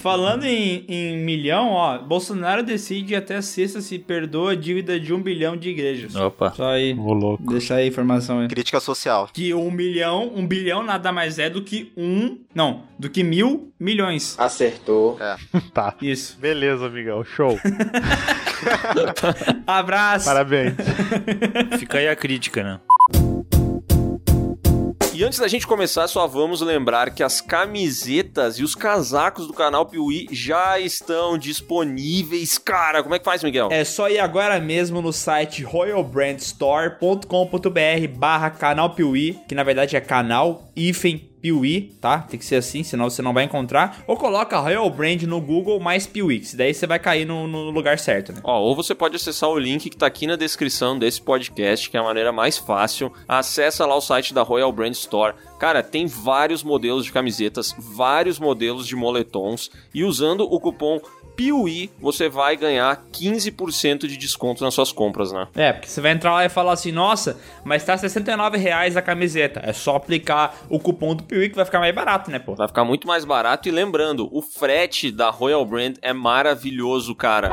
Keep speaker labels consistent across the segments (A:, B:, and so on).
A: Falando em, em milhão, ó, Bolsonaro decide até sexta se perdoa a dívida de um bilhão de igrejas.
B: Opa.
A: Só aí.
C: Ô, louco.
A: Deixa aí a informação aí.
D: Crítica social.
A: Que um milhão, um bilhão nada mais é do que um. Não, do que mil milhões.
E: Acertou.
C: Tá.
A: Isso.
C: Beleza, amigão. Show.
A: Abraço.
C: Parabéns.
B: Fica aí a crítica, né?
F: E antes da gente começar, só vamos lembrar que as camisetas e os casacos do canal Piuí já estão disponíveis. Cara, como é que faz, Miguel?
G: É só ir agora mesmo no site royalbrandstore.com.br barra canal Piuí, que na verdade é canal hífen Piuí, tá? Tem que ser assim, senão você não vai encontrar. Ou coloca Royal Brand no Google mais Piuí, que daí você vai cair no, no lugar certo, né?
F: Ó, ou você pode acessar o link que tá aqui na descrição desse podcast, que é a maneira mais fácil. Acessa lá o site da Royal Brand Store. Cara, tem vários modelos de camisetas, vários modelos de moletons e usando o cupom PIUI, você vai ganhar 15% de desconto nas suas compras, né?
G: É, porque você vai entrar lá e falar assim, nossa, mas tá R$ 69 reais a camiseta. É só aplicar o cupom do Piuí que vai ficar mais barato, né, pô?
F: Vai ficar muito mais barato e lembrando, o frete da Royal Brand é maravilhoso, cara.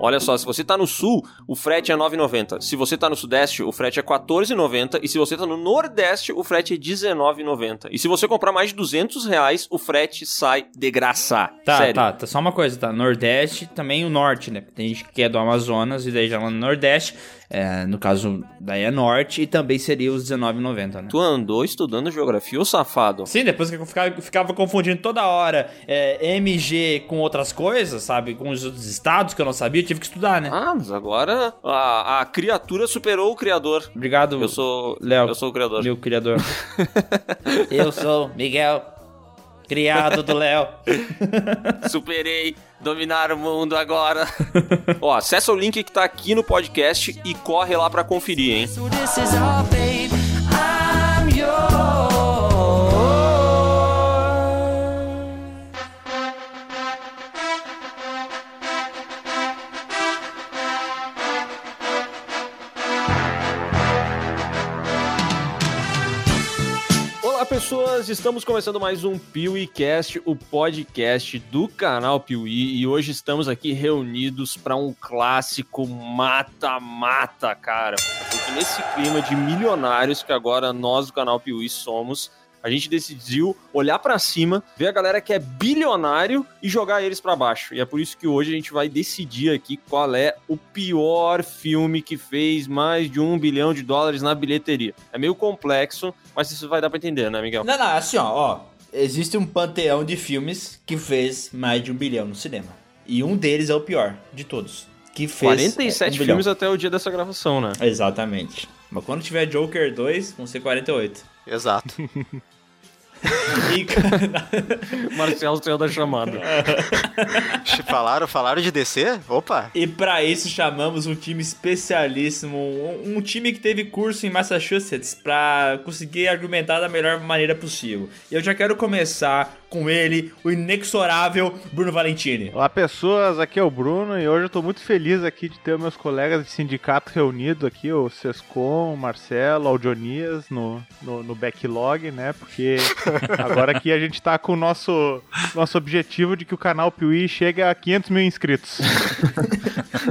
F: Olha só, se você tá no sul, o frete é 9,90. Se você tá no sudeste, o frete é 14,90. E se você tá no nordeste, o frete é 19,90. E se você comprar mais de 200 reais, o frete sai de graça.
G: Tá,
F: Sério.
G: tá, tá. Só uma coisa, tá? Nordeste também o norte, né? Tem gente que é do Amazonas e daí já lá no Nordeste. é, no caso, daí é norte e também seria os R$19,90, né?
F: Tu andou estudando geografia, ô safado.
G: Sim, depois que eu ficava, ficava confundindo toda hora é, MG com outras coisas, sabe? Com os outros estados que eu não sabia, eu tive que estudar, né?
F: Ah, mas agora a, a criatura superou o criador.
G: Obrigado,
F: Eu sou.
G: Léo.
F: Eu sou o criador.
G: meu criador. eu sou Miguel, criado do Léo.
F: Superei. Dominar o mundo agora. Ó, acessa o link que tá aqui no podcast e corre lá pra conferir, hein?
H: So this is all, babe. I'm yours.
F: Olá, pessoas! Estamos começando mais um PeeWeeCast, o podcast do canal Piuí, e hoje estamos aqui reunidos para um clássico mata-mata, cara. Porque nesse clima de milionários que agora nós do canal Piuí somos, a gente decidiu olhar para cima, ver a galera que é bilionário e jogar eles para baixo. E é por isso que hoje a gente vai decidir aqui qual é o pior filme que fez mais de um bilhão de dólares na bilheteria. É meio complexo, mas isso vai dar pra entender, né, Miguel?
G: Não, não, assim, ó, ó. Existe um panteão de filmes que fez mais de um bilhão no cinema. E um deles é o pior de todos. Que fez.
F: 47
G: um bilhão.
F: filmes até o dia dessa gravação, né?
G: Exatamente. Mas quando tiver Joker 2, vão ser 48.
D: Exato.
G: E, cara,
F: Marcial saiu da chamada.
D: falaram, falaram de DC? Opa!
G: e pra isso chamamos um time especialíssimo. Um, um time que teve curso em Massachusetts pra conseguir argumentar da melhor maneira possível. E eu já quero começar com ele, o inexorável Bruno Valentini.
C: Olá, pessoas. Aqui é o Bruno e hoje eu tô muito feliz aqui de ter meus colegas de sindicato reunidos aqui, o Sescom, o Marcelo, o Dionias, no, no, no backlog, né? Porque agora aqui a gente tá com o nosso, nosso objetivo de que o canal Piuí chegue a 500 mil inscritos.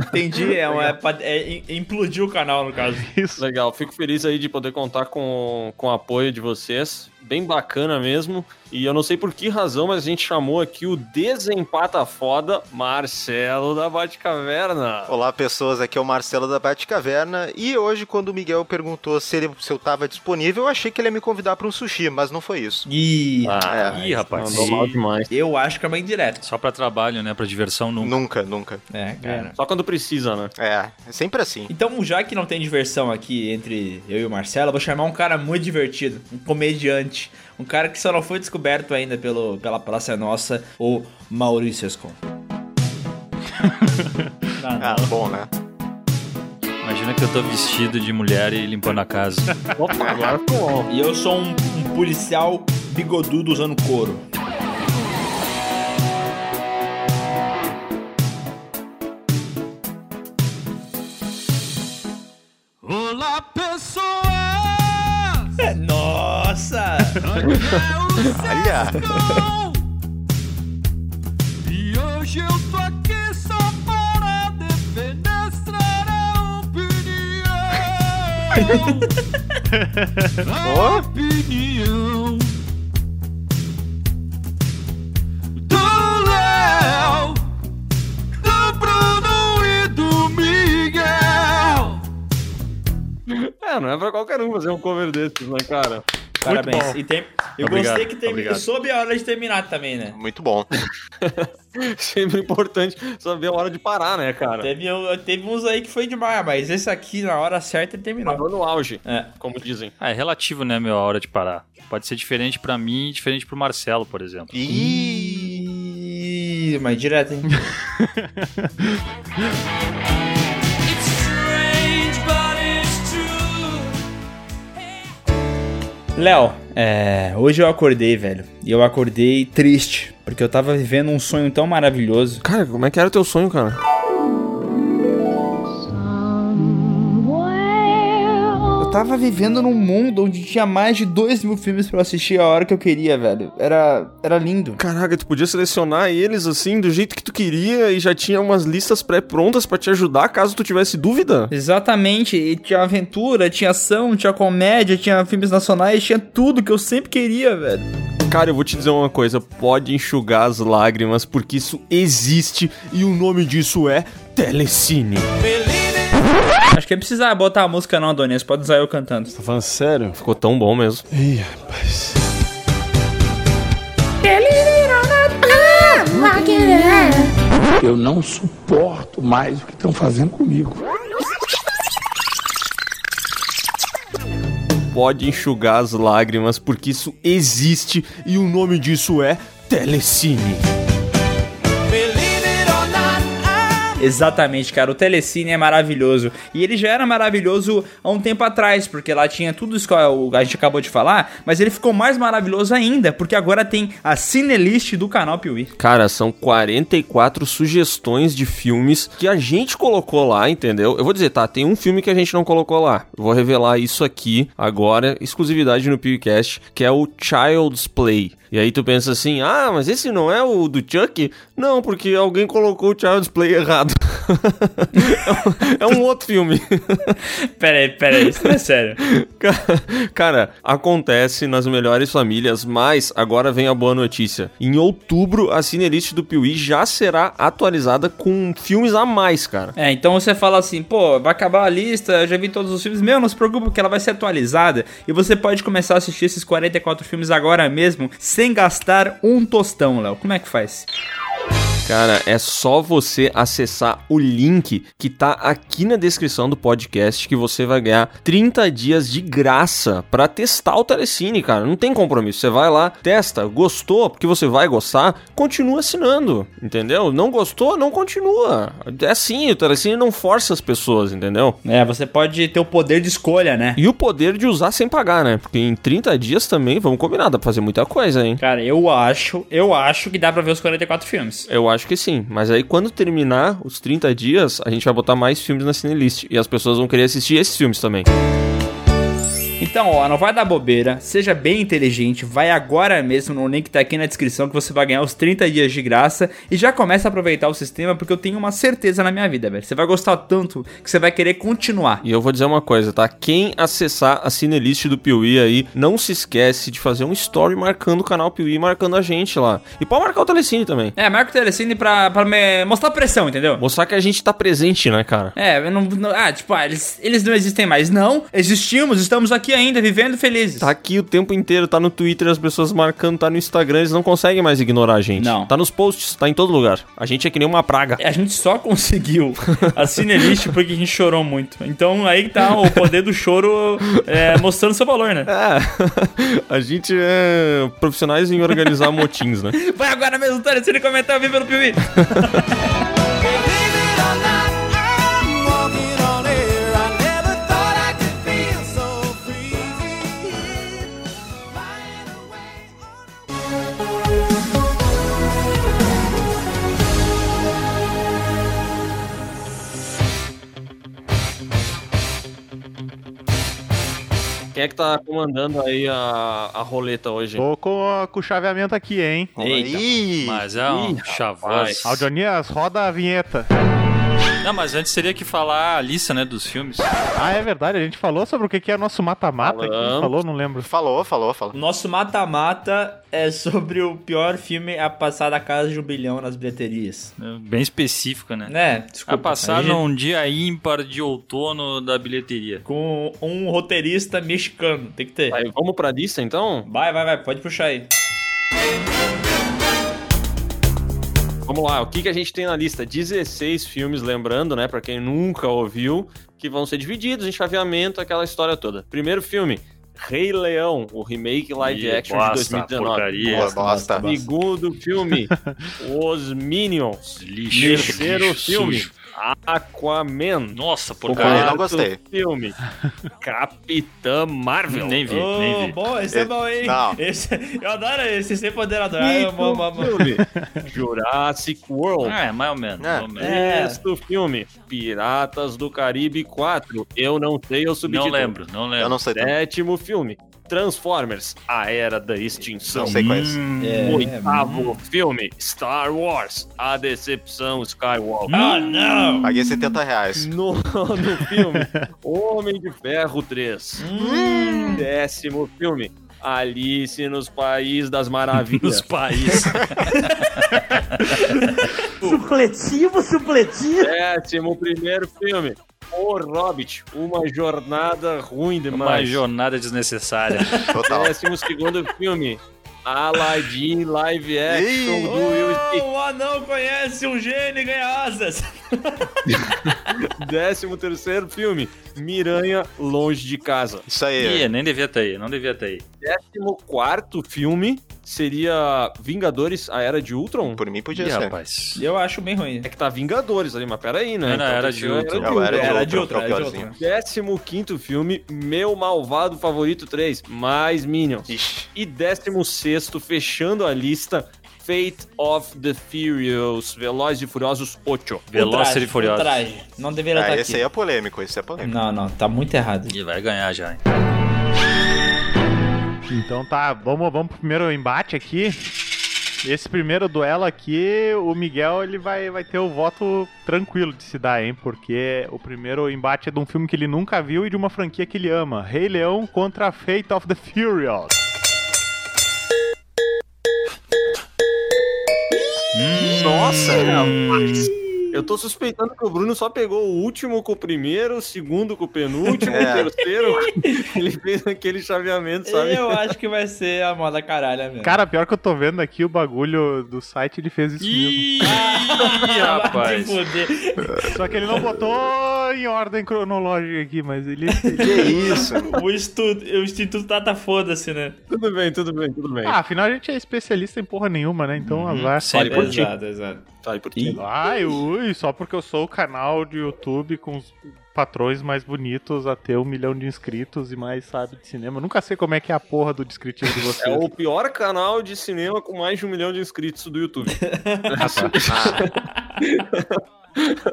G: Entendi, é, uma, é, pa- é, é implodiu o canal no caso.
C: Isso.
F: Legal, fico feliz aí de poder contar com, com o apoio de vocês. Bem bacana mesmo. E eu não sei por que razão, mas a gente chamou aqui o desempata foda Marcelo da Batcaverna.
D: Olá, pessoas. Aqui é o Marcelo da Batcaverna. E hoje, quando o Miguel perguntou se, ele, se eu tava disponível, eu achei que ele ia me convidar pra um sushi, mas não foi isso.
G: E
F: é,
D: Ah,
B: Ih, rapaz.
F: Mandou mal demais.
G: eu acho que é uma indireta.
B: Só pra trabalho, né? Pra diversão nunca.
D: Nunca, nunca.
G: É, cara.
F: Só quando precisa, né?
D: É, é sempre assim.
G: Então, já que não tem diversão aqui entre eu e o Marcelo, eu vou chamar um cara muito divertido, um comediante, um cara que só não foi descoberto ainda pelo, pela Praça é Nossa, o Maurício Escon.
D: Ah, bom, né?
B: Imagina que eu tô vestido de mulher e limpando a casa.
F: Opa, agora ficou bom.
G: E eu sou um, um policial bigodudo usando couro.
H: Olá, pessoas!
G: É, Nossa!
D: Olha!
I: E hoje eu tô aqui só para defenestrar a opinião. A opinião do Léo, do Bruno e do Miguel.
F: É, não é pra qualquer um fazer um cover desses, né, cara?
G: Parabéns. E tem... Eu
B: Obrigado,
G: gostei que terminou.
B: obrigado.
G: Soube a hora de terminar também, né?
D: Muito bom.
F: Sempre importante saber a hora de parar, né, cara?
G: Teve, um- teve uns aí que foi demais, mas esse aqui na hora certa ele terminou.
F: Parou no auge,
G: É.
F: como dizem.
B: Ah, é relativo, né, meu, a hora de parar. Pode ser diferente pra mim e diferente pro Marcelo, por exemplo.
G: Ih, mas direto, hein?
I: It's strange, but it's true.
G: Léo, é, hoje eu acordei, velho. E eu acordei triste, porque eu tava vivendo um sonho tão maravilhoso.
F: Cara, como é que era o teu sonho, cara?
G: Eu tava vivendo num mundo onde tinha mais de dois mil filmes pra eu assistir a hora que eu queria, velho. Era, era lindo.
F: Caraca, tu podia selecionar eles assim do jeito que tu queria e já tinha umas listas pré-prontas pra te ajudar caso tu tivesse dúvida?
G: Exatamente, e tinha aventura, tinha ação, tinha comédia, tinha filmes nacionais, tinha tudo que eu sempre queria, velho.
F: Cara, eu vou te dizer uma coisa, pode enxugar as lágrimas porque isso existe e o nome disso é Telecine.
G: Acho que ia precisar botar a música não, Adonis, pode usar eu cantando.
F: Tá falando sério? Ficou tão bom mesmo. Ih, rapaz.
J: Eu não suporto mais o que estão fazendo comigo.
F: Pode enxugar as lágrimas porque isso existe e o nome disso é Telecine.
G: Exatamente, cara, o Telecine é maravilhoso. E ele já era maravilhoso há um tempo atrás, porque lá tinha tudo isso que a gente acabou de falar, mas ele ficou mais maravilhoso ainda, porque agora tem a Cinelist do canal Piuí.
F: Cara, são 44 sugestões de filmes que a gente colocou lá, entendeu? Eu vou dizer, tá, tem um filme que a gente não colocou lá. Eu vou revelar isso aqui agora, exclusividade no PewCast, que é o Child's Play. E aí tu pensa assim, ah, mas esse não é o do Chuck? Não, porque alguém colocou o Child's Play errado. é, um, é um outro filme.
G: Peraí, peraí, isso não é sério.
F: Ca- Cara, acontece nas melhores famílias, mas agora vem a boa notícia. Em outubro, a Cinelist do Piuí já será atualizada com filmes a mais, cara.
G: É, então você fala assim, pô, vai acabar a lista, eu já vi todos os filmes. Meu, não se preocupa que ela vai ser atualizada e você pode começar a assistir esses 44 filmes agora mesmo, sem gastar um tostão, Léo. Como é que faz?
F: Cara, é só você acessar o link que tá aqui na descrição do podcast que você vai ganhar 30 dias de graça pra testar o Telecine, cara. Não tem compromisso. Você vai lá, testa, gostou, porque você vai gostar, continua assinando, entendeu? Não gostou, não continua. É assim, o Telecine não força as pessoas, entendeu?
G: É, você pode ter o poder de escolha, né?
F: E o poder de usar sem pagar, né? Porque em 30 dias também, vamos combinar, dá pra fazer muita coisa, hein?
G: Cara, eu acho, eu acho que dá pra ver os 44 filmes.
F: Eu acho que sim, mas aí quando terminar os 30 dias, a gente vai botar mais filmes na Cinelist e as pessoas vão querer assistir esses filmes também.
G: Então, ó, não vai dar bobeira, seja bem inteligente, vai agora mesmo no link que tá aqui na descrição que você vai ganhar os 30 dias de graça e já começa a aproveitar o sistema porque eu tenho uma certeza na minha vida, velho. Você vai gostar tanto que você vai querer continuar.
F: E eu vou dizer uma coisa, tá? Quem acessar a Cinelist do Piuí aí, não se esquece de fazer um story marcando o canal Piuí e marcando a gente lá. E pode marcar o Telecine também.
G: É, marca o telecine pra, pra me mostrar pressão, entendeu?
F: Mostrar que a gente tá presente, né, cara?
G: É, eu não, não- Ah, tipo, ah, eles, eles não existem mais. Não, existimos, estamos aqui ainda, vivendo felizes.
F: Tá aqui o tempo inteiro, tá no Twitter, as pessoas marcando, tá no Instagram, eles não conseguem mais ignorar a gente.
G: Não.
F: Tá nos posts, tá em todo lugar. A gente é que nem uma praga.
G: A gente só conseguiu a Cinelist porque a gente chorou muito. Então aí que tá o poder do choro é, mostrando seu valor, né?
F: É, a gente é profissionais em organizar motins, né?
G: Vai agora mesmo, Telecine, comentar ao vivo no Piuí.
I: Believe it or not, I'm walking on air. I never thought I could feel so free. Flying away on a
F: Quem é que tá comandando aí a, a roleta hoje?
C: Tô com, a- com o chaveamento aqui, hein?
F: Eita.
D: Ih,
B: Mas é um
F: Ih,
B: chavaz.
C: Audionias, roda a vinheta.
B: Não, mas antes teria que falar a lista, né, dos filmes.
C: Ah, é verdade, a gente falou sobre o que que é nosso mata-mata aqui.
F: Falamos.
C: Falou, não lembro.
D: falou, falou, falou.
G: O nosso mata-mata é sobre o pior filme a passar da casa de um bilhão nas bilheterias.
B: É Bem específica, né?
G: Né?
B: A
G: Desculpa.
B: passar
G: gente-
B: num dia ímpar de outono da bilheteria.
G: Com um roteirista mexicano. Tem que ter.
F: Aí, vamos pra lista então?
G: Vai, vai, vai. Pode puxar aí.
F: Vamos lá, o que, que a gente tem na lista? 16 filmes, lembrando, né, pra quem nunca ouviu, que vão ser divididos em chaveamento, aquela história toda. Primeiro filme, Rei Leão, o remake live
B: Ih,
F: action
B: bosta,
F: de 2019.
B: Porcaria.
D: Boa bosta.
F: Segundo filme, Os Minions.
B: Lixo.
F: Terceiro
B: lixo,
F: filme,
B: sujo.
F: Aquaman.
B: Nossa,
D: Porcaria,
B: porcaria.
D: não gostei.
F: filme, Capitã Marvel.
B: Nem vi,
G: Ô,
B: nem vi.
G: bom, esse é,
D: Esse-
G: bom, hein?
D: não.
G: Esse, eu adoro esse, esse é empoderador. Ah, eu amo, amo, amo.
F: filme, Jurassic World.
B: Ah, é, mais ou menos.
D: É.
B: mais ou menos.
G: É.
F: Sexto filme, Piratas do Caribe 4. Eu não sei, eu
B: Não
F: subtítulo.
B: lembro, não lembro.
D: Eu não sei. também.
F: Sétimo filme, Transformers, A Era da Extinção.
D: Não sei qual é esse.
B: Hum,
G: É,
F: Oitavo filme, Star Wars, A Decepção Skywalker.
G: Ah, não!
D: Paguei 70 reais.
F: Nono filme, Homem de Ferro 3.
B: Hum.
F: Décimo filme, Alice nos País das
B: Nos
F: Maravilhas.
B: países.
F: Décimo primeiro filme, O Hobbit, Uma Jornada Ruim
B: Uma
F: Demais.
B: jornada desnecessária.
D: Total.
F: Décimo segundo filme, Aladdin Live Action
D: Ih!
F: do Will
B: oh!
F: Smith.
G: o anão conhece um gênio e ganha asas.
F: Décimo terceiro filme, Miranha Longe de Casa.
D: Isso aí.
B: Ih, nem devia estar aí, não devia estar aí.
F: Décimo quarto filme seria Vingadores, A Era de Ultron.
D: Por mim podia
B: Ih,
D: ser.
B: rapaz.
G: Eu acho bem ruim.
F: É que tá Vingadores ali, mas peraí,
B: Não,
F: né?
B: não, É, Era de
F: tem que ser
B: Ultron.
D: Não, era de
G: Era de
D: outra,
G: outra, era de
D: piorzinho.
G: outra.
F: Décimo quinto filme, Meu Malvado Favorito 3, mais Minions.
D: Ixi.
F: E décimo sexto, fechando a lista, Fate of the Furious, Velozes e Furiosos 8.
B: Velozes
G: traje,
B: e Furiosos.
G: o traje. Não deveria
B: tá
D: Ah,
G: estar
D: esse aí
G: aqui.
D: é polêmico, esse é polêmico.
G: Não, não, tá muito errado.
B: E vai ganhar já, hein?
C: Então tá, vamos, vamos pro primeiro embate aqui. Esse primeiro duelo aqui, o Miguel ele vai, vai ter o voto tranquilo de se dar, hein? Porque o primeiro embate é de um filme que ele nunca viu e de uma franquia que ele ama. Rei Leão contra Fate of the Furious.
D: Nossa!
F: Hum. Eu tô suspeitando que o Bruno só pegou o último com o primeiro, o segundo com o penúltimo,
D: É.
F: o terceiro. Ele fez aquele chaveamento, sabe?
G: Eu acho que vai ser a moda caralha mesmo.
C: Cara, pior que eu tô vendo aqui o bagulho do site, ele fez isso mesmo.
B: Ih,
G: Vai
B: rapaz.
G: te fuder.
C: Só que ele não botou em ordem cronológica aqui, mas ele. ele-
D: Que isso?
G: O, estudo, o Instituto Tata foda-se, né?
F: Tudo bem, tudo bem, tudo bem.
C: Ah, afinal a gente é especialista em porra nenhuma, né? Então azar.
G: É
B: Sempre.
F: por ti.
G: exato, exato.
F: Tá, e por
G: Ih.
F: quê?
C: Ai, ui, só porque eu sou o canal de YouTube com os patrões mais bonitos a ter um milhão de inscritos e mais sabe de cinema. Eu nunca sei como é que é a porra do descritivo de
F: É
C: vocês.
F: o pior canal de cinema com mais de um milhão de inscritos do YouTube.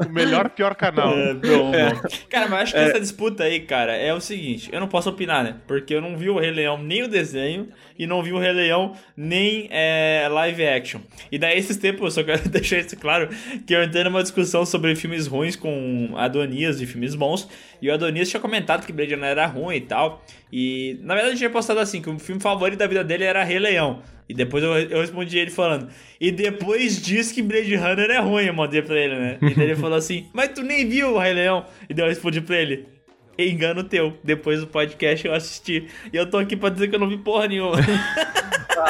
C: o melhor pior canal.
G: É, bom, bom. Cara, mas acho que essa disputa aí, cara, é o seguinte: eu não posso opinar, né? Porque eu não vi o Rei Leão nem o desenho e não vi o Rei Leão nem é, live action. E daí, esses tempos, eu só quero deixar isso claro: que eu entrei numa discussão sobre filmes ruins com Adonias de filmes bons. E o Adonias tinha comentado que Blade Runner era ruim e tal. E na verdade, eu tinha postado assim: que o filme favorito da vida dele era Rei Leão. E depois eu, eu respondi ele falando. E depois diz que Blade Runner é ruim, eu mandei pra ele, né? E daí ele falou assim: Mas tu nem viu o Rei Leão? E daí eu respondi pra ele: Engano teu. Depois do podcast eu assisti. E eu tô aqui pra dizer que eu não vi porra nenhuma.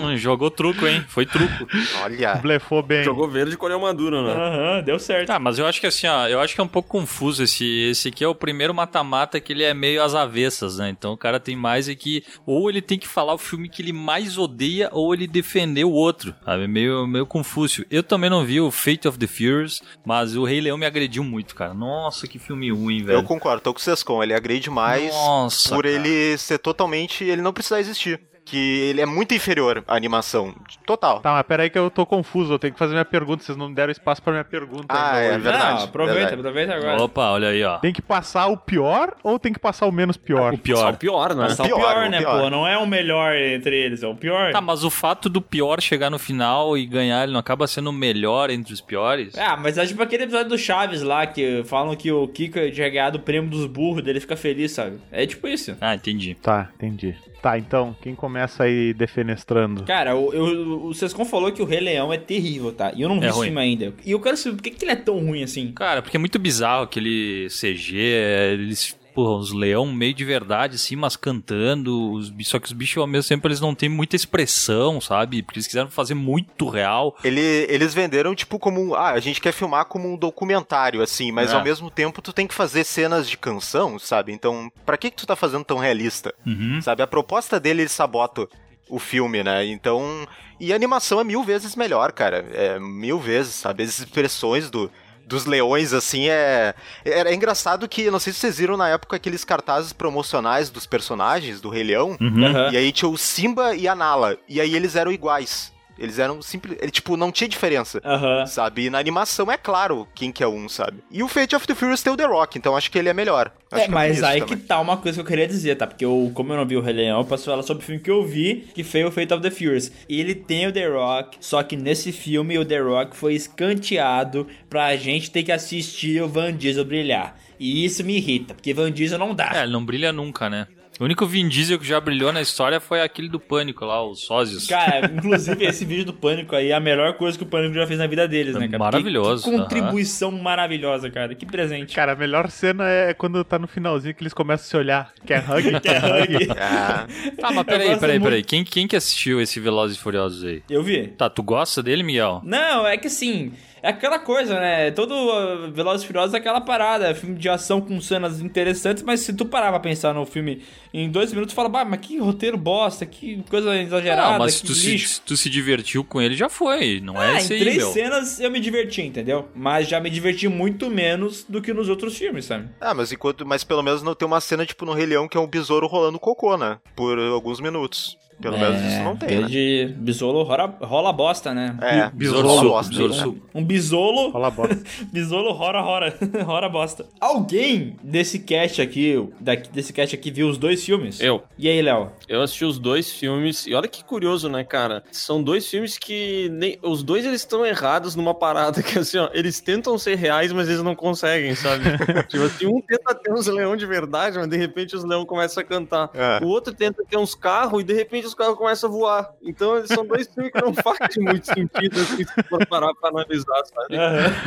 B: Hum, Jogou truco, hein? Foi truco.
D: Olha.
C: Blefou bem.
F: Jogou verde e colheu maduro, né?
G: Aham, deu certo.
B: Tá, mas eu acho que assim, ó, eu acho que é um pouco confuso esse. Esse aqui é o primeiro mata-mata que ele é meio às avessas, né? Então o cara tem mais é que. Ou ele tem que falar o filme que ele mais odeia, ou ele defender o outro. Sabe? Meio, meio confúcio. Eu também não vi o Fate of the Furious, mas o Rei Leão me agrediu muito, cara. Nossa, que filme ruim, velho.
D: Eu concordo, tô com o Sescon, ele agride mais
B: Nossa,
D: por
B: cara.
D: ele ser totalmente. ele não precisar existir. que ele é muito inferior à animação. Total.
C: Tá, mas peraí que eu tô confuso, eu tenho que fazer minha pergunta, vocês não me deram espaço pra minha pergunta.
D: Ah,
C: ainda
D: é
C: hoje.
D: verdade.
G: Não, aproveita,
D: verdade.
G: aproveita agora.
B: Opa, olha aí, ó.
C: Tem que passar o pior ou tem que passar o menos pior?
B: O
F: Só o
B: pior.
F: pior, né?
G: Tá o
D: Pior,
G: pior,
D: o
G: né,
D: pior.
G: pô? Não é o melhor entre eles, é o pior.
B: Tá, mas o fato do pior chegar no final e ganhar, ele não acaba sendo o melhor entre os piores?
G: Ah, mas é tipo aquele episódio do Chaves lá, que falam que o é Kika tinha ganhado o prêmio dos burros, dele fica feliz, sabe? É tipo isso.
B: Ah, entendi.
C: Tá, entendi. Tá, então, quem começa aí defenestrando?
G: Cara, o, eu, o Sescon falou que o Rei Leão é terrível, tá? E eu não vi
B: É
G: esse
B: ruim.
G: filme ainda. E eu quero saber por que, que ele é tão ruim assim.
B: Cara, porque é muito bizarro aquele CG, é, eles porra, os leão meio de verdade, assim, mas cantando, os bi- só que os bichos ao mesmo tempo eles não têm muita expressão, sabe? Porque eles quiseram fazer muito real.
D: Ele, eles venderam, tipo, como um. Ah, a gente quer filmar como um documentário, assim, mas
B: É.
D: ao mesmo tempo tu tem que fazer cenas de canção, sabe? Então, pra que, que tu tá fazendo tão realista?
G: Uhum.
D: Sabe? A proposta dele, ele sabota o filme, né? Então. E a animação é mil vezes melhor, cara. É mil vezes, sabe? As expressões do. Dos leões, assim, é. Era engraçado que, não sei se vocês viram na época aqueles cartazes promocionais dos personagens do Rei Leão.
G: Aham.
D: E aí tinha o Simba e a Nala. E aí eles eram iguais. Eles eram simples. Ele, tipo, não tinha diferença.
G: Aham.
D: Sabe? E na animação é claro quem que é um, sabe? E o Fate of the Furious tem o The Rock, então acho que ele é melhor. Acho
G: É,
D: que
G: mas
D: por isso
G: aí
D: também.
G: que tá uma coisa que eu queria dizer, tá? Porque eu, como eu não vi o Rei Leão, eu posso falar sobre o filme que eu vi, que foi o Fate of the Furious. Ele tem o The Rock, só que nesse filme o The Rock foi escanteado pra gente ter que assistir o Van Diesel brilhar. E isso me irrita, porque Van Diesel não
B: É,
G: dá.
B: ele não brilha nunca, né? O único Vin Diesel que já brilhou na história foi aquele do Pânico lá, os sósios.
G: Cara, inclusive esse vídeo do Pânico aí é a melhor coisa que o Pânico já fez na vida deles, né, cara?
B: É Maravilhoso,
G: Que, que
B: aham.
G: contribuição maravilhosa, cara. Que presente.
C: Cara, a melhor cena é quando tá no finalzinho que eles começam a se olhar. Quer hug? Quer hug?
D: Ah,
B: Tá, mas
G: Eu
B: peraí,
G: gosto
B: peraí,
G: muito.
B: peraí. Quem, quem que assistiu esse Velozes e Furiosos aí?
G: Eu vi.
B: Tá, tu gosta dele, Miguel?
G: Não, é que assim, é aquela coisa, né? Todo uh, Velozes e Furiosos é aquela parada, é filme de ação com cenas interessantes, mas se tu parar pra pensar no filme em dois minutos, tu fala, bah, mas que roteiro bosta, que coisa exagerada,
B: não, Ah, mas se
G: que
B: tu, se,
G: lixo.
B: se tu se divertiu com ele, já foi. Não é
G: Ah, em
B: esse aí,
G: três
B: meu.
G: cenas eu me diverti, entendeu? Mas já me diverti muito menos do que nos outros filmes, sabe?
D: ah, mas enquanto. Mas pelo menos não tem uma cena, tipo, no Rei Leão, que é um besouro rolando cocô, né? Por alguns minutos.
G: É,
D: Pelo menos isso não tem, né?
G: De besouro rola, rola bosta, né?
D: É,
B: Besouro
D: rola
B: suco,
D: bosta,
B: besouro
D: né?
B: suco.
G: Um besouro
C: Fala bosta.
G: Bisolo rora, rora, rora bosta. Alguém desse cast aqui, daqui, desse cast aqui, viu os dois filmes?
F: Eu.
G: E aí, Léo?
F: Eu assisti os dois filmes e olha que curioso, né, cara? São dois filmes que nem os dois eles estão errados numa parada que assim, ó, eles tentam ser reais, mas eles não conseguem, sabe? tipo assim, um tenta ter uns leão de verdade, mas de repente os leão começam a cantar.
D: É.
F: O outro tenta ter uns carros e de repente os carros começam a voar. Então eles são dois filmes que não fazem muito sentido assim, se for parar pra analisar, sabe?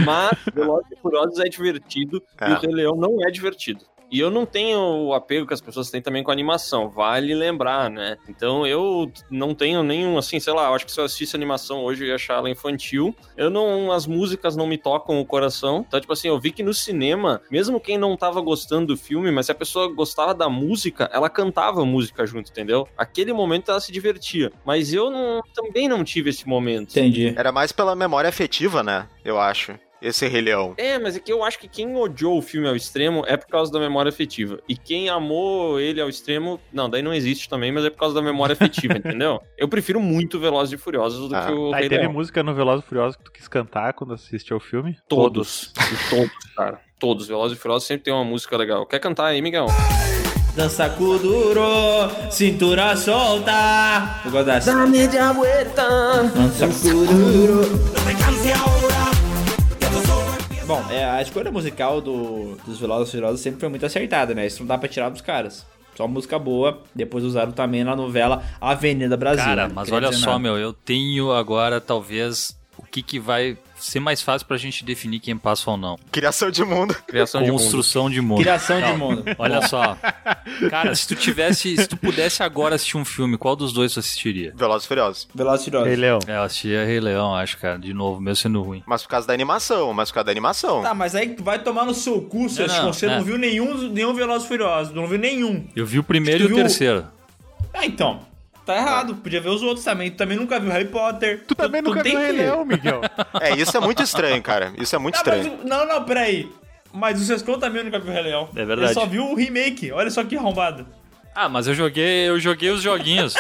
F: Mas Velozes e Furiosos é divertido
D: É.
F: e o Rei Leão não é divertido. E eu não tenho o apego que as pessoas têm também com a animação, vale lembrar, né? Então eu não tenho nenhum, assim, sei lá, eu acho que se eu assistisse animação hoje eu ia achar ela infantil. Eu não, as músicas não me tocam o coração. Então, tipo assim, eu vi que no cinema, mesmo quem não tava gostando do filme, mas se a pessoa gostava da música, ela cantava a música junto, entendeu? Aquele momento ela se divertia. Mas eu não- também não tive esse momento.
G: Entendi.
D: Era mais pela memória afetiva, né? Eu acho. Esse Rei Leão.
F: É, mas é que eu acho que quem odiou o filme ao extremo é por causa da memória afetiva. E quem amou ele ao extremo, não, daí não existe também, mas é por causa da memória afetiva, entendeu? Eu prefiro muito Velozes e Furiosos do
D: Ah,
F: que o
C: Tá,
F: Rei
C: e teve
F: Leão.
C: música no Veloz e Furioso que tu quis cantar quando assistiu ao filme?
F: Todos. E Todos, cara. Todos. Velozes e Furiosos sempre tem uma música legal. Quer cantar aí, Miguel?
G: Dança kuduro, cintura solta. Eu gosto dessa. Dança kuduro. Bom, é, a escolha musical do, dos Velozes e Furiosos sempre foi muito acertada, né? Isso não dá pra tirar dos caras. Só música boa. Depois usaram também na novela Avenida Brasil. né?
B: Cara,
G: Não
B: mas
G: queria
B: olha
G: dizer
B: só,
G: nada.
B: meu, eu tenho agora talvez o que, que vai ser mais fácil pra gente definir quem passa ou não.
D: Criação de mundo.
F: Criação de mundo.
B: Construção de mundo.
G: Criação de
B: Calma.
G: mundo.
B: Olha só. Cara, se tu tivesse, se tu pudesse agora assistir um filme, qual dos dois tu assistiria?
D: Velozes e Furiosos.
G: Velozes e Furiosos.
C: Rei Leão.
B: É, eu assistiria Rei Leão, acho, cara, de novo, mesmo sendo ruim.
D: Mas por causa da animação, mas por causa da animação.
G: Tá, mas aí tu vai tomar no seu cu, seu
B: não,
G: você
B: é.
G: não viu nenhum, nenhum Veloz Furioso, não viu nenhum.
B: Eu vi o primeiro
G: Tu
B: e o
G: viu-
B: terceiro.
G: Ah, então. Tá errado, podia ver os outros também. Tu também nunca viu Harry Potter.
C: Tu também nunca
G: tem
C: viu o Rei
G: que-
C: Leão, Miguel.
D: É, isso é muito estranho, cara. Isso é muito
G: Ah, mas,
D: estranho.
G: o- não, não, peraí. Mas o Sescon também nunca viu o Rei Leão.
B: É verdade.
G: Ele só viu o remake. Olha só que arrombado.
B: Ah, mas eu joguei, eu joguei os joguinhos.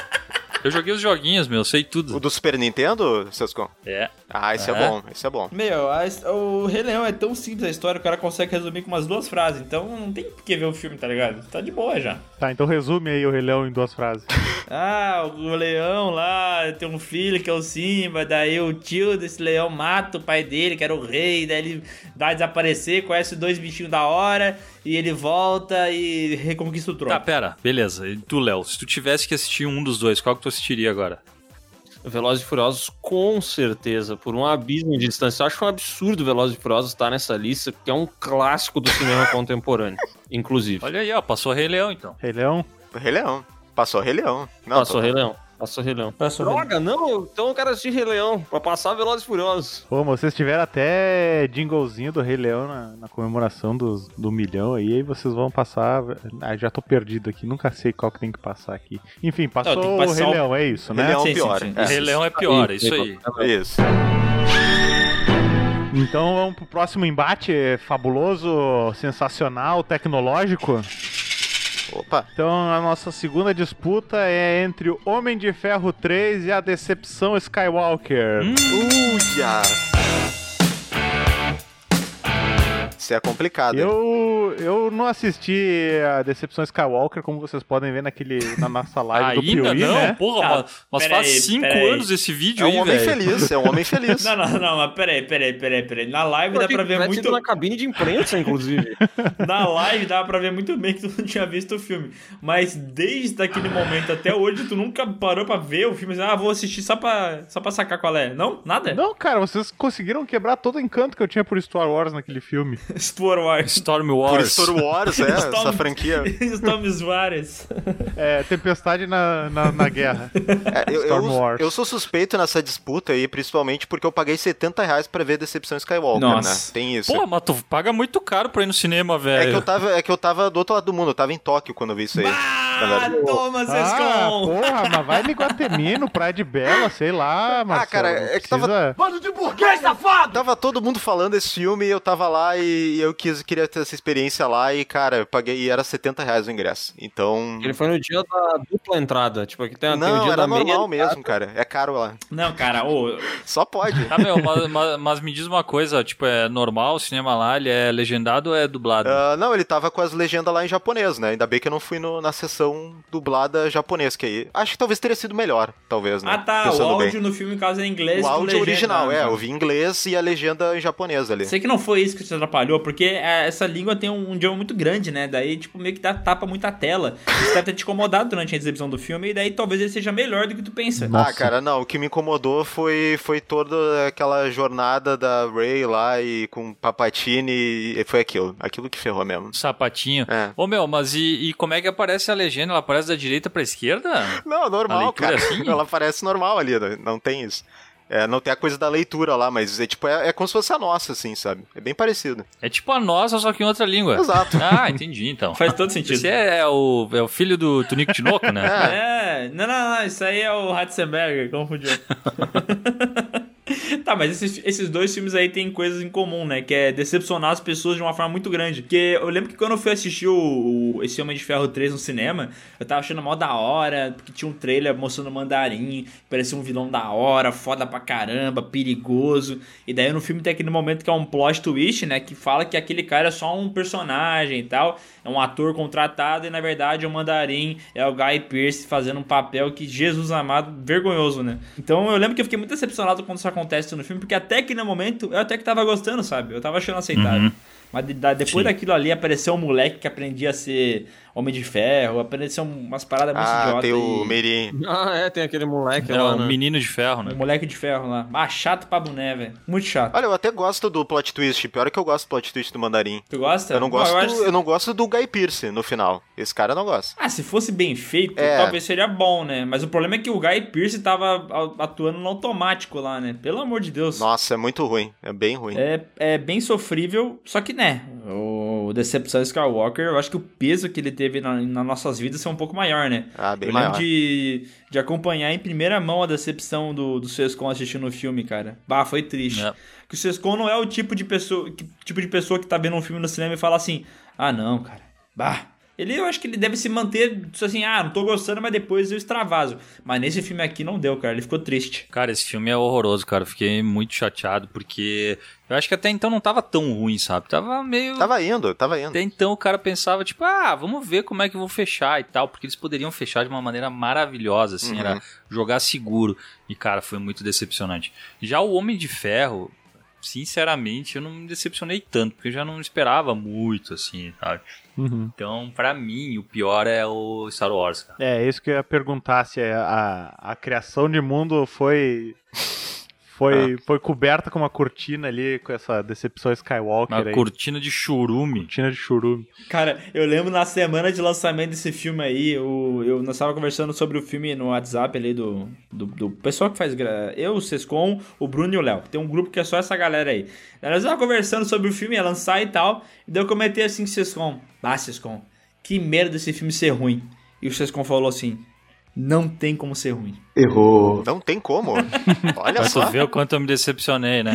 B: Eu joguei os joguinhos, meu, eu sei tudo.
D: O do Super Nintendo, Sescon?
B: É.
D: Ah, esse é,
B: É.
D: bom, esse é bom.
G: Meu, a his- o Rei Leão é tão simples a história, o cara consegue resumir com umas duas frases, então não tem por que ver o filme, tá ligado? Tá de boa já.
C: Tá, então resume aí o Rei Leão em duas frases.
G: Ah, o leão lá tem um filho que é o Simba, daí o tio desse leão mata o pai dele, que era o rei, daí ele vai desaparecer, conhece dois bichinhos da hora, e ele volta e reconquista o trono.
B: Tá, pera, beleza. E tu, Léo, se tu tivesse que assistir um dos dois, qual que tu assistiria agora?
F: Velozes e Furiosos, com certeza, por um abismo de distância. Eu acho um absurdo Velozes e Furiosos estar nessa lista, porque é um clássico do cinema contemporâneo, inclusive.
B: Olha aí, ó, passou Rei Leão então.
C: Rei Leão?
D: Rei Leão. Passou Rei Leão. Não,
F: Passou
D: tô-
F: Rei Leão, passou Rei Leão.
G: Passou Rei
F: Droga, não, eu- então eu quero assistir Rei Leão, pra passar Velozes e Furiosos.
C: Pô, mas vocês tiveram até jinglezinho do Rei Leão na, na comemoração dos- do milhão aí, aí vocês vão passar. Ah, já tô perdido aqui, nunca sei qual que tem que passar aqui. Enfim, passou
G: Não, tem que
C: o Rei
G: passar o-
C: Leão, é isso,
D: Rei
C: né?
D: Leão
G: Sim, sim,
D: pior.
G: sim.
D: é.
B: Rei Leão é pior, é isso aí.
D: Isso.
C: Então vamos pro próximo embate é fabuloso, sensacional, tecnológico.
D: Opa.
C: Então a nossa segunda disputa é entre o Homem de Ferro 3 e a Decepção Skywalker.
B: Hum.
D: Uia! Isso é complicado. hein?
C: Eu, eu não assisti a Decepção Skywalker, como vocês podem ver naquele, na nossa live do
B: Ainda
C: Piuí,
B: não,
C: né?
B: porra,
D: Ah,
G: Tá,
B: mas, mas
G: pera
B: faz
G: aí,
B: cinco
G: pera aí.
B: anos esse
D: É
B: vídeo
D: um
B: aí,
D: homem
B: velho.
D: feliz, é um homem feliz.
G: Não, não, não, mas peraí, peraí, peraí, peraí. Na live dá pra ver
F: Tivesse
G: muito.
F: ido na cabine de imprensa, inclusive.
G: Na live dava pra ver muito bem que tu não tinha visto o filme. Mas desde aquele momento até hoje, tu nunca parou pra ver o filme. Ah, vou assistir só pra, só pra sacar qual é. Não? Nada?
C: Não, cara, vocês conseguiram quebrar todo o encanto que eu tinha por Star Wars naquele filme.
G: Explore Wars.
B: Storm
D: Por
B: Wars.
D: Star Wars, é, essa
G: Storm-
D: franquia.
G: Storms Vares.
C: É, Tempestade na, na, na Guerra.
D: É, eu,
C: Storm
D: eu,
C: Wars.
D: eu sou suspeito nessa disputa aí, principalmente porque eu paguei 70 reais pra ver Decepção Skywalker,
G: Nossa.
D: né? Tem isso.
B: Porra, mas tu paga muito caro pra ir no cinema,
D: é,
B: velho.
D: que eu tava, é que eu tava do outro lado do mundo, eu tava em Tóquio quando eu vi isso aí.
G: Ah, toma,
C: Ah,
G: Sescon!
C: porra, mas vai no Iguatemi, no Praia de Bela, sei lá, Marcelo.
D: cara,
C: não
D: é que tava-
C: precisa-
D: Ah, Tava todo mundo falando esse filme, eu tava lá e eu quis, queria ter essa experiência lá e, cara, eu paguei e era 70 reais o ingresso. Então.
F: Ele foi no dia da dupla entrada, tipo, aqui tem, tem o
D: Não,
F: dia
D: era
F: da meia.
D: normal mesmo, cara. É caro lá.
G: Não, cara, ô,
D: Só pode.
B: Tá, meu, mas, mas- mas me diz uma coisa, tipo, é normal o cinema lá, ele é legendado ou é dublado?
D: Ah, não, ele tava com as legendas lá em japonês, né? Ainda bem que eu não fui no- na sessão dublada japonês, que aí. Acho que talvez teria sido melhor, talvez, né?
G: Ah tá,
D: Pensando
G: o
D: bem.
G: áudio no filme, no caso, é em inglês.
D: O
G: com
D: áudio
G: legenda,
D: original,
G: né?
D: é. Eu vi em inglês e a legenda em japonês ali.
G: Sei que não foi isso que te atrapalhou, porque é, essa língua tem um, um idioma muito grande, né? Daí, tipo, meio que dá tapa muito a tela. Isso deve ter te incomodado durante a exibição do filme, e daí talvez ele seja melhor do que tu pensa.
D: Ah, cara, não. O que me incomodou foi, foi toda aquela jornada da Ray lá e com Papatini. E foi aquilo. Aquilo que ferrou mesmo.
B: Sapatinho.
D: É.
B: Ô meu, mas e, e como é que aparece a legenda? Ela aparece da direita pra esquerda?
D: Não,
B: A
D: normal,
B: leitura
D: cara.
B: é assim?
D: Ela parece normal ali, né? não tem isso. É, não tem a coisa da leitura lá, mas é tipo, é, é como se fosse a nossa, assim, sabe? É bem parecido.
B: É tipo a nossa, só que em outra língua.
D: Exato.
B: Ah, entendi então.
G: Faz todo sentido.
B: Você é o, é o filho do Tunico Tinoco, né?
D: É,
G: É, não, não, não, isso aí é o Ratzenberger, confundiu. tá, mas esses, esses dois filmes aí têm coisas em comum, né? Que é decepcionar as pessoas de uma forma muito grande. Porque eu lembro que quando eu fui assistir o, o- esse Homem de Ferro 3 no cinema, eu tava achando mó da hora, porque tinha um trailer mostrando o mandarim, parecia um vilão da hora, foda pra caramba, perigoso. E daí no filme tem aquele momento que é um plot twist, né? Que fala que aquele cara é só um personagem e tal. É um ator contratado e na verdade o mandarim é o Guy Pearce fazendo um papel que Jesus amado, vergonhoso, né? Então eu lembro que eu fiquei muito decepcionado quando isso acontece no filme, porque até que no momento eu até que tava gostando, sabe? Eu tava achando aceitável. Mas de- da- depois daquilo ali apareceu um moleque que aprendia a ser homem de ferro, apareceu um, umas paradas É muito
D: ah,
G: idiotas.
D: tem o
G: e-
D: Mirim.
F: Ah, é, tem aquele moleque
B: É
F: lá,
B: o
F: né?
B: menino de ferro,
G: Um
B: né?
G: moleque de ferro lá. Ah, chato pra boné, velho. Muito chato.
D: Olha, eu até gosto do plot twist. Pior é que eu gosto do plot twist do Mandarim.
G: Tu gosta?
D: Eu não gosto,
G: eu
D: eu,
G: acho-
D: não gosto do Guy Pearce no final. Esse cara eu não gosta.
G: Ah, se fosse bem feito,
D: É.
G: talvez seria bom, né? Mas o problema é que o Guy Pearce tava a- atuando no automático lá, né? Pelo amor de Deus.
D: Nossa, é muito ruim. É bem ruim.
G: É, é bem sofrível, só que, né? O Decepção Skywalker, eu acho que o peso que ele teve na- nas nossas vidas foi um pouco maior, né?
D: Ah, bem
G: eu
D: maior.
G: lembro de, de acompanhar em primeira mão a decepção do, do Sescon assistindo o filme, cara. Bah, foi triste.
B: É.
G: Que o Sescon não é o tipo de pessoa que, tipo de pessoa que tá vendo um filme no cinema e fala assim: ah, não, cara. Bah, Ele, eu acho que ele deve se manter tipo assim, ah, não tô gostando, mas depois eu extravaso. Mas nesse filme aqui não deu, cara. Ele ficou triste.
B: Cara, esse filme é horroroso, cara. Eu Fiquei muito chateado, porque eu acho que até então não tava tão ruim, sabe? Tava meio.
D: Tava indo, tava indo.
B: Até então o cara pensava, tipo, ah, vamos ver como é que eu vou fechar e tal, porque eles poderiam fechar de uma maneira maravilhosa, assim,
D: Uhum.
B: era jogar seguro. E, cara, foi muito decepcionante. Já o Homem de Ferro, sinceramente, eu não me decepcionei tanto, porque eu já não esperava muito, assim, sabe?
C: Uhum.
B: Então, pra mim, o pior é o Star Wars, cara.
C: É, isso que eu ia perguntar, se a, a criação de mundo foi...
B: Ah.
C: Foi, foi coberta com uma cortina ali, com essa decepção Skywalker
B: Uma
C: aí.
B: cortina de churume.
C: Cortina de churume.
G: Cara, eu lembro na semana de lançamento desse filme aí, eu, eu, nós estávamos conversando sobre o filme no WhatsApp ali do, do, do pessoal que faz. gra- Eu, o Sescon, o Bruno e o Léo. Tem um grupo que é só essa galera aí. Daí Nós estávamos conversando sobre o filme, ia lançar e tal. E daí eu comentei assim com o Sescon: Ah, Sescon, que merda desse filme ser ruim. E o Sescon falou assim: Não tem como ser ruim.
D: Não tem como. Olha
B: Pra
D: só.
B: tu ver o quanto eu me decepcionei, né?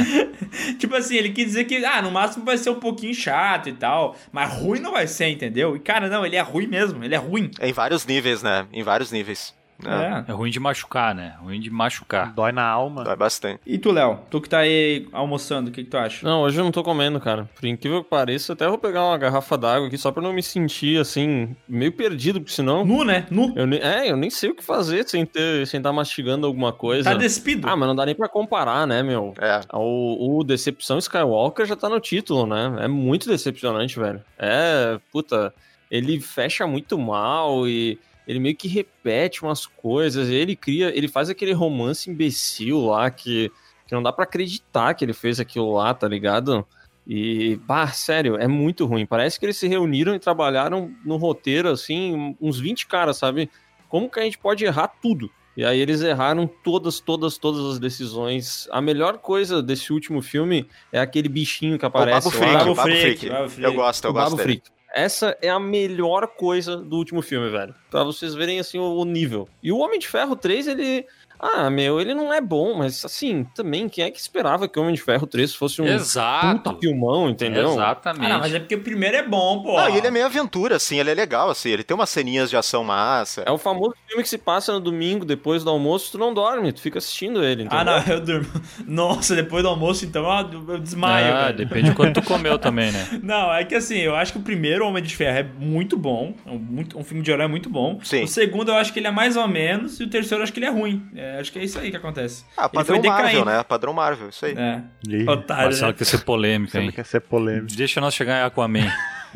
G: Tipo assim, ele quis dizer que, ah, no máximo vai ser um pouquinho chato e tal, mas ruim não vai ser, entendeu? E cara, não, ele é ruim mesmo, ele é ruim.
D: Em vários níveis, né? Em vários níveis. É.
G: É.
B: É ruim de machucar, né? Ruim de machucar.
C: Dói na alma.
D: Dói É, bastante.
G: E tu, Léo, tu que tá aí almoçando, o que, que tu acha?
F: Não, hoje eu não tô comendo, cara. Por incrível que pareça, até vou pegar uma garrafa d'água aqui só pra não me sentir, assim, meio perdido, porque senão...
G: Nu, né? Nu.
F: Eu nem, é, eu nem sei o que fazer sem ter, sem estar mastigando alguma coisa.
G: Tá despido.
F: Ah, mas não dá nem pra comparar, né, meu?
D: É.
F: O, o Decepção Skywalker já tá no título, né? É muito decepcionante, velho. É, puta, ele fecha muito mal e ele meio que repete umas coisas. Ele cria, ele faz aquele romance imbecil lá que, que não dá pra acreditar que ele fez aquilo lá, tá ligado? E, pá, sério, é muito ruim. Parece que eles se reuniram e trabalharam no roteiro, assim, uns 20 caras, sabe? Como que a gente pode errar tudo? E aí eles erraram todas, todas, todas as decisões. A melhor coisa desse último filme é aquele bichinho que aparece
D: o Babo
F: lá.
D: Freak,
G: Babo
D: o Babo
G: Freak,
D: Freak.
G: Babo Freak.
D: Eu gosto, eu
F: o Babo
D: gosto dele.
F: Freak. Essa é a melhor coisa do último filme, velho. Pra vocês verem, assim, o, o nível. E o Homem de Ferro 3, ele... Ah, meu, ele não é bom, mas, assim, também, quem é que esperava que o Homem de Ferro 3 fosse um puta
B: Exato.
F: filmão, entendeu?
B: Exatamente.
G: Ah, não, mas é porque o primeiro é bom, pô.
D: Não, e ele é meio aventura, assim, ele é legal, assim, ele tem umas ceninhas de ação massa.
G: um-
F: É o famoso filme que se passa no domingo, depois do almoço, tu não dorme, tu fica assistindo ele, entendeu?
G: Ah, não, eu durmo. Nossa, depois do almoço, então, eu, eu desmaio.
B: Ah,
G: velho.
B: depende de quanto tu comeu também, né?
G: Não, é que assim, eu acho que o primeiro Homem de Ferro é muito bom. É um, muito- um filme de horror é muito bom.
D: Sim.
G: O segundo eu acho que ele é mais ou menos. E o terceiro eu acho que ele é ruim. É, acho que é isso aí que acontece.
D: Ah,
G: ele foi
D: padrão Marvel,
G: decaindo.
D: né? Padrão Marvel, isso aí.
G: É,
C: Ih,
G: otário.
B: Marcelo
G: né?
B: quer ser polêmico,
C: Sempre
B: hein?
C: quer ser polêmico.
B: Deixa nós chegar em Aquaman.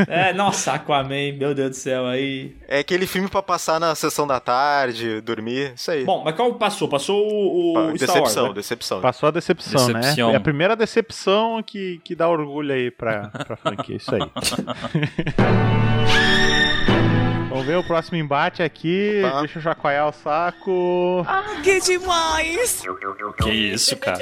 G: É, nossa, Aquaman, meu Deus do céu, aí.
D: É aquele filme pra passar na sessão da tarde, dormir, isso aí.
G: Bom, mas qual passou? Passou o, o Star Wars,
D: Ah, decepção,
G: né?
D: decepção.
C: Passou a decepção,
B: Decepção.
C: né? É a primeira decepção que, que dá orgulho aí pra, pra franquia, isso aí. Vamos ver o próximo embate aqui.
D: Tá.
C: Deixa eu chacoalhar o saco.
I: Que demais!
B: que isso, cara?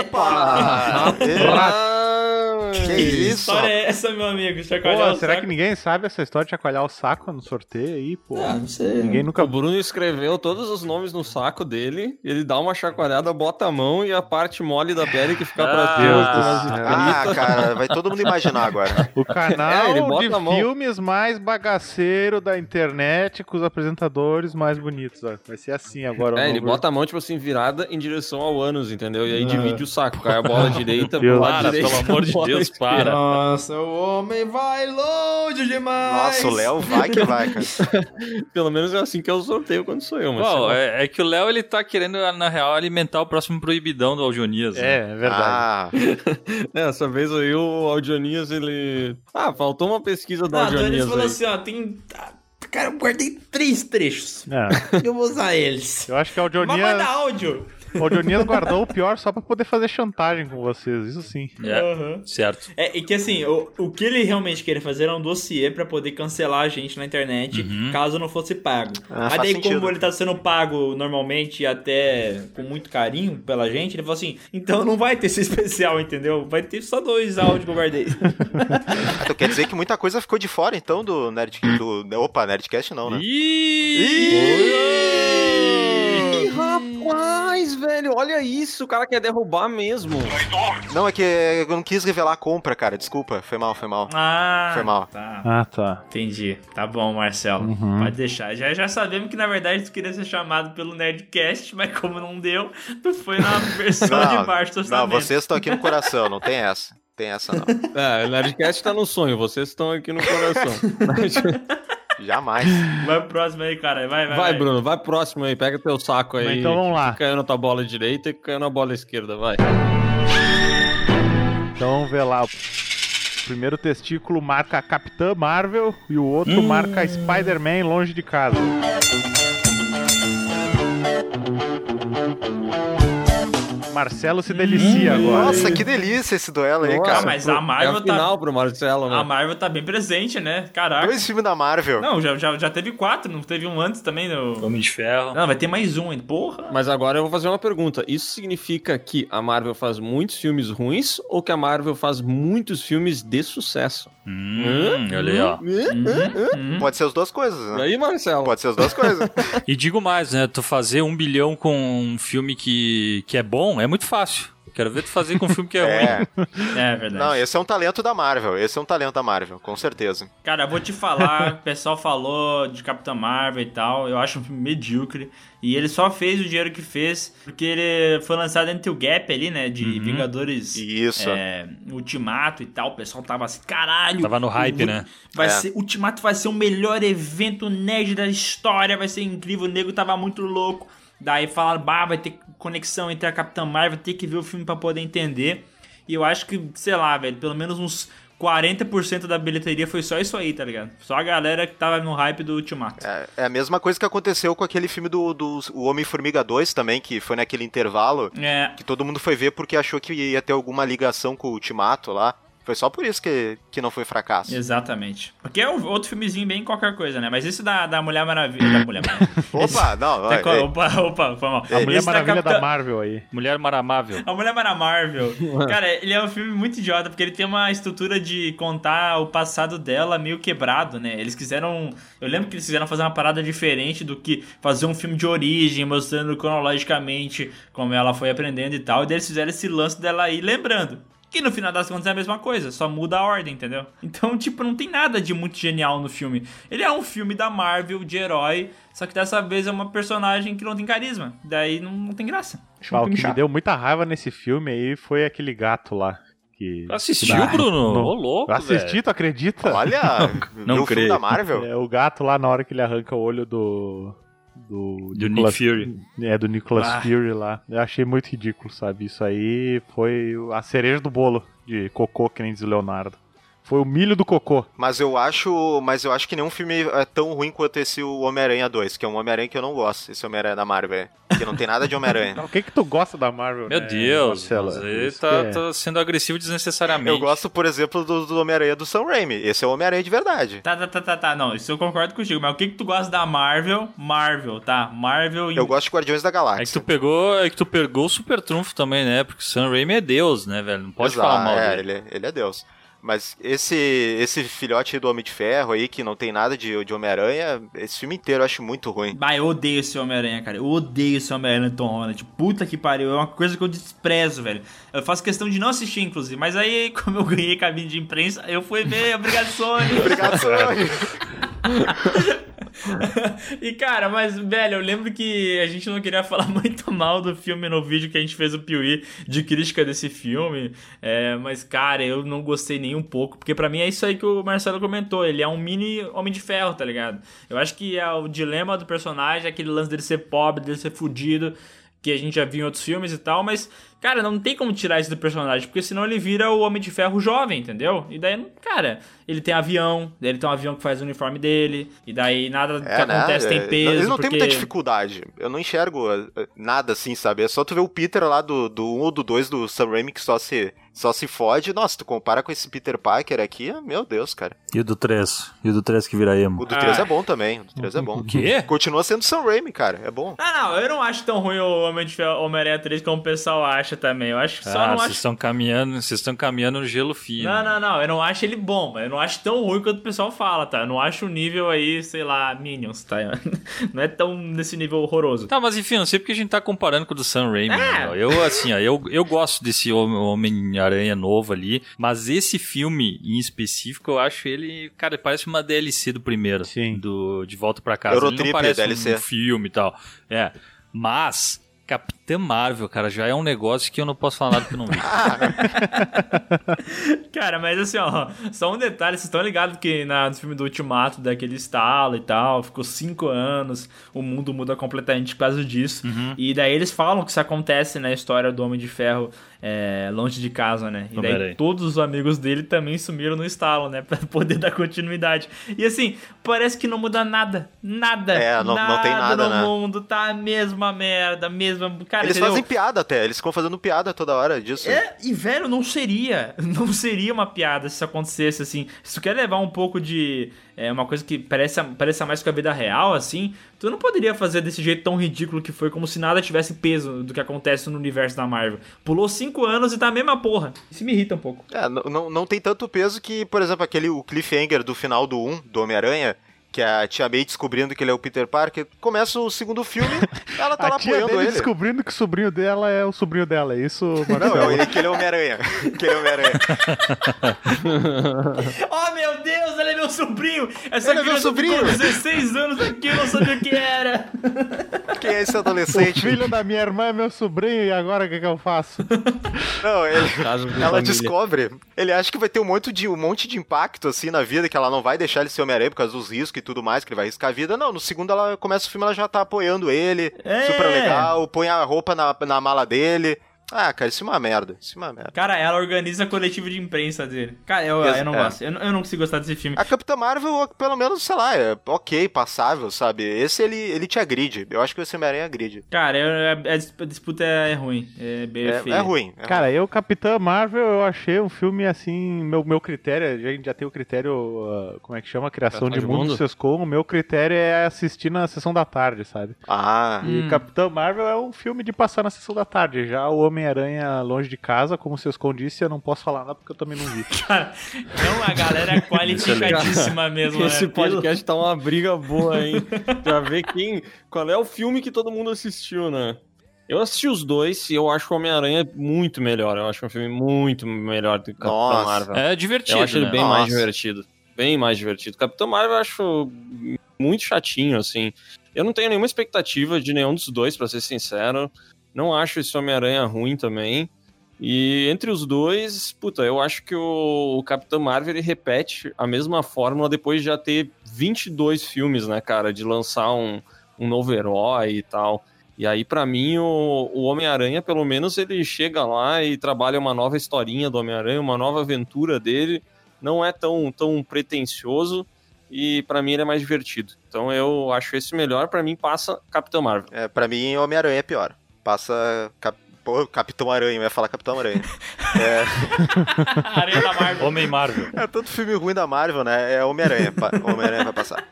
D: Opa!
F: Ah,
D: que isso?
G: História é essa, meu amigo?
C: Pô,
G: Chacoalhar o
C: será
G: saco.
C: que ninguém sabe essa história de chacoalhar o saco no sorteio aí, pô?
G: Ah, não sei.
C: Ninguém
F: O
C: nunca.
F: Bruno escreveu todos os nomes no saco dele, ele dá uma chacoalhada, bota a mão e a parte mole da pele que fica pra né?
B: Ah,
F: trás.
C: Deus do céu.
D: Ah, cara, vai todo mundo imaginar agora.
C: O canal
F: É, ele bota a
C: de
F: mão.
C: filmes mais bagaceiro da internet com os apresentadores mais bonitos. ó. Vai ser assim agora. o
F: É, ele
C: número.
F: bota a mão, tipo assim, virada em direção ao ânus, entendeu? E aí divide o saco, cai a bola direita,
C: Deus.
F: pro lado
B: Para,
F: direito.
B: pelo amor de
F: bola
B: Deus,
F: esquerda.
B: para.
G: Nossa, o homem vai longe demais.
D: Nossa, o Léo vai que vai, cara.
F: Pelo menos é assim que eu sorteio quando sou eu, mas... sei
B: Bom,
F: lá.
B: é, é que o Léo, ele tá querendo, na real, alimentar o próximo proibidão do Algionias.
C: É,
B: né?
C: é verdade.
F: É, essa vez aí o Audionias, ele... Ah, faltou uma pesquisa do
G: Não, então eles
F: Audionias
G: falaram
F: aí.
G: assim, ó, tem... ah, Cara, eu guardei três trechos.
C: É.
G: Eu vou usar eles.
C: Eu acho que a
G: Ah. Mas vai
C: Audionias,
G: dar áudio.
C: a Audionias guardou o pior só pra poder fazer chantagem com vocês, isso sim.
B: É,
G: Aham.
B: certo.
G: É, e que assim, o, o que ele realmente queria fazer era um dossiê pra poder cancelar a gente na internet caso não fosse pago.
D: Ah,
G: Aí
D: faz
G: daí,
D: sentido.
G: como ele tá sendo pago normalmente e até com muito carinho pela gente, ele falou assim: então não vai ter esse especial, entendeu? Vai ter só dois áudios que eu guardei.
D: Ah, tu quer dizer que muita coisa ficou de fora, então, do Nerd... Do... Opa, Nerdcast não, né?
B: Ih!
F: Ih, rapaz, velho, olha isso, o cara quer derrubar mesmo.
D: Não, é que eu não quis revelar a compra, cara. Desculpa, foi mal, foi mal.
G: Ah,
D: Foi mal.
G: tá.
C: Ah, tá.
G: Entendi. Tá bom, Marcelo.
C: Uhum.
G: Pode deixar. Já, já sabemos que, na verdade, tu queria ser chamado pelo Nerdcast, mas como não deu, tu foi na versão de baixo do
D: não,
G: orçamento.
D: vocês estão aqui no coração, não tem essa. Tem essa não.
F: É, o Nerdcast tá no sonho, vocês estão aqui no coração.
D: Jamais.
G: Vai pro próximo aí, cara. Vai, vai,
F: vai, Bruno, vai próximo aí, pega teu saco
C: Mas
F: aí.
C: então vamos lá.
F: Caiu na tua bola direita e caiu na bola esquerda, vai.
C: Então vamos ver lá. O primeiro testículo marca a Capitã Marvel e o outro marca a Spider-Man longe de casa. Marcelo se delicia agora.
D: Hum, Nossa, que delícia esse duelo aí,
F: Nossa,
G: Ah,
D: cara.
G: mas a Marvel
F: é o
G: tá-
F: final pro Marcelo, né?
G: A Marvel tá bem presente, né? Caraca.
D: Dois filmes da Marvel.
G: Não, já, já, já teve quatro, não teve um antes também? No...
B: Homem de Ferro.
G: Não, vai ter mais um ainda. Porra.
F: Mas agora eu vou fazer uma pergunta. Isso significa que a Marvel faz muitos filmes ruins ou que a Marvel faz muitos filmes de sucesso?
B: Hum, olha aí, ó.
D: Pode ser as duas coisas,
F: E
D: né?
F: aí, Marcelo?
D: Pode ser as duas coisas.
B: E digo mais, né? Tu fazer um bilhão com um filme que, que é bom é muito fácil. Quero ver tu fazer com um filme que é, ruim.
D: É.
G: É verdade.
D: Não, esse é um talento da Marvel. Esse é um talento da Marvel, com certeza.
G: Cara, eu vou te falar, o pessoal falou de Capitã Marvel e tal, eu acho um filme medíocre. E ele só fez o dinheiro que fez, porque ele foi lançado entre o gap ali, né? De
B: Uhum.
G: Vingadores
D: Isso.
G: é, Ultimato e tal. O pessoal tava assim, caralho.
B: Tava no hype,
G: o-
B: né?
G: Vai
D: É.
G: ser, Ultimato vai ser o melhor evento nerd da história, vai ser incrível. O nego tava muito louco. Daí falaram, bah, vai ter conexão entre a Capitã Marvel, vai ter que ver o filme pra poder entender. E eu acho que, sei lá, velho, pelo menos uns 40% da bilheteria foi só isso aí, tá ligado? Só a galera que tava no hype do Ultimato.
D: É- É a mesma coisa que aconteceu com aquele filme do, do O Homem-Formiga 2 também, que foi naquele intervalo.
G: É,
D: que todo mundo foi ver porque achou que ia ter alguma ligação com o Ultimato lá. Foi só por isso que, que não foi fracasso.
G: exatamente. Porque é um- outro filmezinho bem qualquer coisa, né? Mas esse da, da Mulher Maravilha. Da Mulher Maravilha.
D: Opa, não,
G: Tá
D: olha,
G: com- opa, opa, foi mal.
C: A Mulher
G: Esse da
C: Maravilha é da
G: Capitã-
C: Marvel aí.
B: Mulher Maramável.
G: A Mulher Mara Marvel. Cara, ele é um filme muito idiota, porque ele tem uma estrutura de contar o passado dela meio quebrado, né? Eles quiseram. Eu lembro que eles quiseram fazer uma parada diferente do que fazer um filme de origem, mostrando cronologicamente como ela foi aprendendo e tal. E daí eles fizeram esse lance dela ir lembrando. Que no final das contas é a mesma coisa, só muda a ordem, entendeu? Então, tipo, não tem nada de muito genial no filme. Ele é um filme da Marvel, de herói, só que dessa vez é uma personagem que não tem carisma. Daí não, não tem graça. Acho um
C: Bah, o
G: filme
C: que me
G: chato.
C: deu muita raiva nesse filme aí foi aquele gato lá. Que...
B: Assistiu, Bruno?
C: Não.
B: Ô, Tá louco,
C: Eu assisti,
B: velho.
C: tu acredita?
D: olha
B: não
D: viu o filme
B: creio.
D: da Marvel?
C: É, o gato lá na hora que ele arranca o olho do. Do,
B: Do
C: Nicolas-
B: Nick Fury.
C: É, do Nicolas
G: Ah.
C: Fury lá. Eu achei muito ridículo, sabe? Isso aí foi a cereja do bolo de cocô, que nem diz o Leonardo. Foi o milho do cocô.
D: Mas eu acho. Mas eu acho que nenhum filme é tão ruim quanto esse o Homem-Aranha 2, que é um Homem-Aranha que eu não gosto, esse Homem-Aranha da Marvel. Que não tem nada de Homem-Aranha.
C: O que que tu gosta da Marvel,
B: Meu
C: né,
B: Deus,
C: Marcelo?
B: mas ele
C: Isso
B: tá,
C: que é.
B: tá sendo agressivo desnecessariamente.
D: Eu gosto, por exemplo, do, do Homem-Aranha do Sam Raimi. Esse é o Homem-Aranha de verdade.
G: Tá, tá, tá, tá, tá. Não, isso eu concordo contigo. Mas o que que tu gosta da Marvel? Marvel, tá? Marvel... em-
D: Eu gosto de Guardiões da
B: É que
D: Galáxia.
B: tu pegou, é que tu pegou o super trunfo também, né? Porque o Sam Raimi é Deus, né, velho? Não pode
D: Exato,
B: falar mal
D: é,
B: dele.
D: ele, ele é Deus. Mas esse, esse filhote aí do Homem de Ferro aí, que não tem nada de, de Homem-Aranha, esse filme inteiro eu acho muito ruim.
G: Bah, eu odeio esse Homem-Aranha, cara. Eu odeio esse Homem-Aranha do Tom Holland. Puta que pariu. É uma coisa que eu desprezo, velho. Eu faço questão de não assistir, inclusive. Mas aí, como eu ganhei cabine de imprensa, eu fui ver. Obrigado, Sony.
D: Obrigado, Sam.
G: e cara, mas velho, eu lembro que a gente não queria falar muito mal do filme no vídeo que a gente fez o Piuí de crítica desse filme, é, mas cara, eu não gostei nem um pouco, porque pra mim é isso aí que o Marcelo comentou, ele é um mini Homem de Ferro, tá ligado? Eu acho que é o dilema do personagem, é aquele lance dele ser pobre, dele ser fudido, que a gente já viu em outros filmes e tal, mas, cara, não tem como tirar isso do personagem, porque senão ele vira o Homem de Ferro jovem, entendeu? E daí, cara, ele tem avião, daí ele tem um avião que faz o uniforme dele, e daí nada que
D: É, né?
G: acontece
D: É,
G: tem peso.
D: Ele não
G: porque...
D: tem muita dificuldade. Eu não enxergo eh, nada assim, sabe? É só tu ver o Peter lá do 1 do um ou do 2 do Sam Raimi que só se, só se fode. Nossa, tu compara com esse Peter Parker aqui, ah, meu Deus, cara.
B: E o do 3? E o do 3 que vira
D: O
B: emo?
D: do
G: Ah.
D: 3 é bom também. O do 3 é bom. O
B: quê?
D: Continua sendo Sam Raimi, cara. É bom.
G: Ah, não, eu não acho tão ruim o Homem de Ferro, Homem-Aranha 3 como o pessoal acha. acho também. Eu acho que só
B: ah,
G: não
B: vocês
G: acho.
B: estão caminhando, vocês estão caminhando no gelo fino.
G: Não, não, não. Eu não acho ele bom, mas eu não acho tão ruim quanto o pessoal fala, tá? Eu não acho o nível aí, sei lá, Minions, tá? Não é tão nesse nível horroroso.
B: Tá, mas enfim, não sei porque a gente tá comparando com o do Sam Raimi.
G: Ah.
B: meu. Eu, assim, ó, eu, eu gosto desse Hom- Homem-Aranha novo ali, mas esse filme em específico, eu acho ele, cara, parece uma DLC do primeiro.
C: Sim.
B: Do De Volta pra Casa.
D: Eurotrip,
B: ele não parece
D: DLC.
B: um filme e tal. É, mas... Capitã Marvel, cara, já é um negócio que eu não posso falar nada que eu não vi. tá?
G: Cara, mas assim, ó, só um detalhe, vocês estão ligados que na, no filme do Ultimato, né, daquele estalo e tal, ficou cinco anos, o mundo muda completamente por causa disso.
B: Uhum.
G: E daí eles falam que isso acontece na história do Homem de Ferro é, longe de casa, né? E
B: Não,
G: daí
B: peraí.
G: todos os amigos dele também sumiram no estalo, né? Pra poder dar continuidade. E assim, parece que não muda nada. Nada.
D: É, não- não tem nada,
G: no
D: né?
G: mundo, tá a mesma merda, a mesma. Cara,
D: Eles
G: entendeu?
D: fazem piada até, eles ficam fazendo piada toda hora disso.
G: É, e velho, não seria. Não seria uma piada se isso acontecesse assim. Se tu quer levar um pouco de. É, uma coisa que parece, parece mais com a vida real, assim. Tu não poderia fazer desse jeito tão ridículo que foi, como se nada tivesse peso do que acontece no universo da Marvel. Pulou cinco anos e tá a mesma porra. Isso me irrita um pouco.
D: É, não- não, não tem tanto peso que, por exemplo, aquele o cliffhanger do final do 1, do Homem-Aranha, que a tia May descobrindo que ele é o Peter Parker, começa o segundo filme, ela tá lá
C: a tia
D: apoiando
C: dele
D: ele.
C: descobrindo que o sobrinho dela é o sobrinho dela, é isso,
D: Não,
C: Marcelo?
D: não, ele, que ele é o Homem-Aranha. que ele é o Homem-Aranha.
G: Oh meu Deus, ele é meu sobrinho! Essa
D: Ele é meu
G: criança ficou
D: sobrinho!
G: 16 anos aqui, eu não sabia o que era!
D: Quem é esse
C: O
D: adolescente?
C: filho da minha irmã é meu sobrinho, e agora o que, que eu faço?
D: Não, ele.
F: Caso de
D: Ela
F: família.
D: descobre, ele acha que vai ter um monte, de, um monte de impacto assim na vida, que ela não vai deixar ele ser Homem-Aranha por causa dos riscos e tudo mais, que ele vai arriscar a vida. Não, no segundo ela começa o filme, ela já tá apoiando ele,
G: É.
D: super legal, põe a roupa na, na mala dele. Ah, cara, isso é uma merda, isso é uma merda.
G: Cara, ela organiza coletivo de imprensa dele. Cara, eu, eu não
D: É.
G: gosto. Eu, não- eu não consigo gostar desse filme.
D: A Capitã Marvel, pelo menos, sei lá, é ok, passável, sabe? Esse ele, ele te agride. Eu acho que esse Homem-Aranha agride.
G: Cara, eu- a, a dis- a disputa é ruim. É bem
D: É,
G: feia.
D: é ruim. é
C: Cara, eu, Capitã Marvel, eu achei um filme assim. Meu, meu critério, a gente já tem o critério. ah, como é que chama? Criação
F: Criação
C: de,
F: de
C: mundo,
F: mundo?
C: Sescom. O meu critério é assistir na sessão da tarde, sabe?
D: ruim. Ah,
C: E Capitã Marvel é um filme de passar na sessão da tarde. Já o Homem-Aranha Longe de Casa, como o Sescom disse, eu não posso falar nada porque eu também não vi.
G: Cara, é uma galera qualificadíssima mesmo, né?
F: Esse
G: Pelo-
F: podcast tá uma briga boa, hein? pra ver quem. Qual é o filme que todo mundo assistiu, né? Eu assisti os dois e eu acho o Homem-Aranha muito melhor. Eu acho um filme muito melhor do que o Capitão
D: Nossa.
F: Marvel.
B: É divertido,
F: Eu acho ele
B: né?
F: bem
D: Nossa.
F: mais divertido. Bem mais divertido. Capitão Marvel eu acho muito chatinho, assim. Eu não tenho nenhuma expectativa de nenhum dos dois, pra ser sincero. Não acho esse Homem-Aranha ruim também. E entre os dois, puta, eu acho que o, o Capitão Marvel ele repete a mesma fórmula depois de já ter 22 filmes, né, cara? De lançar um, um novo herói e tal. E aí, pra mim, o, o Homem-Aranha, pelo menos, ele chega lá e trabalha uma nova historinha do Homem-Aranha, uma nova aventura dele. Não é tão, tão pretencioso e, pra mim, ele é mais divertido. Então, eu acho esse melhor. Pra mim, passa Capitão Marvel.
D: é, pra mim, Homem-Aranha é pior. Passa. Cap... Pô, Capitão Aranha, eu ia falar Capitão Aranha.
G: Aranha da Marvel.
B: Homem Marvel.
D: É tanto filme ruim da Marvel, né? É Homem-Aranha. pa- Homem-Aranha vai passar.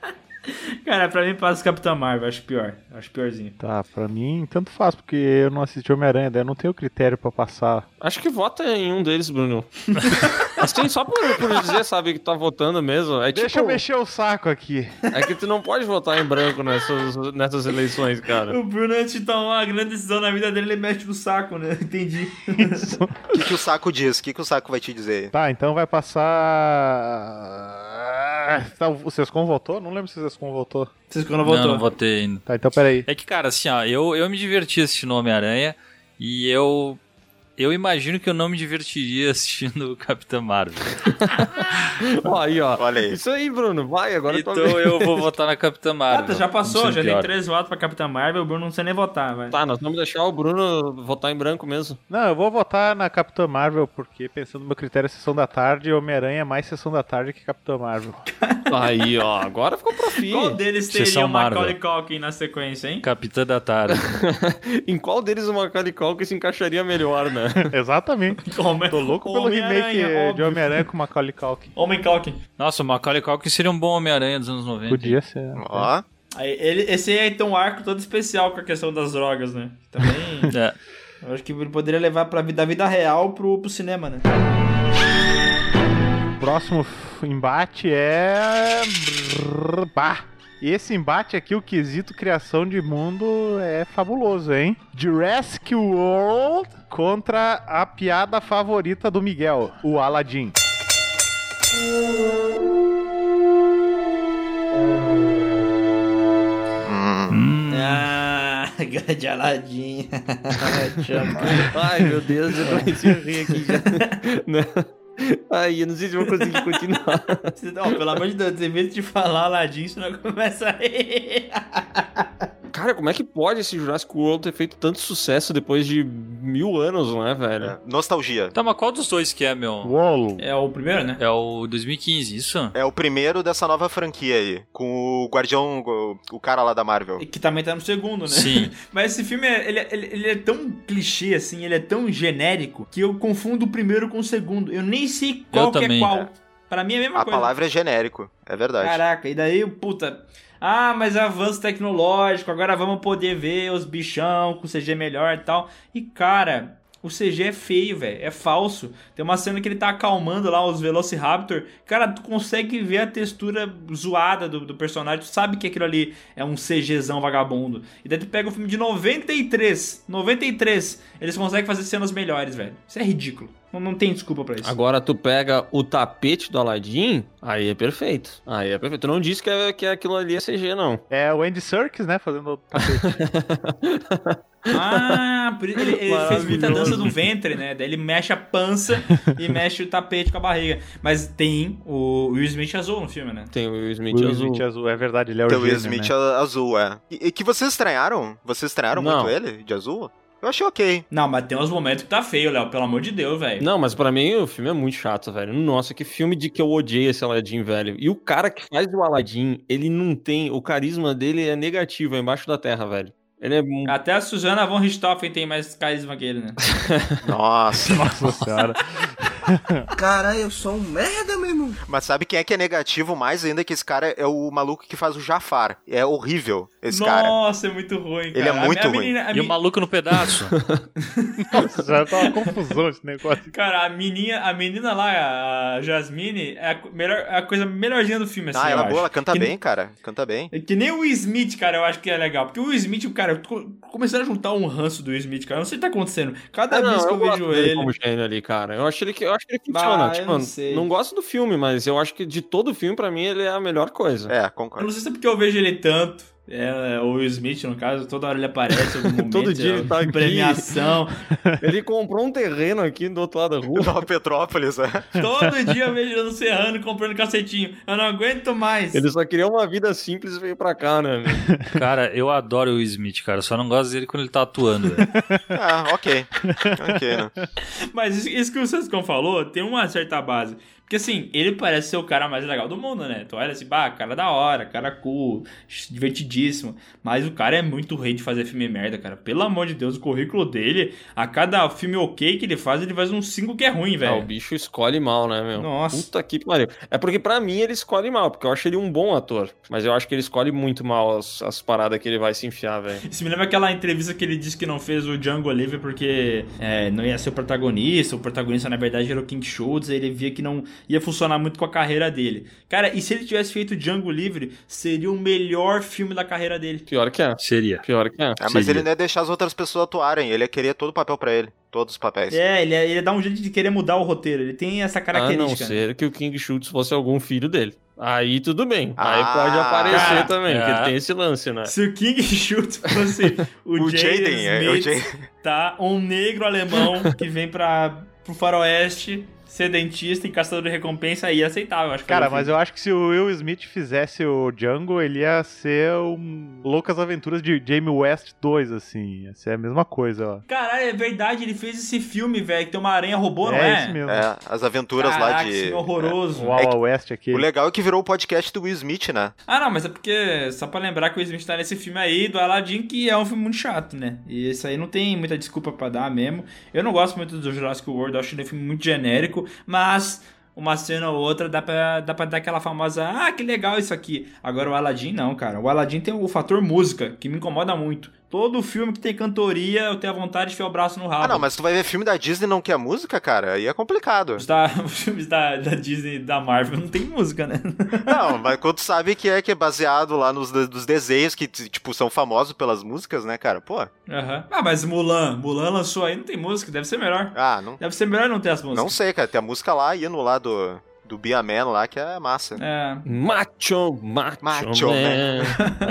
G: Cara, pra mim passa o Capitão Marvel, acho pior. Acho piorzinho.
C: Tá, pra mim, tanto faz, porque eu não assisti Homem-Aranha, daí eu não tenho critério pra passar.
F: Acho que vota em um deles, Bruno. assim, só por, por dizer, sabe, que tá votando mesmo. É
C: Deixa eu
F: tipo,
C: mexer o saco aqui.
F: É que tu não pode votar em branco nessas, nessas eleições, cara.
G: O Bruno, antes de tomar uma grande decisão na vida dele, ele mexe no saco, né? Entendi.
D: O que, que o saco diz? O que, que o saco vai te dizer?
C: Tá, então vai passar. Ah, Tá, o Sescom votou? Não lembro se o Sescom votou.
G: Vocês quando
B: Não,
G: voltou.
B: não votei ainda.
C: Tá, então peraí.
B: É que, cara, assim, ó, eu, eu me diverti assistindo Homem-Aranha e eu. Eu imagino que eu não me divertiria assistindo o Capitão Marvel.
F: Ó, aí, ó.
D: Olha aí.
F: Isso aí, Bruno. Vai, agora é
B: então
F: tua vez.
B: eu vou votar na Capitã Marvel.
G: Ah, tá, já passou,
B: Como
G: já
B: sendo
G: dei
B: pior.
G: três votos pra Capitão Marvel, o Bruno não sei nem votar, vai.
F: Tá, nós vamos deixar o Bruno votar em branco mesmo.
C: Não, eu vou votar na Capitã Marvel, porque pensando no meu critério, sessão da tarde, Homem-Aranha é mais sessão da tarde que Capitão Marvel.
F: Aí, ó. Agora ficou pro fim.
G: Qual deles
B: Sessão
G: teria o
B: Marvel.
G: Macaulay Culkin na sequência, hein?
B: Capitã da Tarde.
F: em qual deles o Macaulay Culkin se encaixaria melhor, né?
C: Exatamente.
G: Homem,
C: Tô louco pelo remake de Homem-Aranha com Macaulay Culkin.
G: Homem Culkin.
B: Nossa, o Macaulay Culkin seria um bom Homem-Aranha dos anos 90.
C: Podia ser.
D: Ó,
G: Aí, ele, esse aí tem um arco todo especial com a questão das drogas, né? Também...
B: É.
G: Eu acho que ele poderia levar pra vida, da vida real pro, pro cinema, né?
C: O próximo f- embate é. Bah. Esse embate aqui, o quesito criação de mundo, é fabuloso, hein? Jurassic World contra a piada favorita do Miguel, o Aladdin.
G: Hum. Ah, grande Aladim.
F: Ai, meu Deus, eu comecei a rir aqui já. Não. Ai, eu não sei se vou conseguir continuar.
G: pelo amor de Deus, em vez de falar Aladim, você não começa a rir.
F: Cara, como é que pode esse Jurassic World ter feito tanto sucesso depois de mil anos, né,
D: É.
F: velho?
D: Nostalgia.
B: Tá, mas qual dos dois que é, meu?
C: Uou!
G: É o primeiro, né?
B: É o 2015, isso?
D: É o primeiro dessa nova franquia aí, com o Guardião, o- o cara lá da Marvel.
G: Que também tá no segundo, né?
B: Sim.
G: Mas esse filme, é- ele, ele, ele é tão clichê, assim, ele é tão genérico, que eu confundo o primeiro com o segundo. Eu nem sei qual que
B: também,
G: é qual.
B: cara.
G: Pra mim é a mesma
D: A
G: coisa.
D: palavra é genérico, é verdade.
G: Caraca, e daí, puta... Ah, mas avanço tecnológico, agora vamos poder ver os bichão com CG melhor e tal. E, cara... O CG é feio, velho. É falso. Tem uma cena que ele tá acalmando lá os Velociraptor. Cara, tu consegue ver a textura zoada do, do personagem. Tu sabe que aquilo ali é um CGzão vagabundo. E daí tu pega um filme de 93. 93. Eles conseguem fazer cenas melhores, velho. Isso é ridículo. Não, não tem desculpa pra isso.
F: Agora tu pega o tapete do Aladdin, aí é perfeito. Aí é perfeito. Tu não disse que, é, que aquilo ali é CG, não.
C: É o Andy Serkis, né? Fazendo o tapete.
G: Ah, por isso- ele, ele fez muita
F: Maravilhoso.
G: dança do ventre, né? Daí ele mexe a pança e mexe o tapete com a barriga. Mas tem o Will Smith azul no filme, né?
F: Tem o Will Smith
C: Will
F: azul.
C: Smith azul. É verdade, ele é o
D: Então, o Will
C: gênio,
D: Smith
C: né?
D: a- azul, é. E, e que vocês estranharam? Vocês estranharam
F: Não.
D: muito ele, de azul? Eu achei ok.
G: Não, mas tem uns momentos que tá feio, Léo. Pelo amor de Deus, velho.
F: Não, mas pra mim o filme é muito chato, velho. Nossa, que filme de que eu odiei esse Aladdin, velho. E o cara que faz o Aladdin, ele não tem. O carisma dele é negativo, é embaixo da terra, velho. Ele é. mu-
G: Até a Susana von Richthofen tem mais carisma que ele, né?
D: Nossa.
C: Nossa senhora.
I: Cara, eu sou um merda, meu irmão.
D: Mas sabe quem é que é negativo mais ainda que esse cara é o maluco que faz o Jafar. É horrível esse cara.
G: Nossa, é muito ruim, cara.
D: Ele é muito
G: a, a
D: ruim.
G: Menina, a
B: E o
G: me-
B: maluco no pedaço?
C: Nossa, já tá uma confusão esse negócio.
G: Cara, a menina, a menina lá, a Jasmine, é a, co- melhor, é a coisa melhorzinha do filme, assim,
D: Ah,
G: eu
D: ela é
G: acho.
D: boa, ela canta
G: Que-
D: bem, cara. Canta bem.
G: É que nem o Will Smith, cara, eu acho que é legal. Porque o Will Smith, cara, eu tô começando a juntar um ranço do Will Smith, cara. Eu não sei o que tá acontecendo. Cada
F: Ah, não,
G: vez que eu,
F: eu
G: vejo
F: gosto dele
G: ele.
F: como gênio ali, cara. Eu acho ele que, eu acho que ele
G: Bah,
F: funciona.
G: eu
F: tipo,
G: não sei.
F: não gosto do filme, mas eu acho que de todo o filme, pra mim, ele é a melhor coisa.
D: É,
G: Eu
D: concordo.
G: não sei se é porque eu vejo ele tanto. É, o Will Smith, no caso, toda hora ele aparece, todo momento.
F: Todo dia ele tá
G: é,
F: aqui.
G: Premiação.
F: Ele comprou um terreno aqui do outro lado da rua.
D: Nova Petrópolis, né?
G: Todo dia eu vejo ele no Serrano comprando cacetinho. Eu não aguento mais.
F: Ele só queria uma vida simples e veio pra cá, né?
B: Cara, eu adoro o Will Smith, cara. Só não gosto dele quando ele tá atuando. velho.
D: Ah, ok. Ok, né?
G: Mas isso, isso que o Sescon falou tem uma certa base. Porque assim, ele parece ser o cara mais legal do mundo, né? Tu olha assim, bah, cara da hora, cara cool, divertidíssimo. Mas o cara é muito rei de fazer filme merda, cara. Pelo amor de Deus, o currículo dele, a cada filme ok que ele faz, ele faz uns cinco que é ruim,
F: Ah, o
G: velho.
F: bicho escolhe mal, né, meu?
G: Nossa.
F: Puta que pariu. É porque pra mim ele escolhe mal, porque eu acho ele um bom ator. Mas eu acho que ele escolhe muito mal as, as paradas que ele vai se enfiar, velho.
G: Isso me lembra aquela entrevista que ele disse que não fez o Django Livre porque é, não ia ser o protagonista. O protagonista, na verdade, era o King Schultz. Ele via que não ia funcionar muito com a carreira dele. Cara, e se ele tivesse feito o Django Livre, seria o melhor filme da carreira dele.
F: Pior que é.
B: Seria.
F: Pior que é.
D: Ah, mas
B: Seria.
D: ele não ia deixar as outras pessoas atuarem. Ele ia querer todo o papel pra ele. Todos os papéis.
G: É, ele, ele dá um jeito de querer mudar o roteiro. Ele tem essa
D: é
F: A não
G: característica. né?
F: ser que o King Schultz fosse algum filho dele. Aí tudo bem.
D: Ah,
F: Aí pode aparecer
G: cara.
F: também,
B: É.
F: porque ele tem esse lance, né?
G: Se o King Schultz fosse o,
D: O
G: Jaden
D: Jaden, é, o
G: Smith,
D: Jaden.
G: tá? Um negro alemão que vem pra, pro faroeste ser dentista e caçador de recompensa, aí é aceitável. Acho que
C: Cara,
G: era o
C: mas
G: filme.
C: eu acho que se o Will Smith fizesse o Django, ele ia ser um Loucas Aventuras de Jamie West 2, assim. Ia ser a mesma coisa, ó.
G: Caralho, é verdade, ele fez esse filme, velho, que tem uma aranha robô, não é?
C: isso mesmo.
D: É, as aventuras lá
G: Caraca,
D: de.
G: esse filme é horroroso.
C: O Awa West aqui.
D: O legal é que virou o podcast do Will Smith, né?
G: Ah, não, mas é porque, só pra lembrar que o Will Smith tá nesse filme aí, do Aladdin, que é um filme muito chato, né? E esse aí não tem muita desculpa pra dar mesmo. Eu não gosto muito do Jurassic World, eu acho ele um filme muito genérico, mas uma cena ou outra dá pra, dá pra dar aquela famosa, ah, que legal isso aqui. Agora o Aladdin não, cara. O Aladdin tem o fator música, que me incomoda muito. Todo filme que tem cantoria, eu tenho a vontade de enfiar o braço no rabo.
D: Ah, não, mas tu vai ver filme da Disney e não quer música, cara? Aí é complicado.
G: Os, da- os filmes da, da Disney e da Marvel não tem música, né?
D: Não, mas quando tu sabe que é que é baseado lá nos, de- dos desenhos que, t- tipo, são famosos pelas músicas, né, cara? Pô,
G: Aham. Ah, mas Mulan. Mulan lançou aí, não tem música, deve ser melhor.
D: ah, não,
G: Deve ser melhor não ter as
D: não
G: músicas.
D: sei, cara. Tem a música lá, hino lá do, do Bia Man lá, que é massa.
G: É.
F: Macho, macho,
D: Macho né?
F: man.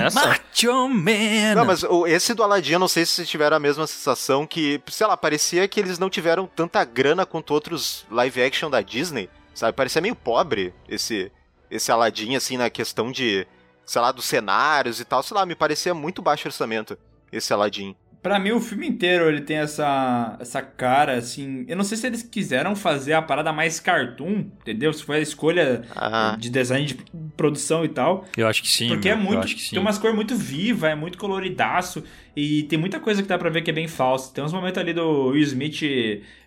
F: Essa?
B: Macho Man!
D: Não, mas o- esse do Aladdin, eu não sei se vocês tiveram a mesma sensação que, sei lá, parecia que eles não tiveram tanta grana quanto outros live action da Disney, sabe? Parecia meio pobre esse esse Aladdin assim na questão de, sei lá, dos cenários e tal, sei lá, me parecia muito baixo orçamento esse Aladdin.
G: Pra mim, o filme inteiro ele tem essa, essa cara, assim. Eu não sei se eles quiseram fazer a parada mais cartoon, entendeu? Se foi a escolha
D: Ah,
G: de design de produção e tal.
B: Eu acho que sim.
G: Porque é
B: meu, Eu
G: muito.
B: acho que sim.
G: Tem umas cores muito vivas, é muito coloridaço. E tem muita coisa que dá pra ver que é bem falso. Tem uns momentos ali do Will Smith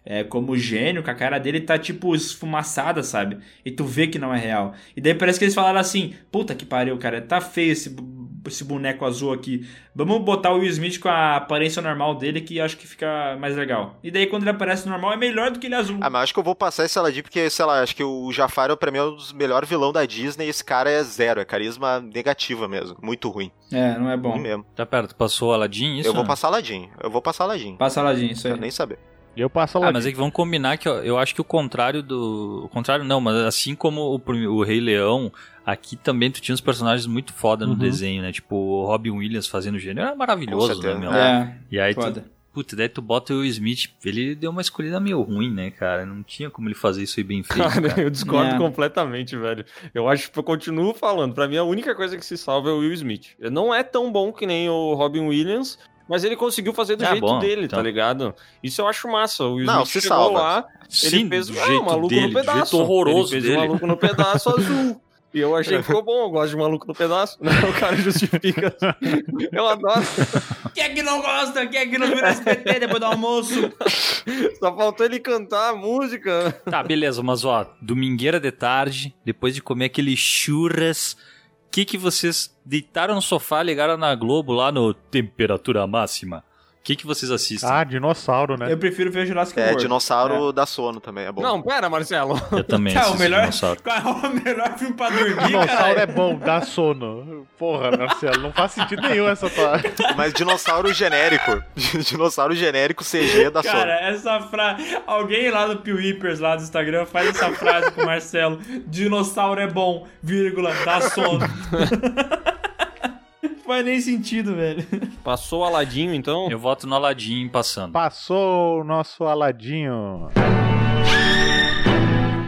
G: é, como gênio, que a cara dele tá tipo esfumaçada, sabe? E tu vê que não é real. E daí parece que eles falaram assim: puta que pariu, cara, tá feio esse, bu- esse boneco azul aqui. Vamos botar o Will Smith com a aparência normal dele, que acho que fica mais legal. E daí quando ele aparece normal, é melhor do que ele azul.
D: Ah, mas acho que eu vou passar esse Aladdin porque, sei lá, acho que o Jafar pra mim é um dos melhores vilão da Disney e esse cara é zero, é carisma negativa mesmo, muito ruim,
G: É, não é
D: ruim
G: bom.
D: mesmo.
B: Tá perto, passou Aladdin, isso? é.
D: eu vou passar Aladdin, eu vou passar Aladdin,
G: Passa lá, gente, isso aí.
D: quero nem saber.
C: Eu passo lá.
B: Ah, mas é que vão combinar que ó, eu acho que o contrário do. O contrário não, mas assim como o, prim- o Rei Leão, aqui também tu tinha uns personagens muito foda no
C: Uhum.
B: desenho, né? Tipo, o Robin Williams fazendo o gênio era
D: Com
B: maravilhoso, né,
D: certeza.
B: meu?
G: É,
B: E aí tu,
G: foda.
B: puta, daí tu bota o Will Smith, ele deu uma escolhida meio ruim, né, cara? Não tinha como ele fazer isso aí bem feito. cara.
F: Cara, eu discordo
G: É.
F: completamente, velho. Eu acho que eu continuo falando. Pra mim, a única coisa que se salva é o Will Smith. Ele não é tão bom que nem o Robin Williams, mas ele conseguiu fazer do
B: Ah,
F: jeito
B: bom,
F: dele,
B: então.
F: tá ligado? Isso eu acho massa. O Will
D: Não,
F: Smith
D: se
F: chegou
D: salva.
F: lá, ele fez
B: do
F: ah, o
B: jeito
F: maluco
B: dele,
F: no
B: do
F: pedaço.
B: jeito horroroso
F: ele fez o
B: dele.
F: maluco no pedaço azul. E eu achei que ficou bom, eu gosto de maluco no pedaço. Né? O cara justifica. Eu adoro.
G: Quem é que não gosta? Quem é que não viu no SBT depois do almoço?
F: Só faltou ele cantar a música.
B: Tá, beleza, mas ó, domingueira de tarde, depois de comer aquele churras, o que que vocês deitaram no sofá, ligaram na Globo lá no Temperatura Máxima? O que que vocês assistem?
C: Ah, dinossauro, né?
G: Eu prefiro ver Jurassic
D: É,
G: World.
D: dinossauro dá sono também, é bom.
F: Não, pera, Marcelo.
B: Eu também
G: Tá, o
B: assisto
G: melhor-
B: dinossauro.
G: Qual é o melhor filme pra dormir,
C: Dinossauro
G: cara?
C: é bom, dá sono. Porra, Marcelo, não faz sentido nenhum essa tua.
D: Mas dinossauro genérico. dinossauro genérico CG da Sony.
G: Cara, essa frase. Alguém lá no Pewipers, lá do Instagram, faz essa frase com o Marcelo. Dinossauro é bom, vírgula, dá sono. Não faz nem sentido, velho.
F: Passou o Aladinho, então.
B: Eu voto no Aladim passando.
C: Passou o nosso Aladinho.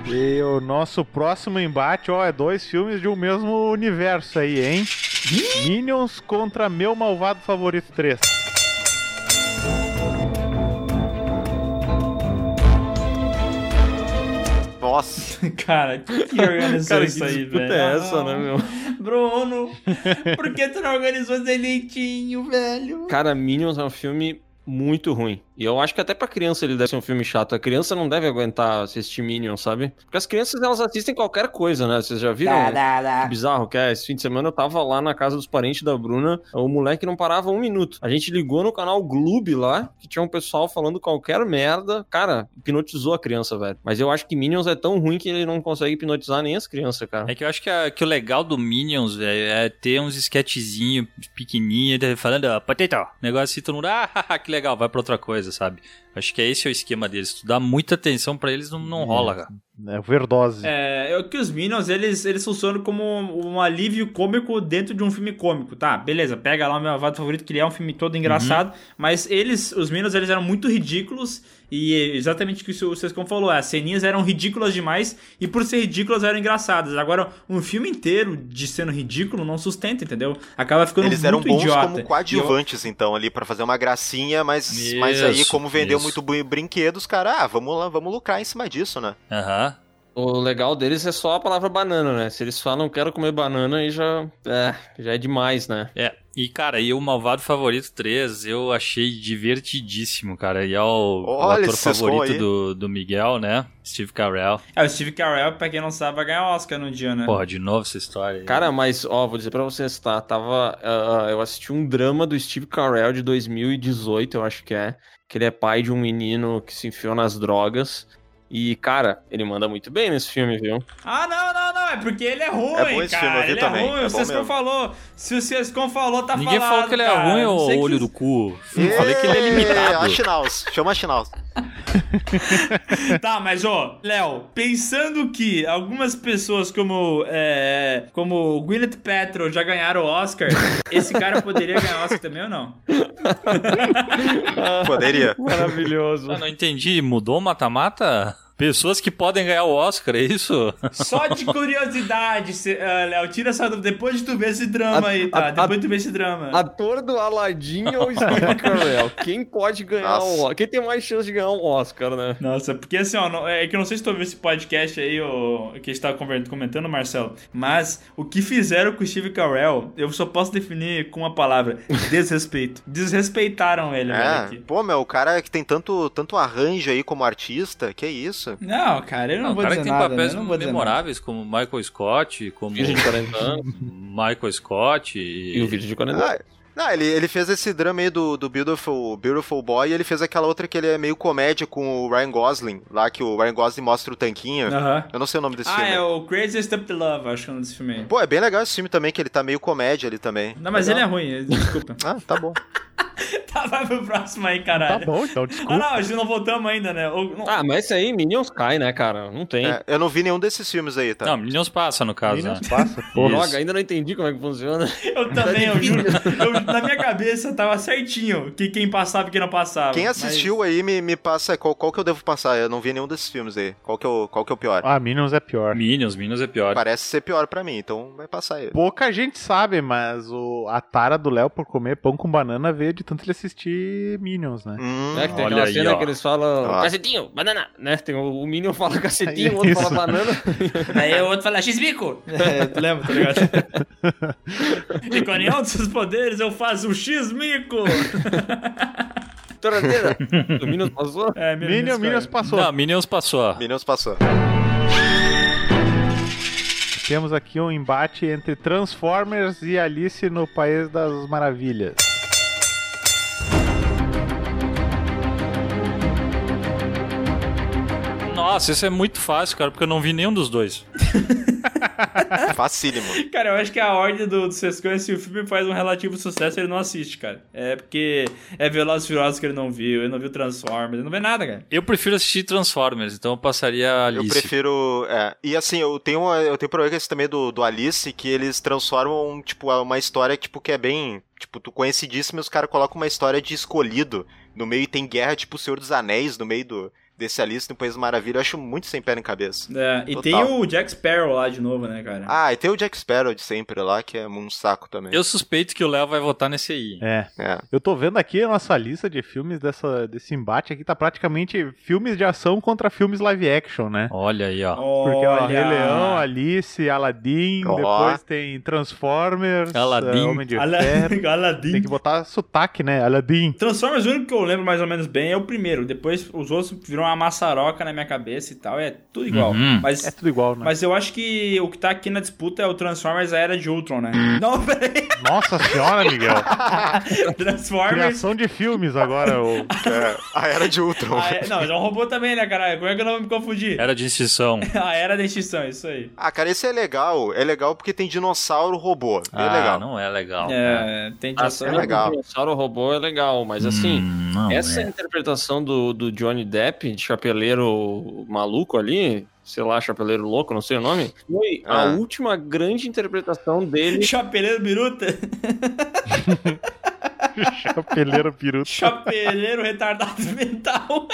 C: E o nosso próximo embate, ó, é dois filmes de um mesmo universo aí, hein? Minions contra Meu Malvado Favorito 3.
D: Nossa.
G: Cara, que, que organizou
F: Cara, que
G: isso aí,
F: disputa
G: velho?
F: é essa,
G: Ah,
F: né, meu?
G: Bruno, por que tu não organizou direitinho, velho?
F: Cara, Minions é um filme muito ruim. E eu acho que até pra criança ele deve ser um filme chato. A criança não deve aguentar assistir Minions, sabe? Porque as crianças, elas assistem qualquer coisa, né? Vocês já viram? Que bizarro que é. Esse fim de semana eu tava lá na casa dos parentes da Bruna, o moleque não parava um minuto. A gente ligou no canal Gloob lá, que tinha um pessoal falando qualquer merda. Cara, hipnotizou a criança, velho. Mas eu acho que Minions é tão ruim que ele não consegue hipnotizar nem as crianças, cara.
B: É que eu acho que, a- que o legal do Minions, velho, é ter uns sketchzinhos pequenininhos, tá falando, ó, potato, negócio assim, todo mundo, ah, haha, que legal, vai pra outra coisa, sabe? Acho que é esse o esquema deles, tu dá muita atenção pra eles, não, não rola, cara.
C: É, overdose.
G: É, é que os Minions, eles, eles funcionam como um alívio cômico dentro de um filme cômico, tá? Beleza, pega lá o meu avado favorito, que ele é um filme todo
D: Uhum.
G: engraçado, mas eles, os Minions, eles eram muito ridículos, e é exatamente o que o Sescon falou, as ceninhas eram ridículas demais, e por ser ridículas eram engraçadas. Agora, um filme inteiro de sendo ridículo não sustenta, entendeu? Acaba ficando
D: Eles
G: muito
D: eram bons
G: idiota.
D: como coadjuvantes, então, ali, pra fazer uma gracinha, mas, mas aí,
B: Isso,
D: como vendeu
B: isso.
D: muito brin- brinquedos, cara, ah, vamos lá, vamos lucrar em cima disso, né?
B: Aham.
F: O legal deles é só a palavra banana, né? Se eles falam quero comer banana, aí já é, já é demais, né?
B: É, e cara, e o Malvado Favorito 3 eu achei divertidíssimo, cara. E é o, o
D: Olha
B: ator
D: esse sescom
B: favorito
D: aí.
B: do, do Miguel, né? Steve Carell.
G: É, o Steve Carell, pra quem não sabe, vai ganhar Oscar no dia, né?
B: Porra, de novo essa história. aí.
F: Cara, mas ó, vou dizer pra vocês, tá? Tava, ah, eu assisti um drama do Steve Carell de 2018, eu acho que é, que ele é pai de um menino que se enfiou nas drogas. E cara, ele manda muito bem nesse filme, viu?
G: Ah, não, não, não. É porque ele é ruim,
D: É bom esse
G: cara.
D: filme, eu vi
G: ele
D: também,
G: é ruim.
D: é
G: o
D: bom
G: Sescon
D: mesmo.
G: falou. Se o Sescon falou, tá
B: Ninguém
G: falado,
B: falou que ele é
G: cara.
B: ruim,
G: Não
B: ô
G: sei que-
B: olho do cu. Eu Falei que ele é limitado.
D: A Schnauz, chama a Schnauz.
G: Tá, mas ó, Léo, pensando que algumas pessoas como é, como Gwyneth Paltrow já ganharam o Oscar, esse cara poderia ganhar o Oscar também ou não?
D: Poderia.
F: Maravilhoso.
B: Ah, não entendi. Mudou o mata-mata? Pessoas que podem ganhar o Oscar, é isso?
G: Só de curiosidade, se- ah, Léo, tira essa dúvida. Depois de tu ver esse drama
F: A-
G: aí, tá?
F: a-
G: Depois de tu ver esse drama.
F: Ator do Aladdin ou Steve Carell? Quem pode ganhar
D: Nossa.
F: o Oscar? Quem tem mais chance de ganhar um Oscar, né?
G: Nossa, porque assim, ó, não- é que eu não sei se tu ouviu esse podcast aí, ô, que a gente tava conver- comentando, Marcelo, mas o que fizeram com o Steve Carell, eu só posso definir com uma palavra, desrespeito. Desrespeitaram ele,
D: É,
G: moleque.
D: pô, meu, o cara que tem tanto, tanto arranjo aí como artista, que isso?
G: Não, cara, eu não,
B: Ah, o
G: vou
B: cara
G: dizer
B: que tem
G: nada,
B: papéis
G: né? Eu não vou dizer nada.
B: memoráveis, como Michael Scott, como
F: Virgem de 40 anos.
B: Michael Scott e...
F: E o vídeo de 40 anos.
G: é-
D: Ah, não, ele, ele fez esse drama aí do, do Beautiful, Beautiful Boy e ele fez aquela outra que ele é meio comédia com o Ryan Gosling, lá que o Ryan Gosling mostra o tanquinho.
G: Aham.
D: Eu não sei o nome desse
G: Ah,
D: filme.
G: é o Crazy Step Love, acho que é o nome desse filme aí.
D: Pô, é bem legal esse filme também, que ele tá meio comédia ali também.
G: Não, mas ele é ruim, desculpa.
D: Ah, tá bom.
G: tá, vai pro próximo aí,
C: Tá
G: caralho.
C: bom, então,
G: Ah,
C: desculpa.
G: não, a gente não voltamos ainda, né? Ou- não-
F: Ah, mas esse aí, Minions cai, né, cara? Não tem.
D: É, eu não vi nenhum desses filmes aí, tá?
B: Não, Minions passa, no caso, né?
C: Minions passa, pô.
B: Isso.
F: Droga, ainda não entendi como é que funciona.
G: Eu
D: Tá
G: também, eu juro. Eu- na minha cabeça tava certinho que quem passava e quem não passava.
D: Quem
G: tá mas-
D: assistiu aí me, me passa qual, qual que eu devo passar. Eu não vi nenhum desses filmes aí. Qual que é o, qual que é o pior?
C: Ah, Minions é pior.
B: Minions, Minions é pior.
D: Parece ser pior pra mim, então vai passar aí.
C: Pouca gente sabe, mas o, a tara do Léo por comer pão com banana veio de tanto ele assistir Minions, né?
D: Hum,
F: É que tem
B: Olha
F: aquela
B: aí,
F: cena
B: ó.
F: que eles falam
D: Ah.
F: cacetinho, banana, né? Tem o, o Minion fala cacetinho,
C: É
F: o outro fala
C: isso.
F: banana.
G: Aí o outro fala, X-Bico! É, tu lembra, tá ligado? e com nenhum um dos seus poderes eu faço o X-Mico!
F: Torradeira. o Minion passou.
G: É,
C: Minions, Minions passou.
B: Não, Minions passou.
D: Minions passou.
C: Temos aqui um embate entre Transformers e Alice no País das Maravilhas.
B: Nossa, isso é muito fácil, cara, porque eu não vi nenhum dos dois.
D: Facílimo.
G: Cara, eu acho que a ordem do, do Sescão é se o filme faz um relativo sucesso, ele não assiste, cara. É porque é Velozes e Furiosos que ele não viu, ele não viu Transformers, ele não vê nada, cara.
B: Eu prefiro assistir Transformers, então eu passaria a Alice.
D: Eu prefiro. é. E assim, eu tenho, uma- eu tenho problema com esse também do, do Alice, que eles transformam, tipo, uma história tipo, que é bem. Tipo, tu conhecidíssima e os caras colocam uma história de escolhido no meio e tem guerra, tipo, o Senhor dos Anéis no meio do, desse Alice no País da Maravilha. Eu acho muito sem pé em cabeça.
G: É, e
D: Total.
G: tem o Jack Sparrow lá de novo, né, cara?
D: Ah, e tem o Jack Sparrow de sempre lá, que é um saco também.
B: Eu suspeito que o Léo vai votar nesse aí.
C: É.
D: É.
C: Eu tô vendo aqui a nossa lista de filmes dessa, desse embate aqui, tá praticamente filmes de ação contra filmes live action, né?
B: Olha aí, ó.
C: Porque ó,
G: Olha!
C: Rei Leão, Alice, Aladdin,
D: Ó.
C: depois tem Transformers,
B: Aladdin.
C: eh, Homem de
G: Ala-
C: Ferro.
G: Aladdin.
C: Tem que botar sotaque, né? Aladdin.
G: Transformers, o único que eu lembro mais ou menos bem é o primeiro. Depois os outros viram uma maçaroca na minha cabeça e tal. É tudo igual.
B: Uhum.
G: Mas,
C: É tudo igual, né?
G: mas eu acho que o que tá aqui na disputa é o Transformers a Era de Ultron, né? Não, peraí.
C: Nossa senhora, Miguel.
G: Transformers.
C: Criação de filmes agora. ô.
D: É, a Era de Ultron.
B: Ah,
G: a Era- não, já é um robô também, né, caralho? Como é que eu não vou me confundir?
B: Era de extinção.
D: É
G: A Era da Extinção, isso aí.
D: Ah, cara, esse é legal. É legal porque tem dinossauro robô. Bem
B: ah,
D: legal.
B: não é legal. né?
G: É, tem
F: A
G: dinossauro.
F: cena
D: legal.
F: do dinossauro robô é legal, mas assim,
B: Hum, não
F: essa
B: é.
F: interpretação do, do Johnny Depp, de chapeleiro maluco ali, sei lá, chapeleiro louco, não sei o nome, foi a
D: Ah.
F: última grande interpretação dele.
G: Chapeleiro Biruta.
C: Chapeleiro piruta.
G: Chapeleiro retardado mental.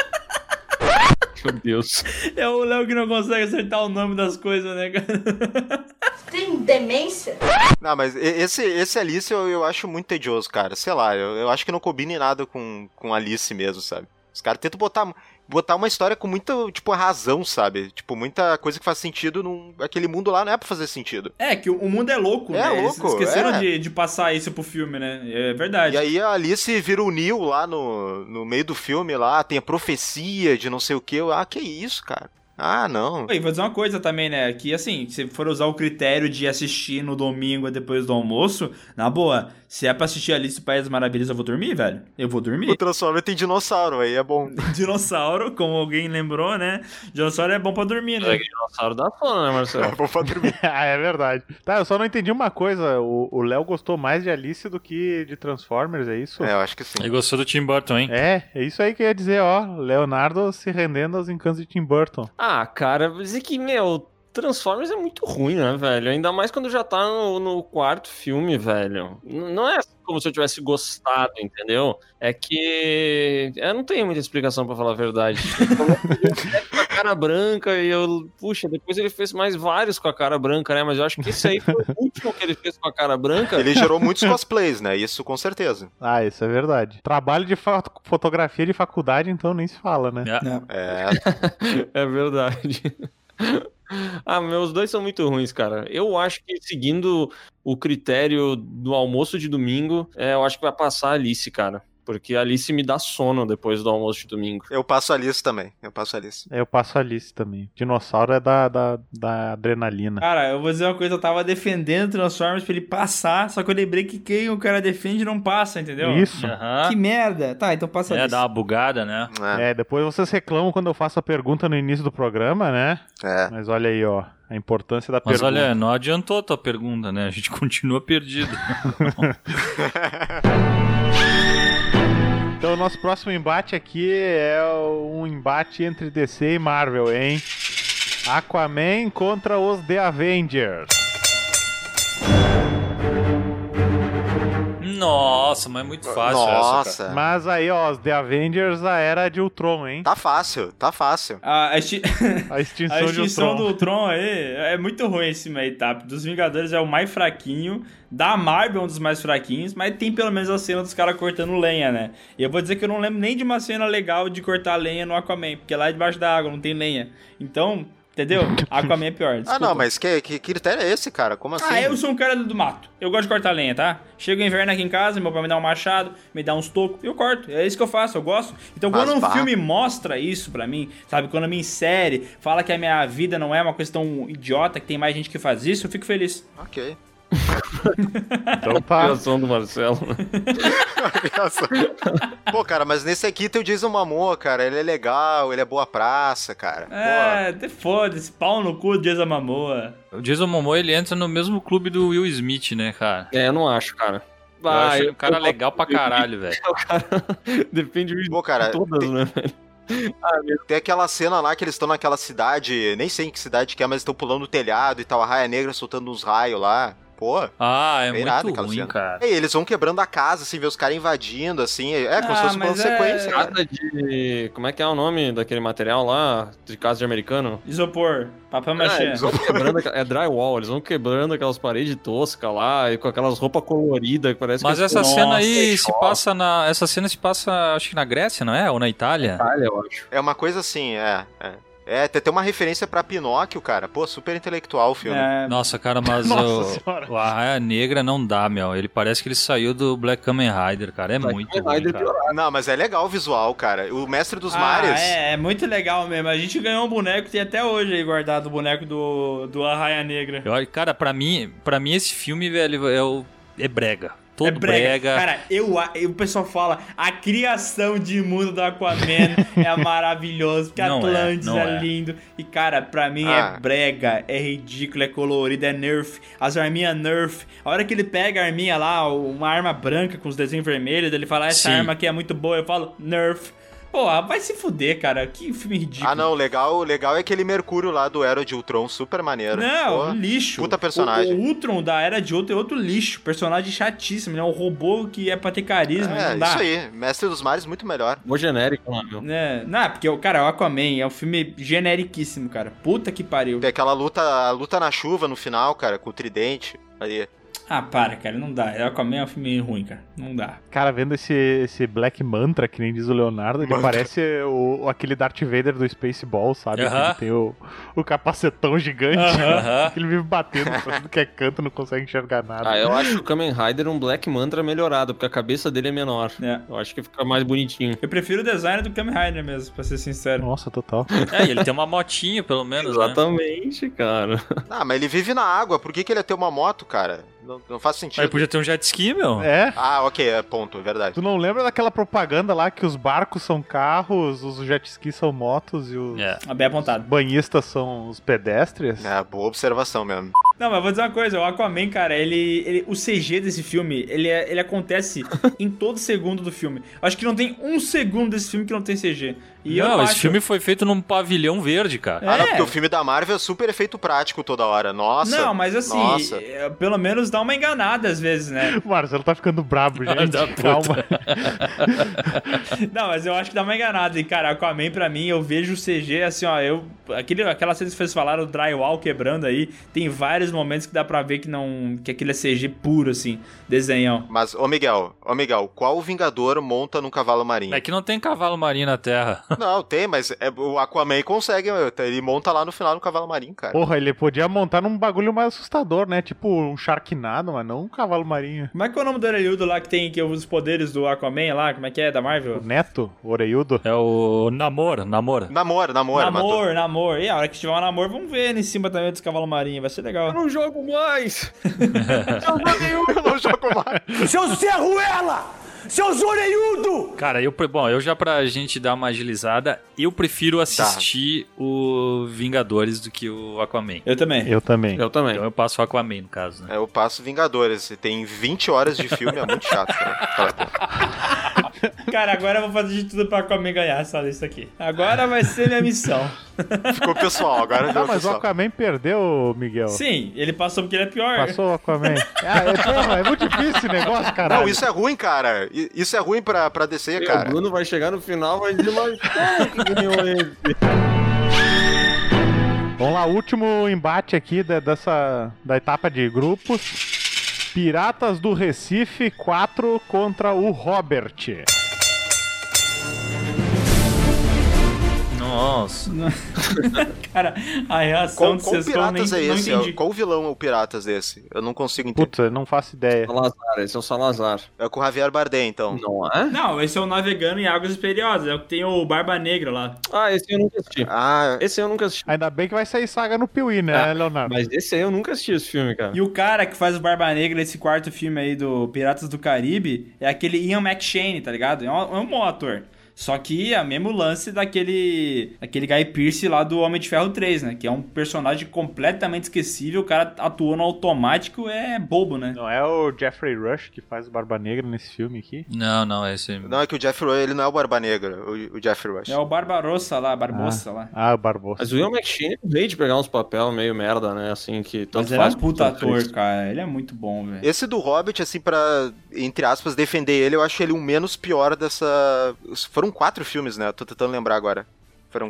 F: Meu Deus.
G: É o Léo que não consegue acertar o nome das coisas, né, cara?
K: Tem demência?
D: Não, mas e- esse, esse Alice eu, eu acho muito tedioso, cara. Sei lá, eu, eu acho que não combina em nada com, com Alice mesmo, sabe? Os caras tentam botar, botar uma história com muita, tipo, razão, sabe? Tipo, muita coisa que faz sentido num... Aquele mundo lá não é pra fazer sentido.
G: É, que o o mundo é louco,
D: É
G: né?
D: louco,
G: Eles esqueceram
D: é.
G: de, de passar isso pro filme, né? É verdade.
D: E aí a Alice vira o Neil lá no, no meio do filme, lá tem a profecia de não sei o que. Ah, que isso, cara? Ah, não.
G: E vou dizer uma coisa também, né? Que assim, se for usar o critério de assistir no domingo depois do almoço, na boa, se é pra assistir Alice no País das Maravilhas, eu vou dormir, velho. Eu vou
D: O
G: dormir.
D: Transformer tem dinossauro, aí é bom.
G: Dinossauro, como alguém lembrou, né? Dinossauro é bom pra dormir,
F: É
G: né?
F: que dinossauro dá sono, né,
D: É
F: Marcelo?
D: bom pra dormir.
C: ah, é verdade. Tá, eu só não entendi uma coisa. O o Léo gostou mais de Alice do que de Transformers, é isso?
D: É, eu acho que sim.
B: Ele gostou do Tim Burton, hein?
C: É, é isso aí que eu ia dizer, ó. Leonardo se rendendo aos encantos de Tim Burton.
F: Ah, cara, mas é que, meu, Transformers é muito ruim, né, velho? Ainda mais quando já tá no, no quarto filme, velho. N- Não é como se eu tivesse gostado, entendeu? É que. Eu não tenho muita explicação pra falar a verdade. é com a cara branca e eu. Puxa, depois ele fez mais vários com a cara branca, né? Mas eu acho que esse aí foi o último que ele fez com a cara branca.
D: Ele gerou muitos cosplays, né? Isso com certeza.
C: Ah, isso é verdade. Trabalho de fa- fotografia de faculdade, então nem se fala, né?
D: É,
F: É verdade. Ah, meus dois são muito ruins, cara. Eu acho que seguindo o critério do almoço de domingo, é, eu acho que vai passar a Alice, cara. Porque a Alice me dá sono depois do almoço de domingo.
D: eu passo a Alice também. Eu passo a Alice.
C: Eu passo Alice também. Dinossauro é da, da, da adrenalina.
G: Cara, eu vou dizer uma coisa, eu tava defendendo Transformers pra ele passar, só que eu lembrei que quem o cara defende não passa, entendeu?
C: Isso.
B: Aham.
G: Que merda. Tá, então passa
B: É,
G: Alice.
B: dá uma bugada, né?
D: É,
C: É, depois vocês reclamam quando eu faço a pergunta no início do programa, né?
D: é.
C: Mas olha aí, ó, a importância da
B: Mas
C: pergunta.
B: olha, não adiantou a tua pergunta, né? A gente continua perdido.
C: Então, o nosso próximo embate aqui é um embate entre DC e Marvel, hein? Aquaman contra os The Avengers.
B: Nossa, mas é muito fácil essa,
D: Nossa.
C: Mas aí, ó, os The Avengers, a era de Ultron, hein?
D: Tá fácil, tá fácil.
G: Ah, A, a exti-
C: A extinção,
G: a extinção
C: de
G: do
C: Ultron.
G: Ultron aí é muito ruim esse meio tap. Dos Vingadores é o mais fraquinho. Da Marvel é um dos mais fraquinhos. Mas tem pelo menos a cena dos caras cortando lenha, né? E eu vou dizer que eu não lembro nem de uma cena legal de cortar lenha no Aquaman. Porque lá é debaixo da água, não tem lenha. Então, entendeu? Aquaman é pior.
D: Ah,
G: desculpa.
D: não, mas que, que critério é esse, cara? Como assim?
G: Ah, eu sou um cara do mato. Eu gosto de cortar lenha, tá? Chega o inverno aqui em casa, meu pai me dá um machado, me dá uns tocos, eu corto. É isso que eu faço, eu gosto. Então
D: Faz
G: quando um
D: parte.
G: filme mostra isso pra mim, sabe? Quando me insere, fala que a minha vida não é uma coisa tão idiota, que tem mais gente que faz isso, eu fico feliz.
D: Ok.
C: Então tá.
F: Criação do Marcelo.
D: Pô, cara, mas nesse aqui tem o Jason Momoa, cara. Ele é legal, ele é boa praça, cara. Pô,
G: É, até foda-se, pau no cu do Jason Mamoa.
B: O Jason Momoa, ele entra no mesmo clube do Will Smith, né, cara?
F: É, eu não acho, cara.
B: Eu acho ele um cara
F: Ah, eu-
B: legal pra caralho, velho.
F: O cara depende de
D: Pô, cara,
F: todas,
D: tem-
F: né, velho?
D: tem aquela cena lá que eles estão naquela cidade, nem sei em que cidade que é, mas estão pulando o telhado e tal, a raia negra soltando uns raios lá. Pô, é
B: Ah, é
D: irado
B: muito
D: aquela
B: ruim,
D: cena.
B: cara.
D: E eles vão quebrando a casa, assim, vê os caras invadindo, assim. É, como
G: Ah,
D: se fosse um plano
G: mas é-
D: sequência, cara.
F: Casa de. Como é que é o nome daquele material lá? De casa de americano?
G: Isopor, papel machê.
F: É, eles vão quebrando, aquela- é drywall, eles vão quebrando aquelas paredes toscas lá, e com aquelas roupas coloridas que parece
B: Mas
F: que
B: essa
F: eles-
B: cena
F: Nossa,
B: aí
F: é
B: se passa na. Essa cena se passa, acho que na Grécia, não é? Ou na Itália?
F: Itália, eu acho.
D: É uma coisa assim, é. É, é tem até uma referência pra Pinóquio, cara. Pô, super intelectual o filme.
G: É,
B: Nossa, cara, mas
C: Nossa
B: o,
C: senhora.
B: o Arraia Negra não dá, meu. Ele parece que ele saiu do Black Kamen Rider, cara. É muito
F: Kamen
B: ruim,
F: Rider
B: cara.
F: piorado.
D: Não, mas é legal o visual, cara. O Mestre dos
G: Ah,
D: Mares.
G: É, é muito legal mesmo. A gente ganhou um boneco, tem até hoje aí guardado o boneco do, do Arraia Negra.
B: Eu, olho- cara, pra mim, pra mim esse filme, velho, é, o- é brega. Todo
G: é brega. Cara, eu, a- eu- o pessoal fala, a criação de mundo do Aquaman é maravilhoso, porque
B: Não é,
G: Atlantis
B: não
G: é,
B: é.
G: lindo. E, cara, pra mim
D: Ah.
G: é brega, é ridículo, é colorido, é nerf. As arminhas nerf. A hora que ele pega a arminha lá, uma arma branca com os desenhos vermelhos, ele fala, essa
B: Sim.
G: arma aqui é muito boa. Eu falo, nerf. Porra, vai se fuder, cara. Que filme ridículo.
D: Ah, não, o legal, o legal é aquele Mercúrio lá do Era de Ultron, super maneiro.
G: Não,
D: Pô.
G: lixo.
D: puta personagem.
G: O, o Ultron da Era de Outro é outro lixo. Personagem chatíssimo, né? Um robô que é pra ter carisma.
D: É,
G: não dá.
D: isso aí. Mestre dos Mares, muito melhor.
F: Mó genérico, né, meu?
G: É, não, porque, o cara, o Aquaman é um filme generiquíssimo, cara. Puta que pariu.
D: Tem aquela luta, a luta na chuva no final, cara, com o tridente. Ali.
G: Ah, para, cara, não dá. Aquaman é um filme ruim, cara. Não dá.
C: Cara, vendo esse, esse Black Mantra, que nem diz o Leonardo, ele parece o, o- aquele Darth Vader do Spaceball, sabe? Que
B: Aham.
C: ele tem o, o capacetão gigante.
B: Aham.
C: que ele vive batendo pra tudo que é canto, não consegue enxergar nada.
F: Ah, eu acho o Kamen Rider um Black Mantra melhorado, porque a cabeça dele é menor.
G: É.
F: Eu aacho que fica mais bonitinho.
G: Eu prefiro o design do Kamen Rider mesmo, pra ser sincero.
C: Nossa, total.
B: É, e ele tem uma motinha, pelo
G: é.
B: menos, né?
F: Exatamente, cara.
D: Ah, mas ele vive na água, por que, que ele ia ter uma moto, cara? Não, não faz
B: Mas ele
D: sentido.
B: podia ter um jet ski, meu.
C: É?
D: Ah, ok, é ponto, é verdade.
C: Tu não lembra daquela propaganda lá que os barcos são carros, os jet skis são motos e os
B: É.
G: Ah, Bem apontado.
C: banhistas são os pedestres?
D: É, boa observação mesmo.
G: Não, mas vou dizer uma coisa, o Aquaman, cara, ele. ele- o CG desse filme, ele, é- ele acontece em todo segundo do filme. Acho que não tem um segundo desse filme que não tem CG. E eu
B: não, esse
G: acho-
B: filme foi feito num pavilhão verde, cara.
D: Ah, não,
G: É.
D: porque o filme da Marvel é super efeito prático toda hora. Nossa.
G: Não, mas assim,
D: Nossa.
G: eh, pelo menos dá uma enganada às vezes, né?
C: O Marcelo tá ficando brabo, gente.
B: da puta.
C: Calma.
G: Não, mas eu acho que dá uma enganada. E, cara, Aquaman, pra mim, eu vejo o CG assim, ó. Eu, aquele, aquela cena que vocês falaram, o drywall quebrando aí, tem vários momentos que dá pra ver que não. que aquilo é CG puro, assim, desenhão.
D: Mas, ô Miguel, ô Miguel, qual Vingador monta num cavalo marinho?
B: É que não tem cavalo marinho na Terra.
D: Não, tem, mas é- o Aquaman consegue, tá, ele monta lá no final no cavalo marinho, cara.
C: Porra, ele podia montar num bagulho mais assustador, né? Tipo um Sharknado, mas não um cavalo marinho.
G: Como é que é o nome do orelhudo lá que tem que os poderes do Aquaman lá? Como é que é? Da
C: O
G: Marvel?
C: Neto, o Oreiudo.
B: É o Namor, Namor.
D: Namor, namor. matou.
G: Namor, namor. E a hora que tiver um namor, vamos ver ele em cima também dos cavalos marinhos. Vai ser legal.
F: não jogo mais!
D: Eu não jogo mais.
I: Seu Zé Ruela! Seu Zoreiudo!
B: Cara, eu, pre- bom, eu já pra gente dar uma agilizada, eu
D: Tá.
B: prefiro assistir o Vingadores do que o Aquaman.
G: Eu também.
C: Eu também.
F: Eu também.
B: Então eu passo o Aquaman, no caso, né?
D: É, Eu passo Vingadores, e tem 20 horas de filme, é muito chato, cara.
G: Cara, agora eu vou fazer de tudo pra Aquaman ganhar essa lista aqui. Agora vai ser minha missão.
D: Ficou pessoal, agora
C: Ah,
D: virou
C: mas o
D: pessoal.
C: Aquaman perdeu, Miguel.
G: Sim, ele passou porque ele é pior.
C: Passou o Aquaman. ah, é, porra, é muito difícil esse negócio, caralho.
D: Não, isso é ruim, cara. I- Isso é ruim pra, pra descer,
F: O
D: cara.
F: Bruno vai chegar no final e vai dizer, mas como que ganhou esse?
C: Vamos lá, último embate aqui da, dessa, da etapa de grupos. Piratas do Recife 4 contra o Robert.
B: Nossa.
G: Cara, a reação
D: Qual,
G: do
D: qual
G: Sescon nem
D: piratas é esse?
G: não entendi.
D: Qual vilão é o piratas desse? Eu não consigo entender.
C: Putz, eu não faço ideia.
F: Salazar, esse é o Salazar.
D: É com o Javier Bardem, então.
F: Não é?
G: Não, esse é o Navegando em Águas Imperiosas. É o que tem o Barba Negra lá.
F: Ah, esse eu nunca assisti.
D: Ah,
F: Esse eu nunca assisti.
C: Ainda bem que vai sair saga no Piuí, né, Leonardo?
F: Mas esse aí eu nunca assisti esse filme, cara.
G: E o cara que faz o Barba Negra nesse quarto filme aí do Piratas do Caribe é aquele Ian McShane, tá ligado? É um, é um bom ator. Só que é o mesmo lance daquele aquele Guy Pearce lá do Homem de Ferro 3, né? Que é um personagem completamente esquecível. O cara atuou no automático, é bobo, né?
C: Não é o Jeffrey Rush que faz o Barba Negra nesse filme aqui?
B: Não, não, é esse.
D: não, é que o Jeff Roy, ele não é o Barba Negra, o, o Jeff Rush.
G: É o Barbarossa lá, Barbossa lá.
C: Ah, o Barbosa.
F: Mas o Will McShane é rei de pegar uns papel meio merda, né? Assim, que tanto
G: Mas ele é um
F: faz quanto
G: puta
F: tanto
G: ator,
F: fez.
G: cara. Ele é muito bom, velho.
D: Esse do Hobbit, assim, pra, entre aspas, defender ele, eu acho ele o menos pior dessa. Foram quatro filmes, né? Eu tô tentando lembrar agora. Foram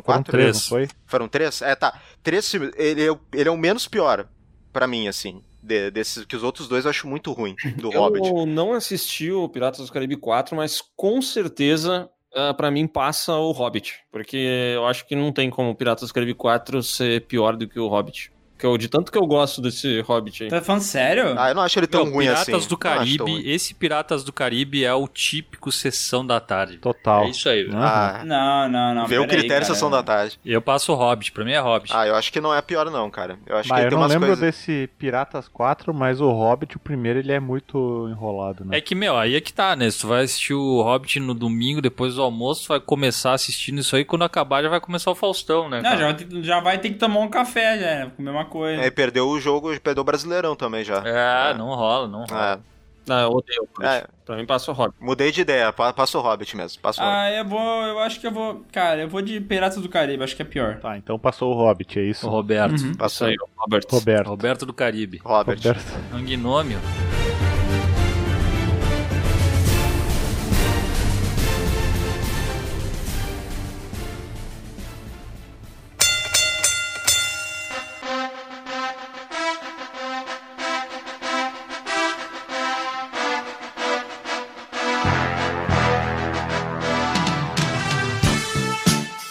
C: Foram
D: quatro?
C: três,
B: três.
C: não foi?
D: Foram três? É, tá. Três filmes. Ele é, o- ele é o menos pior, pra mim, assim. de- desses, que os outros dois eu acho muito ruim, do Hobbit.
F: Eu não assisti o Piratas do Caribe 4, mas com certeza, ah, pra mim, passa o Hobbit. Porque eu acho que não tem como o Piratas do Caribe 4 ser pior do que o Hobbit. Que eu, de tanto que eu gosto desse Hobbit aí.
G: Tá falando sério?
D: Ah, eu não acho ele tão
B: Meu,
D: ruim
B: Piratas
D: assim.
B: do
D: Não acho tão
B: Caribe,
D: ruim.
B: esse Piratas do Caribe é o típico Sessão da Tarde.
C: Total.
B: É isso aí, velho.
C: Ah,
D: Ah,
G: Não, não, não.
D: vê o
G: pera aí,
D: critério
G: cara.
D: Sessão da Tarde.
B: Eu passo o Hobbit, pra mim é Hobbit.
D: Ah, eu acho que não é pior, não, cara. Eu acho
C: Bah,
D: que
C: eu
D: tem
C: não
D: umas
C: lembro
D: coisas.
C: desse Piratas 4, mas o Hobbit, o primeiro, ele é muito enrolado, né?
B: É que, meu, aí é que tá, né? Se tu vai assistir o Hobbit no domingo, depois do almoço, tu vai começar assistindo isso aí, quando acabar já vai começar o Faustão, né?
G: Não,
B: cara?
G: já vai, ter- já vai ter que tomar um café, já, né? comer uma coisa.
D: É, perdeu o jogo, perdeu o Brasileirão também já.
B: É, não rola, não rola.
D: É,
F: Ah, eu odeio o Hobbit.
D: É.
F: Pra mim, passa o Hobbit.
D: mudei de ideia, pa- passa o Hobbit mesmo. Passa o Hobbit.
G: Ah, eu vou. Eu acho que eu vou. Cara, eu vou de Piratas do Caribe, acho que é pior.
C: Tá, então passou o Hobbit, é
D: Ah.
C: isso?
B: O Roberto.
F: Isso
D: Passa
F: aí, o Robert.
C: Roberto.
B: Roberto do Caribe.
D: Hobbit.
C: Roberto.
B: É um gnômio.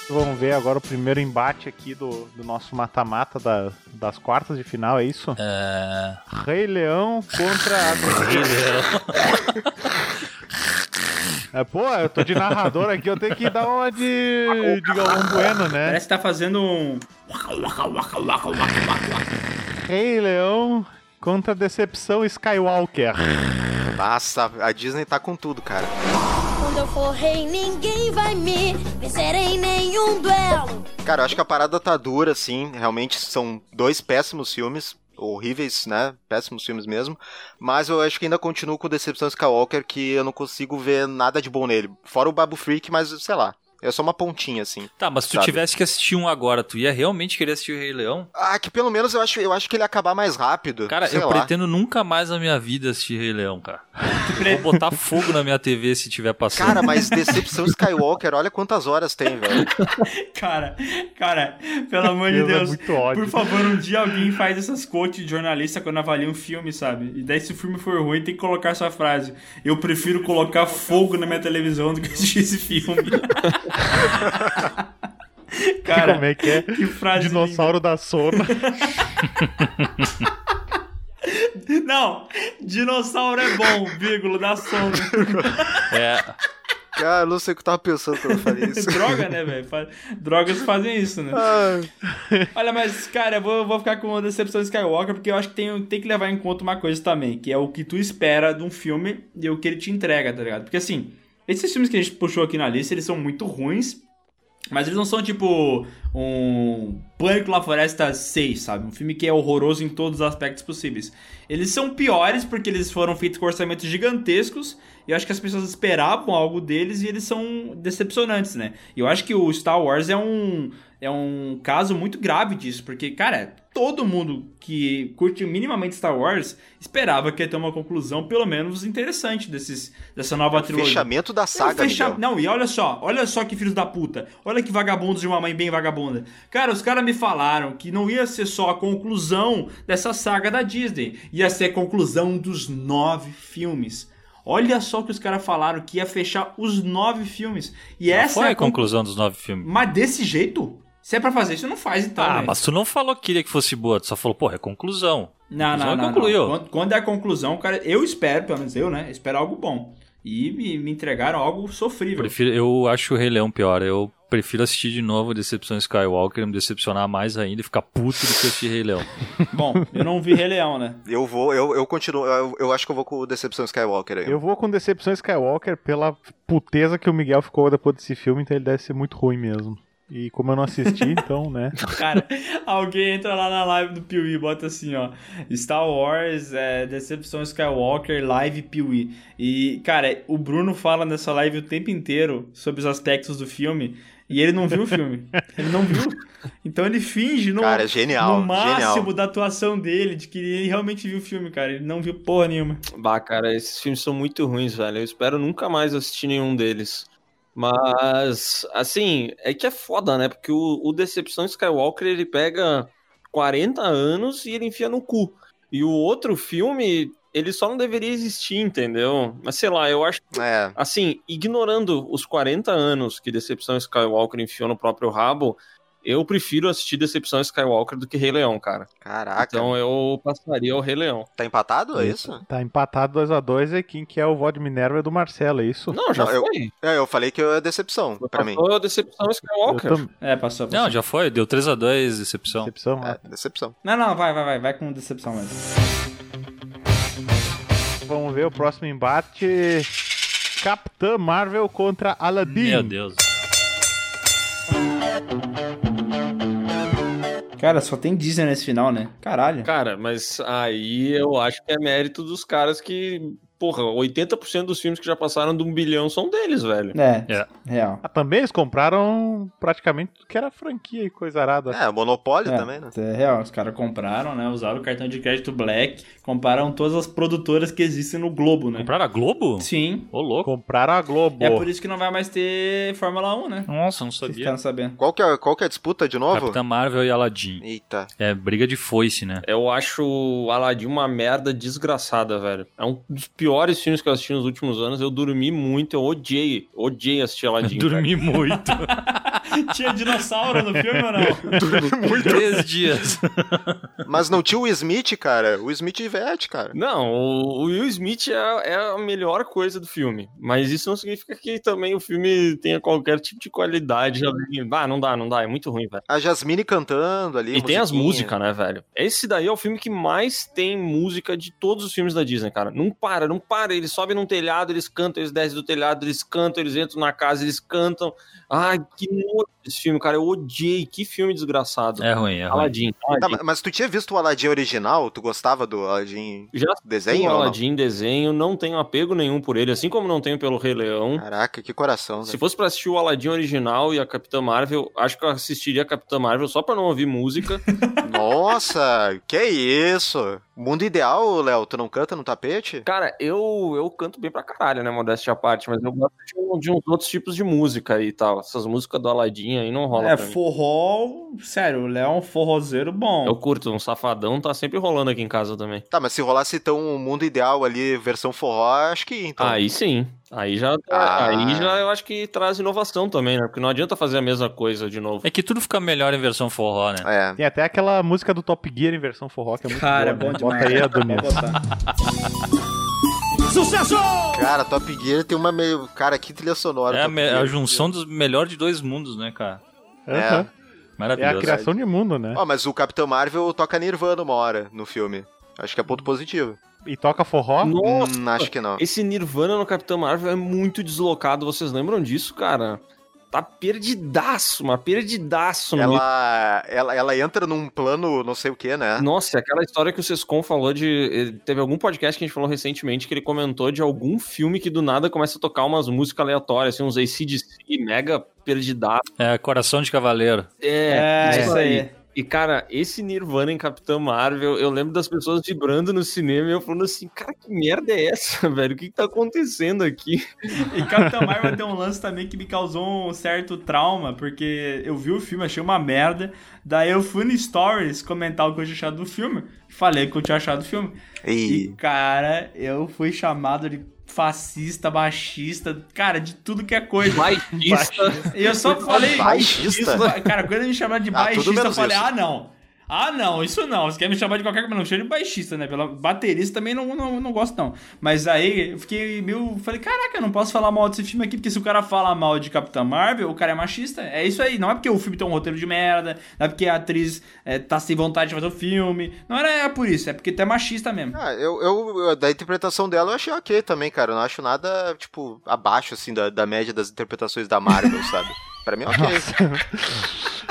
C: vamos ver agora o primeiro embate aqui do, do nosso mata-mata da- das quartas de final, é isso?
B: É...
C: Rei Leão contra Agro. É, pô, eu tô de narrador aqui, eu tenho que dar uma de, de Galvão Bueno, né?
G: Parece que tá fazendo um.
C: Rei Leão contra Decepção Skywalker.
D: Nossa, a Disney tá com tudo, cara.
L: Quando eu for rei, ninguém vai me vencer em nenhum duelo.
D: Cara, eu acho que a parada tá dura, assim. Realmente são dois péssimos filmes. Horríveis, né? Péssimos filmes mesmo. Mas eu acho que ainda continuo com Decepção Skywalker, que eu não consigo ver nada de bom nele. Fora o Babu Freak, mas sei lá. É só uma pontinha, assim.
B: Tá, mas se tu
D: Sabe.
B: tivesse que assistir um agora, tu ia realmente querer assistir o Rei Leão?
D: Ah, que pelo menos eu acho, eu acho que ele ia acabar mais rápido.
B: Cara,
D: sei
B: eu
D: lá.
B: pretendo nunca mais na minha vida assistir Rei Leão, cara. Vou botar fogo na minha TV se tiver passando.
D: Cara, mas Decepção Skywalker, olha quantas horas tem, velho.
G: Cara, cara, pelo amor de
C: Deus, é
G: Deus.
C: muito ódio.
G: Por favor, um dia alguém faz essas quotes de jornalista quando avalia um filme, sabe? E daí, se o filme for ruim, tem que colocar essa frase. Eu prefiro colocar fogo na minha televisão do que assistir esse filme. cara,
C: Como é que é?
G: que frase.
C: Dinossauro da Sona.
G: linda. Não, dinossauro é bom, vírgula, dá sono.
B: É,
D: Cara, eu não sei o que eu tava pensando quando eu falei isso.
G: Droga, né, velho? Fa- Drogas fazem isso, né? Olha, mas, cara, eu vou, vou ficar com uma decepção de Skywalker, porque eu acho que tem, tem que levar em conta uma coisa também, que é o que tu espera de um filme e o que ele te entrega, tá ligado? Porque, assim, esses filmes que a gente puxou aqui na lista, eles são muito ruins, mas eles não são, tipo, um Pânico na Floresta 6, sabe? Um filme que é horroroso em todos os aspectos possíveis. Eles são piores porque eles foram feitos com orçamentos gigantescos, e eu acho que as pessoas esperavam algo deles e eles são decepcionantes, né? E eu acho que o Star Wars é um é um caso muito grave disso, porque, cara, todo mundo que curte minimamente Star Wars esperava que ia ter uma conclusão pelo menos interessante desses, dessa nova trilogia.
D: Fechamento da
G: É um
D: saga,
G: fecha-
D: Miguel.
G: Não, e olha só, olha só que filhos da puta. Olha que vagabundos de uma mãe bem vagabunda. Cara, os caras me falaram que não ia ser só a conclusão dessa saga da Disney, ia ser a conclusão dos nove filmes. Olha só que os caras falaram que ia fechar os nove filmes. E essa
B: foi
G: é
B: a
G: a conclusão.
B: conclusão dos nove filmes.
G: Mas desse jeito? Se é pra fazer isso, não faz então.
B: Ah,
G: velho.
B: mas tu não falou que queria que fosse boa, tu só falou, porra, é conclusão.
G: Não,
B: Conclusão
G: não,
B: é
G: não.
B: concluiu.
G: não. Quando, quando é a conclusão, cara, eu espero, pelo menos eu, né? Espero algo bom. E me, me entregaram algo
B: Eu
G: sofrível.
B: Prefiro, eu acho o Rei Leão pior. Eu prefiro assistir de novo Decepção Skywalker, me decepcionar mais ainda e ficar puto do que assistir Rei Leão.
G: Bom, eu não vi Rei Leão, né?
D: Eu vou, eu, eu continuo, eu, eu acho que eu vou com Decepção Skywalker aí.
C: Eu vou com Decepção Skywalker pela puteza que o Miguel ficou depois desse filme, então ele deve ser muito ruim mesmo. E como eu não assisti, então, né?
G: Cara, alguém entra lá na live do Piuí e bota assim, ó. Star Wars, é, Decepção Skywalker, live Piuí. E, cara, o Bruno fala nessa live o tempo inteiro sobre os aspectos do filme. E ele não viu o filme. Ele não viu. Então ele finge não.
D: Cara, é genial,
G: no máximo
D: genial.
G: da atuação dele, de que ele realmente viu o filme, cara. Ele não viu porra nenhuma.
F: Bah, cara, esses filmes são muito ruins, velho. Eu espero nunca mais assistir nenhum deles. Mas, assim, é que é foda, né? Porque o, o Decepção Skywalker, ele pega 40 anos e ele enfia no cu. E o outro filme, ele só não deveria existir, entendeu? Mas sei lá, eu acho.
D: É,
F: Assim, ignorando os 40 anos que Decepção Skywalker enfiou no próprio rabo, eu prefiro assistir Decepção Skywalker do que Rei Leão, cara.
D: caraca.
F: Então eu passaria ao Rei Leão.
D: Tá empatado, é isso?
C: Tá empatado 2x2 e quem que é o voto de Minerva é do Marcelo, é isso?
F: Não, já
D: Não, eu-
F: foi.
D: É, eu falei que é Decepção, pra mim.
F: Passou a decepção
C: Eu
F: Skywalker.
C: também.
G: É, passou. passou.
B: Não, já foi, deu 3 a 2 decepção.
C: Decepção,
D: É,
C: é.
D: Decepção.
G: Não, não, vai, vai, vai. Vai com decepção mesmo.
C: Vamos ver o próximo embate. Capitã Marvel contra Aladdin.
B: Meu Deus.
G: Cara, só tem Disney nesse final, né? Caralho.
F: Cara, mas aí eu acho que é mérito dos caras que, porra, 80% dos filmes que já passaram de um bilhão são deles, velho.
G: É,
B: É.
G: real.
C: Ah, também eles compraram praticamente tudo que era franquia e coisa arada.
D: É, Monopólio
G: É,
D: também, né?
G: É real, os caras compraram, né? Usaram o cartão de crédito Black, compraram todas as produtoras que existem no Globo, né?
B: Compraram a Globo?
G: Sim.
B: Ô, louco.
C: Compraram a Globo.
G: É por isso que não vai mais ter Fórmula 1, né?
B: Nossa, não
G: Vocês
B: sabia.
G: ficaram sabendo.
D: Qual que, é, qual que é a disputa de novo?
B: Capitã Marvel e Aladdin.
D: Eita.
B: É, briga de foice, né?
F: Eu acho o Aladdin uma merda desgraçada, velho. É um dos piores filmes que eu assisti nos últimos anos. Eu dormi muito, eu odiei, odiei assistir Aladdin.
B: Dormi muito.
F: velho.
G: Tinha dinossauro no filme ou não?
B: Três dias.
D: Mas não tinha o Smith, cara. O Smith Ivete, cara.
F: Não, o o Will Smith é, é a melhor coisa do filme. Mas isso não significa que também o filme tenha qualquer tipo de qualidade. já vi. Ah, não dá, não dá. É muito ruim, velho.
D: A Jasmine cantando ali.
F: E tem as
D: musiquinha.
F: músicas, né, velho? Esse daí é o filme que mais tem música de todos os filmes da Disney, cara. Não para, não para. Eles sobem num telhado, eles cantam, eles descem do telhado, eles cantam, eles entram na casa, eles cantam. Ai, que nojo esse filme, cara. Eu odiei. Que filme desgraçado.
B: É ruim, é ruim.
F: Aladdin.
D: Tá,
F: Aladdin.
D: ma- mas tu tinha visto o Aladdin original? Tu gostava do Aladdin
F: Já
D: desenho?
F: tenho
D: ou não?
F: Aladdin desenho, não tenho apego nenhum por ele, assim como não tenho pelo Rei Leão.
D: Caraca, que coração,
F: Se
D: velho.
F: fosse pra assistir o Aladdin original e a Capitã Marvel, acho que eu assistiria a Capitã Marvel só pra não ouvir música.
D: Nossa, que é isso? Mundo ideal, Léo, tu não canta no tapete?
F: Cara, eu, eu canto bem pra caralho, né? Modéstia à parte, mas eu gosto de, um- de uns outros tipos de música e tal. Essas músicas do Aladdin aí não rola.
G: É,
F: pra mim.
G: forró. Sério, o Léo é um forrozeiro bom.
F: Eu curto, um safadão tá sempre rolando aqui em casa também.
D: Tá, mas se rolasse então o mundo ideal ali, versão forró, acho que então.
F: Aí sim. Aí já,
D: Ah.
F: aí já eu acho que traz inovação também, né? Porque não adianta fazer a mesma coisa de novo.
B: É que tudo fica melhor em versão forró, né?
D: É.
C: Tem até aquela música do Top Gear em versão forró, que é muito
G: Cara,
C: boa,
G: bom
C: né?
G: demais.
C: Bota aí,
G: Vou
C: Adonis.
G: botar.
D: Cara, Top Gear tem uma meio. Cara, que trilha sonora.
B: É a,
D: Top
B: me-
D: Gear.
B: a junção dos melhor de dois mundos, né, cara?
D: É.
C: Aham. É a
B: Maravilhoso.
C: criação de mundo, né?
D: Ó, mas o Capitão Marvel toca Nirvana uma hora no filme. Acho que é ponto positivo.
C: E toca forró?
F: Nossa!
D: Hum, acho que não.
F: Esse Nirvana no Capitão Marvel é muito deslocado, vocês lembram disso, cara? Tá perdidaço, mas perdidaço no
D: Ela, ela, ela entra num plano não sei o que, né?
F: Nossa, aquela história que o Sescon falou de. ele- Teve algum podcast que a gente falou recentemente que ele comentou de algum filme que do nada começa a tocar umas músicas aleatórias, assim, uns ACDC mega perdidaço. né?
B: É, Coração de Cavaleiro.
G: É, isso aí.
F: E, cara, esse Nirvana em Capitão Marvel, eu lembro das pessoas vibrando no cinema e eu falando assim, cara, que merda é essa, velho? O que, que tá acontecendo aqui?
G: E Capitão Marvel tem um lance também que me causou um certo trauma, porque eu vi o filme, achei uma merda. Daí eu fui no Stories comentar o que eu tinha achado do filme. Falei o que eu tinha achado do filme. E,
D: E...
G: cara, eu fui chamado de fascista, machista, cara, de tudo que é coisa.
F: Baixista.
G: E eu só falei.
D: Baixista?
G: Isso, cara, quando me chamaram de
D: Ah, tudo
G: baixista, eu
D: menos
G: falei,
D: isso.
G: ah, não. Ah, não, isso não. Você quer me chamar de qualquer coisa, mas não chama de baixista, né? Pela baterista também não, não, não gosto, não. Mas aí eu fiquei meio. Falei, caraca, eu não posso falar mal desse filme aqui, porque se o cara fala mal de Capitã Marvel, o cara é machista. É isso aí. Não é porque o filme tem um roteiro de merda, não é porque a atriz eh, tá sem vontade de fazer o filme. Não era por isso, é porque tu é machista mesmo.
D: Ah, eu, eu, eu- da interpretação dela eu achei ok também, cara. Eu não acho nada, tipo, abaixo, assim, da, da média das interpretações da Marvel, sabe? Pra mim, é ok.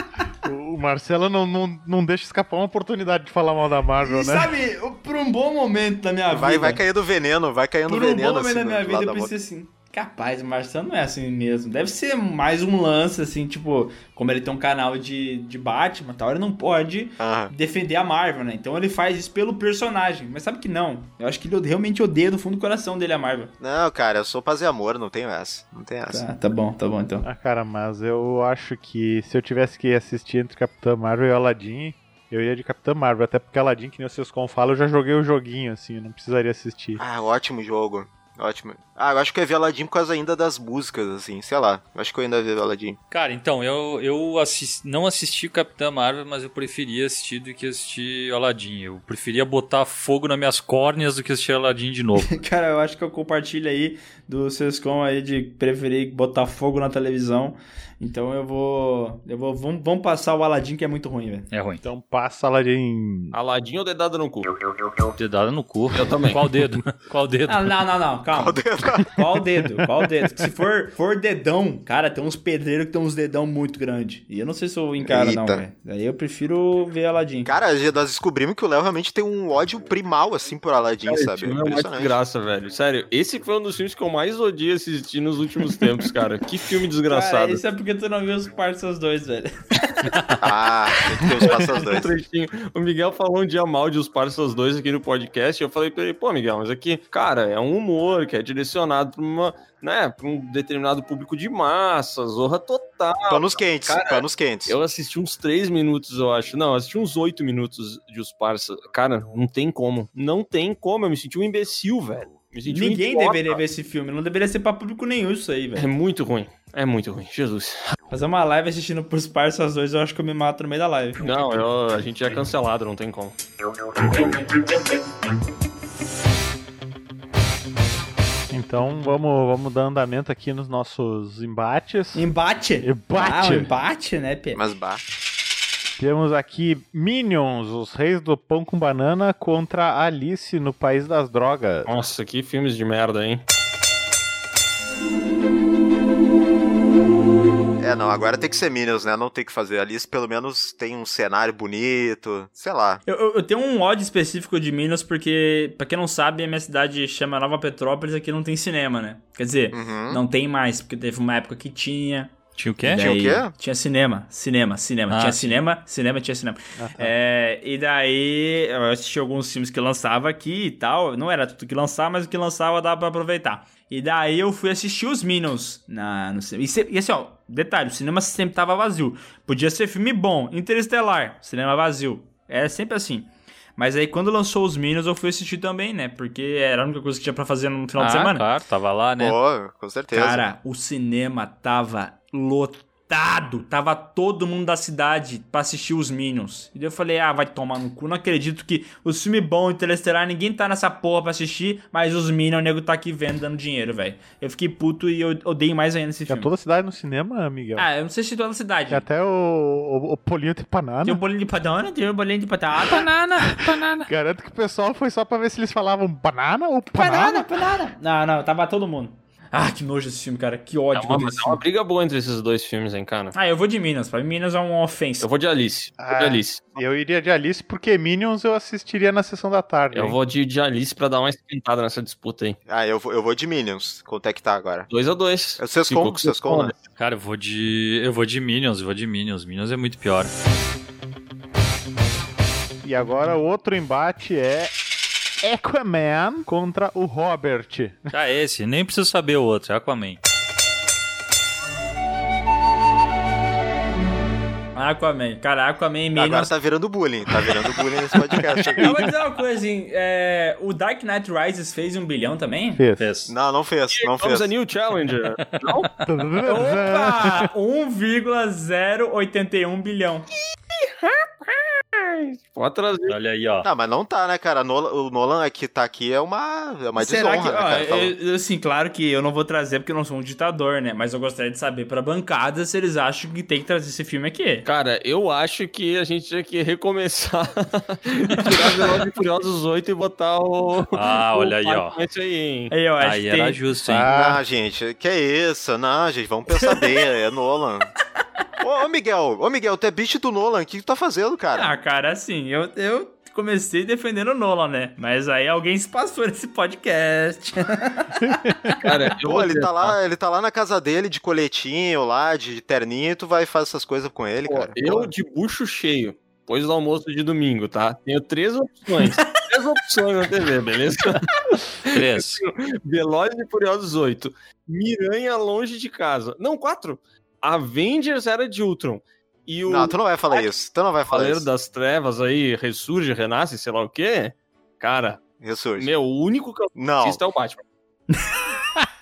C: O o Marcelo não, não, não deixa escapar uma oportunidade de falar mal da Marvel,
G: E
C: né?
G: sabe, por um bom momento da minha
D: Vai,
G: vida.
D: vai caindo veneno, vai caindo
G: Por um
D: veneno.
G: bom momento da
D: assim, do
G: minha
D: lado
G: vida, eu
D: outra.
G: pensei assim. Capaz, o Marcelo não é assim mesmo. Deve ser mais um lance, assim, tipo, como ele tem um canal de, de Batman e tal, ele não pode
D: Aham.
G: defender a Marvel, né? Então ele faz isso pelo personagem. Mas sabe que não. Eu acho que ele realmente odeia do fundo do coração dele a Marvel.
D: Não, cara, eu sou paz e amor, não tenho essa. Não tenho essa.
G: Tá, tá bom, tá bom então.
C: Ah, cara, mas eu acho que se eu tivesse que assistir entre Capitã Marvel e Aladdin, eu ia de Capitã Marvel. Até porque Aladdin, que nem o Sescon fala, eu já joguei o joguinho, assim, eu não precisaria assistir.
D: Ah, ótimo jogo. Ótimo. Ah, eu acho que eu vi Aladdin por causa ainda das músicas, assim, sei lá. Eu acho que eu ainda vi Aladdin.
B: Cara, então, eu, eu assis- não assisti Capitã Marvel, mas eu preferia assistir do que assistir Aladdin. Eu preferia botar fogo nas minhas córneas do que assistir Aladdin de novo.
G: Cara, eu acho que eu compartilho aí do Sescom aí de preferir botar fogo na televisão. Então eu vou. Eu vou. Vamos, vamos passar o Aladdin que é muito ruim, velho.
B: É ruim.
C: Então passa Aladdin.
F: Aladinho ou dedada no cu?
B: Dedada no cu.
F: Eu também.
B: Qual dedo? Qual dedo?
G: Ah, não, não, não, calma. Qual dedo? Qual dedo? Se for, for dedão, cara, tem uns pedreiros que tem uns dedão muito grande. E eu não sei se eu encaro, não,
D: Eita.
G: velho. Aí eu prefiro ver Aladdin.
D: Cara, já- nós descobrimos que o Léo realmente tem um ódio primal, assim, por Aladdin,
F: Cara, esse
D: sabe?
G: um
F: filme é uma
D: Impressionante.
F: desgraça, velho. Sério, esse foi um dos filmes que eu mais odiei assistir nos últimos tempos, cara. Que filme desgraçado.
G: Cara, isso é porque tu não viu os parceiros dois, velho.
D: Ah, tem que ter os passos
F: Um
D: dois.
F: trechinho. O Miguel falou um dia mal de Os Parças dois aqui no podcast. E eu falei pra ele, pô, Miguel, mas aqui, cara, é um humor que é direcionado pra, uma, né, pra um determinado público de massa, zorra total.
D: Panos quentes, panos quentes.
F: Eu assisti uns três minutos, eu acho. Não, eu assisti uns oito minutos de Os Parças. Cara, não tem como. Não tem como. Eu me senti um imbecil, velho. Me senti um
G: Ninguém
F: idiota.
G: deveria ver esse filme. Não deveria ser pra público nenhum isso aí,
F: É
G: velho.
F: muito ruim. É muito ruim. Jesus.
G: Fazer uma live assistindo pros parças dois, eu acho que eu me mato no meio da live.
F: Não, eu- a gente é cancelado, não tem como.
C: Então vamos, vamos dar andamento aqui nos nossos embates.
G: Embate?
C: Embate.
G: Ah, um embate, né, Pê?
D: Mas bah.
C: Temos aqui Minions, os reis do pão com banana contra Alice no País das Drogas.
F: Nossa, que filmes de merda, hein?
D: É, não, agora tem que ser Minions, né? Não tem que fazer. Alice pelo menos tem um cenário bonito, sei lá.
G: Eu, eu- eu tenho um ódio específico de Minas, porque, pra quem não sabe, a minha cidade chama Nova Petrópolis, aqui não tem cinema, né? Quer dizer,
D: Uhum.
G: não tem mais, porque teve uma época que tinha.
B: Hum? É? Tinha o
G: e
B: quê?
D: Tinha o
G: daí-
D: quê?
G: Tinha cinema, cinema, cinema. tinha
B: Ah, sim. Ah, tá.
G: cinema, cinema, tinha cinema. É, e daí eu assisti alguns filmes que lançava aqui e tal. Não era tudo que lançava, mas o que lançava dava pra aproveitar. E daí eu fui assistir os Minions na, no cinema. E, se- e assim, ó, detalhe, o cinema sempre tava vazio. Podia ser filme bom, Interestelar, cinema vazio. Era sempre assim. Mas aí quando lançou os Minions eu fui assistir também, né? Porque era a única coisa que tinha pra fazer no final
B: ah,
G: de semana.
B: claro, tava lá, né?
D: Pô, com certeza.
G: Cara, o cinema tava lotado. Tava todo mundo da cidade pra assistir os Minions. E daí eu falei, ah, vai tomar no cu. Não acredito que os filmes bons, Interestelar, ninguém tá nessa porra pra assistir, mas os Minions, o nego tá aqui vendo, dando dinheiro, velho. Eu fiquei puto e eu odeio mais ainda esse
C: Tinha
G: filme.
C: toda a cidade no cinema, Miguel.
G: Ah, eu não sei se toda a cidade.
C: Tinha até o, o, o Polinho Tepanana.
G: Tem o bolinho de banana, tem o bolinho de batata. Ah, tá, Banana, banana.
C: Garanto que o pessoal foi só pra ver se eles falavam banana ou
G: Banana,
C: banana.
G: banana. tá, Não, não, tava todo mundo. Ah, que nojo esse filme, cara. Que ódio.
F: É uma,
G: desse
F: é
G: filme.
F: uma briga boa entre esses dois filmes, hein, cara?
G: Ah, eu vou de Minas. Pra mim, Minas é uma ofensa.
F: Eu vou de Alice. Eu vou de
C: Ah.
F: Alice.
C: Eu iria de Alice porque Minions eu assistiria na sessão da tarde.
F: Eu
C: hein?
F: vou de, de Alice pra dar uma esquentada nessa disputa aí.
D: Ah, eu vou, eu vou de Minions. Quanto é que tá agora?
F: 2 a 2
D: É o Sescon, Sescon, né?
B: Cara, eu vou de. Eu vou de Minions, eu vou de Minions. Minions é muito pior.
C: E agora o outro embate é Aquaman contra o Robert.
B: Já é esse, nem preciso saber o outro, é Aquaman.
G: Aquaman. Cara, Aquaman e Minions.
D: Agora tá virando bullying. Tá virando bullying nesse podcast aqui.
G: Eu vou dizer uma coisa, assim, é, o Dark Knight Rises fez um bilhão também?
C: Fez.
B: Fez.
D: Não, não fez, não
F: Vamos
D: fez.
F: a New Challenger. Não?
G: Opa! 1,081 bilhão.
F: Pode trazer.
B: Olha aí, ó.
D: Não, mas não tá, né, cara? Nolan- o Nolan que tá aqui é uma, é uma
G: Será
D: desonra,
G: que,
D: né,
G: ó,
D: cara? Tá-
G: eu- assim, claro que eu não vou trazer porque eu não sou um ditador, né? Mas eu gostaria de saber pra bancada se eles acham que tem que trazer esse filme aqui.
F: Cara, eu acho que a gente tinha que recomeçar e tirar Velozes e Furiosos 8 e botar o...
B: Ah,
F: o
B: olha aí, ó.
F: Batman Isso aí, hein?
G: Aí eu acho
B: Aí
G: que
B: era
G: tem...
B: justo, hein?
D: Ah, gente, que isso? Não, gente, vamos pensar bem, é Nolan. Ô, ô, Miguel, ô, Miguel, tu é bicho do Nolan, o que tu tá fazendo, cara?
G: Ah, cara, assim, eu, eu comecei defendendo o Nolan, né? Mas aí alguém se passou nesse podcast.
F: Cara, eu
D: Pô,
F: vou
D: ele tá
F: dizer,
D: lá, ele tá lá na casa dele de coletinho lá, de terninho, e tu vai e faz essas coisas com ele,
F: Pô,
D: cara.
F: eu de bucho cheio, depois do almoço de domingo, tá? Tenho três opções. três opções na TV, beleza?
B: Três.
F: Velozes e Furiosos 8. Miranha longe de casa. Não, quatro. Avengers era de Ultron. E o
D: Não, tu não vai falar isso, tu não vai falar
F: Cavaleiro
D: isso.
F: das Trevas aí ressurge, renasce, sei lá o quê. Cara,
D: Ressurge.
F: meu, o único que eu
D: Não,
F: assisto é o Batman.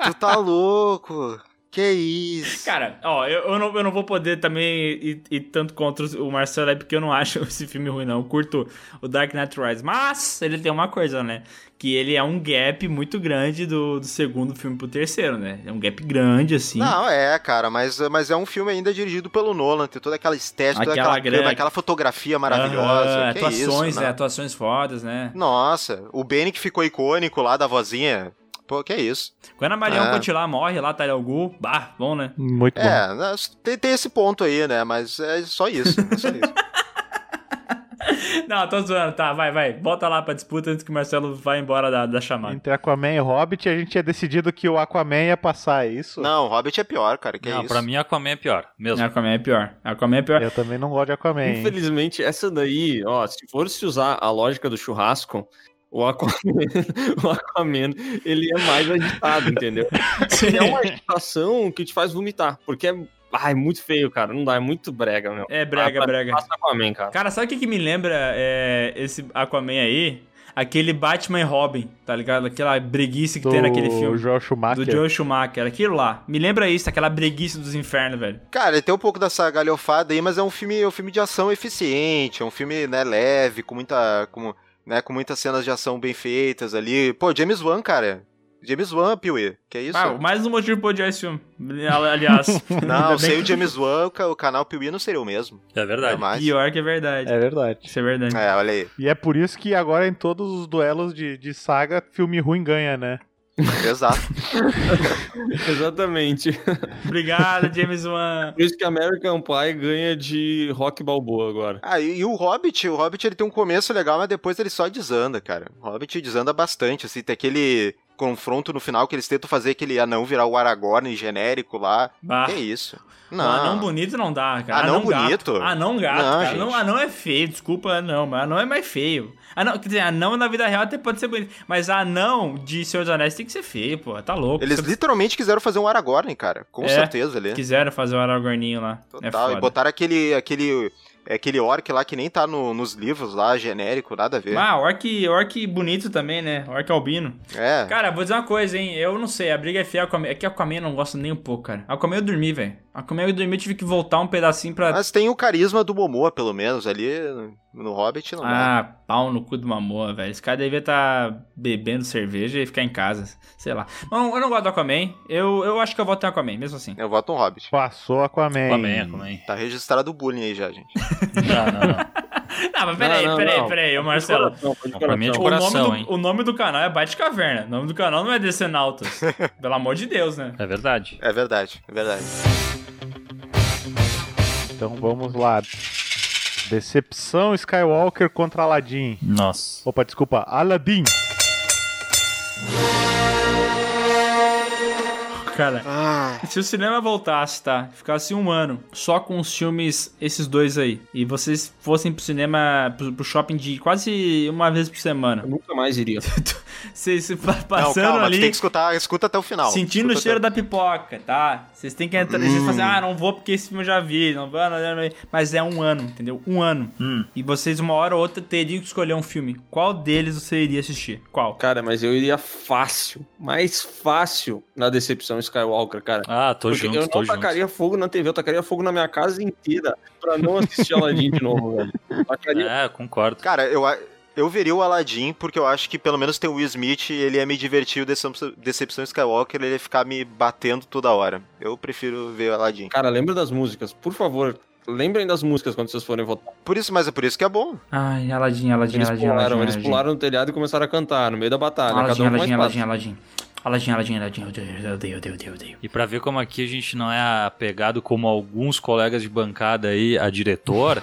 D: tu tá louco. Que isso?
G: Cara, ó, eu, eu, não, eu não vou poder também ir, ir tanto contra o Marcelo aí, porque eu não acho esse filme ruim, não. Eu curto o Dark Knight Rises. Mas ele tem uma coisa, né? Que ele é um gap muito grande do, do segundo filme pro terceiro, né? É um gap grande, assim.
D: Não, é, cara, mas, mas é um filme ainda dirigido pelo Nolan, tem toda aquela estética, toda
G: Aquela
D: aquela
G: grande-
D: câmera, aquela fotografia
G: Aham,
D: maravilhosa. que
G: atuações,
D: isso,
G: né?
D: não.
G: Atuações fodas, né?
D: Nossa, o Benny que ficou icônico lá da vozinha. Pô, que isso.
G: Quando a Marion
D: É.
G: Cotillard morre lá, tá Gu, bah, bom, né?
C: Muito bom.
D: É, né, tem, tem esse ponto aí, né? Mas é só isso. é só isso.
G: Não, tô zoando, tá, vai, vai. Bota lá pra disputa antes que o Marcelo vá embora da, da chamada.
C: Entre Aquaman e Hobbit, a gente tinha decidido que o Aquaman ia passar, é isso?
D: Não, Hobbit é pior, cara. Que
B: não,
D: isso.
B: pra mim Aquaman é pior, mesmo.
G: Aquaman é pior. Aquaman é pior.
C: Eu também não gosto de Aquaman. hein?
F: Infelizmente, essa daí, ó, se fosse usar a lógica do churrasco, o Aquaman, o Aquaman ele é mais agitado, entendeu? É uma agitação que te faz vomitar, porque é, ah, é muito feio, cara. Não dá, é muito brega, meu.
G: É brega,
F: Ah,
G: brega.
F: Passa Aquaman, cara.
G: Cara, sabe o que, que me lembra é, esse eh, Aquaman aí? Aquele Batman e Robin, tá ligado? Aquela breguice que tem naquele
C: O
G: filme.
C: Joel Schumacher.
G: Do Joe Schumacher, aquilo lá. Me lembra isso, aquela breguice dos infernos, velho.
D: Cara, tem um pouco dessa galhofada aí, mas é um filme, é um filme de ação eficiente, é um filme, né, leve, com muita. Com, né, com muitas cenas de ação bem feitas ali. Pô, James Wan, cara. James Wan, Piuí. Que é isso?
G: Ah, mais um motivo pra odiar esse filme. Aliás,
D: não, sem o James Wan, o ca- o canal Piuí não seria o mesmo.
B: É
D: É
B: verdade.
D: mais.
G: pior que é verdade.
C: É verdade.
G: Isso é verdade.
D: É, olha aí.
C: E é por isso que agora em todos os duelos de, de saga, filme ruim ganha, né?
D: Exato.
F: Exatamente.
C: É.
G: Obrigado, James Wan.
F: Por isso que American Pie ganha de Rock Balboa agora.
D: Ah, e, e o Hobbit, o Hobbit ele tem um começo legal, mas depois ele só desanda, cara. O Hobbit desanda bastante, assim, tem aquele confronto no final que eles tentam fazer aquele anão virar o Aragorn genérico lá.
G: Ah,
D: Que isso? Não.
G: não. Ah, anão bonito não dá, cara.
D: Anão bonito?
G: Gato. Anão gato,
D: Não,
G: cara.
D: gente.
G: Anão, anão é feio, desculpa, anão, mas anão é mais feio. Anão, quer dizer, anão na vida real até pode ser bonito, mas anão de Senhor dos Anéis tem que ser feio, pô. Tá louco.
D: Eles
G: Você-
D: literalmente quiseram fazer um Aragorn, cara. Com
G: É,
D: certeza ali.
G: quiseram fazer o Aragorninho lá. é
D: Total.
G: foda.
D: e botaram aquele, aquele, aquele orc lá que nem tá no- nos livros lá, genérico, nada a ver.
G: Ah, orc, orc bonito também, né? Orc albino.
D: É.
G: Cara, vou dizer uma coisa, hein? Eu não sei, a briga é fiel. É que a Aquaman eu não gosto nem um pouco, cara. A Aquaman eu dormi, velho. A Aquaman eu dormi, eu tive que voltar um pedacinho pra...
D: Mas tem o carisma do Momoa, pelo menos, ali no Hobbit, não é?
G: Ah, pau no cu do Mamoa, velho. Esse cara devia estar bebendo cerveja e ficar em casa. Sei lá. Não, eu não gosto do Aquaman. Eu, eu acho que eu voto em Aquaman, mesmo assim.
D: Eu voto no Hobbit.
C: Passou Aquaman.
B: Aquaman, Aquaman.
D: Tá registrado o bullying aí já, gente.
B: Não, não, não.
G: Não, mas peraí,
F: Não, não,
G: peraí,
F: não.
G: peraí, ô Marcelo.
F: Coração, pode
B: Não, pra mim é de
F: coração.
G: O nome,
B: Coração,
G: do,
B: hein?
G: o nome do canal é Bate Caverna. O nome do canal não é Decenautas. Pelo amor de Deus, né?
B: É verdade.
D: É verdade, é verdade.
C: Então vamos lá. Decepção Skywalker contra Aladdin.
B: Nossa.
C: Opa, desculpa, Aladdin.
G: Cara, se o cinema voltasse, tá? Ficasse um ano só com os filmes, esses dois aí, e vocês fossem pro cinema, pro, pro shopping de quase uma vez por semana,
F: Eu nunca mais iria.
G: vocês se pa-
D: Não,
G: passando
D: calma, tu tem
G: ali,
D: que escutar, escuta até o final.
G: sentindo o
D: Escuta
G: cheiro
D: até-
G: da pipoca, tá? Vocês têm que entrar, vocês
F: Hum.
G: falam assim, ah, não vou porque esse filme eu já vi, não vou, não, não, não. mas é um ano, entendeu? Um ano.
F: Hum.
G: E vocês, uma hora ou outra, teriam que escolher um filme. Qual deles você iria assistir? Qual?
F: Cara, mas eu iria fácil, mais fácil na decepção Skywalker, cara.
B: Ah, tô
F: Porque
B: junto,
F: eu
B: tô
F: não
B: junto.
F: tacaria fogo na TV, eu tacaria fogo na minha casa inteira pra não assistir Aladdin de novo, velho. Tacaria
B: É, concordo.
D: Cara, eu, a- eu veria o Aladdin porque eu acho que pelo menos tem o Will Smith ele ia me divertir, o Decep- Decepção Skywalker ele ia ficar me batendo toda hora. Eu prefiro ver o Aladdin.
F: Cara, lembra das músicas, por favor. Lembrem das músicas quando vocês forem votar.
D: Por isso, mas é por isso que é bom.
G: Ai, Aladdin, Aladdin,
F: Eles
G: Aladdin,
F: pularam,
G: Aladdin,
F: eles
G: Aladdin.
F: pularam no telhado e começaram a cantar no meio da batalha. cada um com uma
G: Aladdin, Aladdin,
F: espada.
G: Aladdin, Aladdin, Aladdin, Aladdin, eu odeio, eu odeio, eu odeio, eu odeio.
B: E pra ver como aqui a gente não é apegado como alguns colegas de bancada aí, a diretor,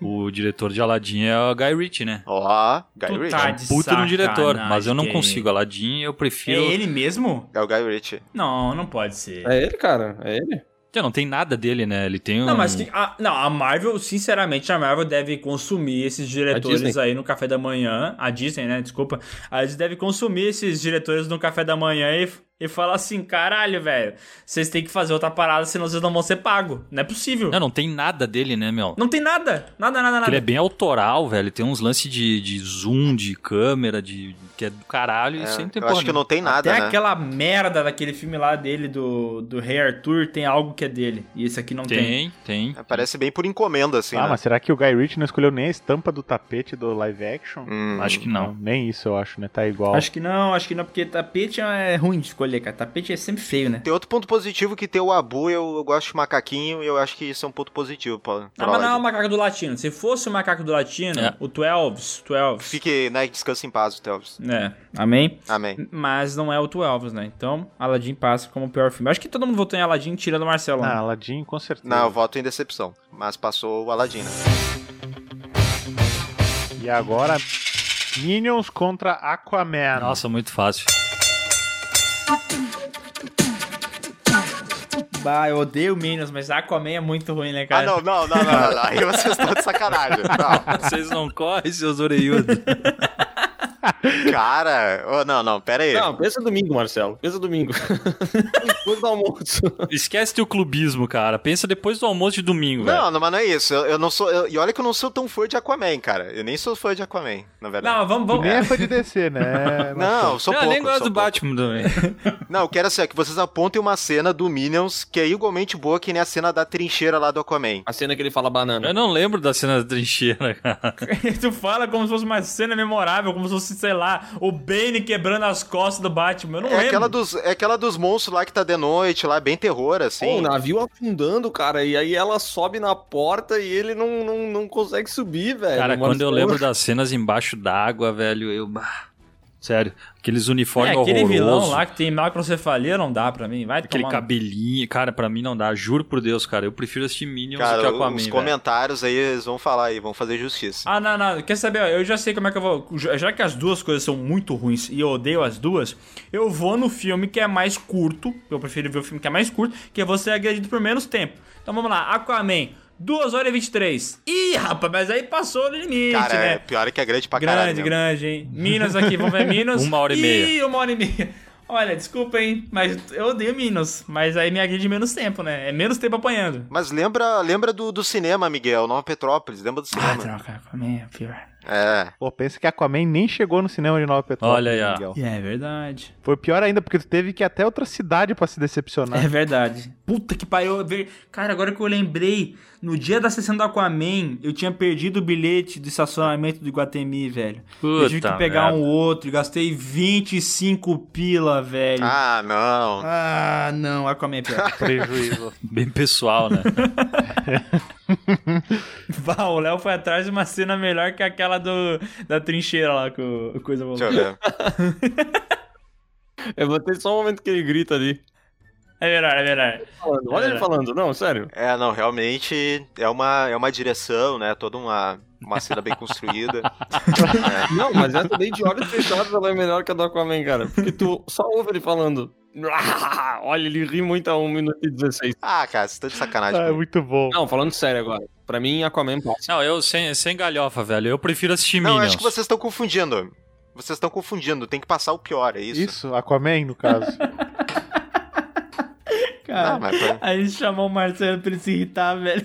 B: o diretor de Aladdin é o Guy Ritchie, né?
D: Ó, Guy
G: Tu
D: Ritchie.
G: tá de
B: Puta no
G: sacanagem,
B: diretor, mas eu não
G: que-
B: consigo. Aladdin, eu
G: É
B: prefiro.
G: ele mesmo?
D: É o Guy Ritchie.
G: Não, não pode ser.
F: É ele, cara, é ele.
B: Já não tem nada dele, né? Ele tem um.
G: Não, mas que- a, não, a Marvel, sinceramente, a Marvel deve consumir esses
F: A
G: diretores
F: Disney.
G: aí no café da manhã. A Disney, né? Desculpa. A Disney deve consumir esses diretores no café da manhã e, e falar assim: caralho, velho, vocês têm que fazer outra parada, senão vocês não vão ser pagos. Não é possível.
B: Não, não tem nada dele, né, meu?
G: Não tem nada. Nada, nada,
B: Ele
G: nada.
B: é bem autoral, velho. Tem uns lances de, de zoom, de câmera, de que é do caralho.
D: É,
B: e sempre tem
D: eu acho
B: porra
D: que não tem
G: Até
D: nada, né?
G: aquela merda daquele filme lá dele, do, do Rei Arthur, tem algo que é dele. E esse aqui não tem.
B: Tem, tem.
D: É, Parece bem por encomenda, assim,
C: ah,
D: né?
C: mas será que o Guy Ritchie não escolheu nem a estampa do tapete do live action?
D: Hum,
B: Acho que não.
C: nem isso eu acho, né? Tá igual.
G: Acho que não, acho que não, porque tapete é ruim de escolher, cara. Tapete é sempre feio, né?
D: Tem outro ponto positivo que tem o Abu, eu, eu gosto de macaquinho e eu acho que isso é um ponto positivo pra,
G: Ah, mas
D: pra
G: não é o
D: Aladdin.
G: macaco do latino. Se fosse o macaco do latino,
B: É.
G: o Twelves, Twelves.
D: Fique, né, descanse em paz, Telvis.
G: É, amém?
D: Amém.
G: Mas não é o Twelves, né? Então, Aladdin passa como o pior filme. Acho que todo mundo votou em Aladdin, tirando o Marcelo.
C: Ah,
G: né?
C: Aladdin, com certeza.
D: Não, eu voto em decepção. Mas passou o Aladdin, né?
C: E agora, Minions contra Aquaman.
B: Nossa, muito fácil.
G: Bah, eu odeio Minions, mas Aquaman é muito ruim, né,
D: Ah,
G: cara?
D: não, não, não, não, não, não. Aí vocês estão de sacanagem. Não.
B: Vocês não correm, seus orelhudos.
D: Cara, ô, não, não, pera aí.
F: Não, pensa domingo, Marcelo. Pensa domingo. Depois do almoço.
B: Esquece teu clubismo, cara. Pensa depois do almoço de domingo, velho.
D: Não, não, mas não é isso. Eu, eu não sou. eu- e olha que eu não sou tão fã de Aquaman, cara. Eu nem sou fã de Aquaman, na verdade.
G: Não, vamos,
C: E
G: vamos.
C: nem é fã de descer, né?
D: Não, sou
B: Não, eu
D: pouco.
B: Ah, nem gosto
D: sou
B: do
D: pouco.
B: Batman também.
D: Não, eu quero assim, ó, que vocês apontem uma cena do Minions que é igualmente boa que nem a cena da trincheira lá do Aquaman.
F: A cena que ele fala banana.
B: Eu não lembro da cena da trincheira, cara.
G: tu fala como se fosse uma cena memorável, como se fosse, sei lá, o Bane quebrando as costas do Batman. Eu não
D: É
G: lembro.
D: aquela, dos, é aquela dos monstros lá que tá de noite, lá, bem terror, assim.
F: Pô, o Um navio afundando, cara, e aí ela sobe na porta e ele não, não, não consegue subir,
D: É,
F: velho.
B: Cara,
F: Marcelo.
B: quando eu lembro das cenas embaixo d'água, velho, eu. bah. Sério, aqueles
G: É,
B: uniformes
G: aquele vilão
B: horrorosos.
G: lá que tem macrocefalia não dá pra mim. Vai
B: Aquele
G: tomar no
B: cabelinho, cara, pra mim não dá, juro por Deus, cara. Eu prefiro assistir Minions do que é
D: Cara,
B: Aquaman.
D: os
B: velho.
D: comentários aí eles vão falar aí, vão fazer justiça.
G: Ah, não, não. Quer saber? ó, Eu já sei como é que eu vou. Já já que as duas coisas são muito ruins e eu odeio as duas, eu vou no filme que é mais curto. Eu prefiro ver o filme que é mais curto, que é você agredido por menos tempo. Então vamos lá, Aquaman, 2 horas e 23. Ih, rapaz, mas aí passou o limite,
D: cara, é
G: né?
D: pior é que é grande pra caralho.
G: Grande,
D: mesmo.
G: grande, hein? Minas aqui, vamos ver Minas.
B: Uma hora e meia.
G: Ih, uma hora e meia. Olha, desculpa, hein? Mas eu odeio Minas. Mas aí me agride menos tempo, né? É menos tempo apanhando.
D: Mas lembra, lembra do, do cinema, Miguel, Nova Petrópolis, lembra do
G: Ah,
M: tá.
D: cinema.
G: troca, Aquaman é pior.
D: é.
C: Pô, pensa que Aquaman nem chegou no cinema de Nova Petrópolis,
B: Olha aí, ó.
C: Miguel.
G: É verdade.
C: Foi pior ainda, porque tu teve que ir até outra cidade pra se decepcionar.
G: É verdade. Puta que pariu. ver- Cara, agora que eu lembrei, no dia da sessão do Aquaman, eu tinha perdido o bilhete do estacionamento do Iguatemi, velho. eu tive
B: Puta
G: que pegar
B: merda.
G: um outro, e gastei 25 pila, velho. Ah,
D: Ah, não.
G: não, Aquaman é pior.
C: Prejuízo.
B: Bem pessoal, né?
G: Vá, o Léo foi atrás de uma cena melhor que aquela do da trincheira lá com o coisa
D: Deixa
G: voltou.
D: eu ver.
F: Eu vou ter só um momento que ele grita ali.
G: É melhor, é melhor.
F: Falando, Olha ele falando, não, sério.
D: É, não, realmente é uma, é uma direção, né? Toda uma, uma cena bem construída. É.
F: Não, mas essa daí de olhos fechados ela é melhor que a do Aquaman, cara. Porque tu só ouve ele falando. Olha, ele ri muito a 1 minuto e 16.
D: Ah, cara, você tá de sacanagem.
C: Ah, é
D: comigo.
C: muito bom.
F: Não, falando sério agora. Pra mim, Aquaman passa.
B: não, eu sem, sem galhofa, velho. Eu prefiro assistir
D: não, eu
B: Minions.
D: acho que vocês estão confundindo. Vocês estão confundindo, tem que passar o pior, é isso?
C: Isso. Aquaman, no caso.
D: Ah,
G: Cara,
D: mas pra-
G: a gente chamou o Marcelo pra ele se irritar, velho.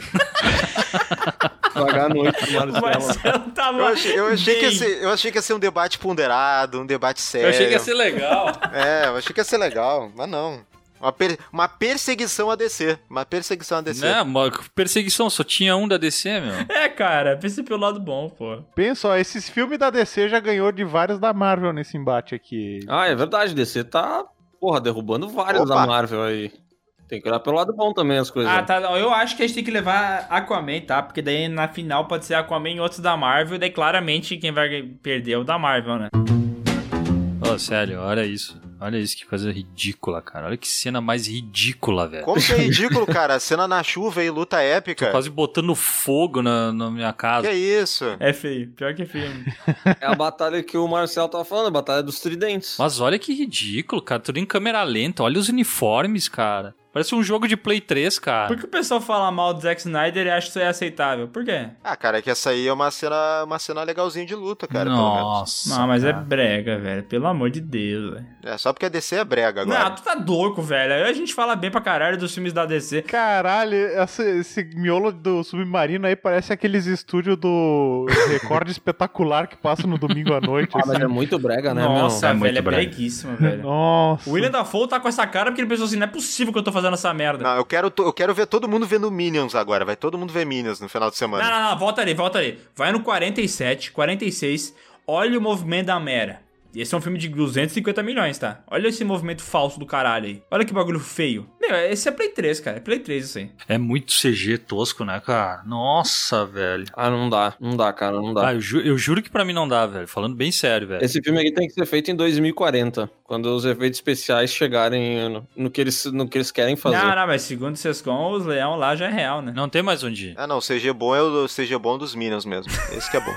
F: Pagar a noite do
G: O
F: Marcelo.
G: Marcelo tava.
D: Eu achei, eu, achei que ia
G: bem.
D: ser, eu achei que ia ser um debate ponderado, um debate sério.
M: Eu achei que ia ser legal.
D: É, eu achei que ia ser legal, mas não. Uma, per- uma perseguição a descer. Uma perseguição a descer.
B: Né, mano, perseguição, só tinha um da DC, meu.
G: É, cara, pensei pelo lado bom, pô.
C: Pensa, ó, esses filmes da DC já ganhou de vários da Marvel nesse embate aqui.
F: Ah, é verdade, DC tá, porra, derrubando vários
D: Opa.
F: da Marvel aí. Tem que olhar pelo lado bom também as coisas.
B: é.
G: Ah, tá. não, Eu acho que a gente tem que levar Aquaman, tá? Porque daí na final pode ser Aquaman e outros da Marvel. Daí claramente quem vai perder é o da Marvel, né?
B: Ô, sério, olha isso. Olha isso, que coisa ridícula, cara. Olha que cena mais ridícula, velho.
D: Como que é ridículo, cara? Cena na chuva e luta épica.
B: Quase botando fogo na, na minha
D: Que
B: casa.
D: é isso?
G: É feio. Pior que é feio.
F: É a batalha que o Marcel tava falando, a batalha dos tridentes.
B: Mas olha que ridículo, cara. Tudo em câmera lenta. Olha os uniformes, cara. Parece um jogo de Play 3, cara.
G: Por que o pessoal fala mal do Zack Snyder e acha que isso é aceitável? Por quê?
D: Ah, cara, que essa aí é uma cena, uma cena legalzinha de luta, cara, pelo menos.
B: Nossa.
G: é Não, mas é
B: cara.
G: brega, velho. Pelo amor de Deus, velho.
D: É, só porque a DC é brega agora.
G: Não, tu tá louco, velho. Aí A gente fala bem pra caralho dos filmes da DC.
C: Caralho, essa- esse miolo do submarino aí parece aqueles estúdios do recorde espetacular que passa no domingo à noite.
F: Ah, mas é
C: assim.
F: muito brega, né,
G: Nossa,
B: É muito
G: velho, é
B: brega.
G: breguíssimo, velho.
C: Nossa.
G: O William Dafoe tá com essa cara porque ele pensou assim, não é possível que eu tô fazendo essa merda.
D: Não, eu quero, to- eu quero ver todo mundo vendo Minions agora. Vai todo mundo ver Minions no final de
G: Não,
D: semana.
G: não, não, volta ali, volta ali. Vai no 47, 46, olha o movimento da Mera. Esse é um filme de 250 milhões, tá? Olha esse movimento falso do caralho aí. Olha que bagulho feio. Meu, esse é Play 3, cara. É Play 3 isso aí.
B: É muito CG tosco, né, cara? Nossa, velho.
F: Ah, não dá, não dá, cara, não dá.
B: Ah, é. eu, ju- eu juro que pra mim não dá, velho. Falando bem sério, velho.
F: Esse filme aqui tem que ser feito em 2040, quando os efeitos especiais chegarem no, no que, eles, no que eles querem fazer.
G: Não, não, mas segundo o Sescom, os leão lá já é real, né?
B: Não tem mais onde ir.
D: Ah, não, o CG bom é o CG bom dos Minions mesmo. Esse que é bom.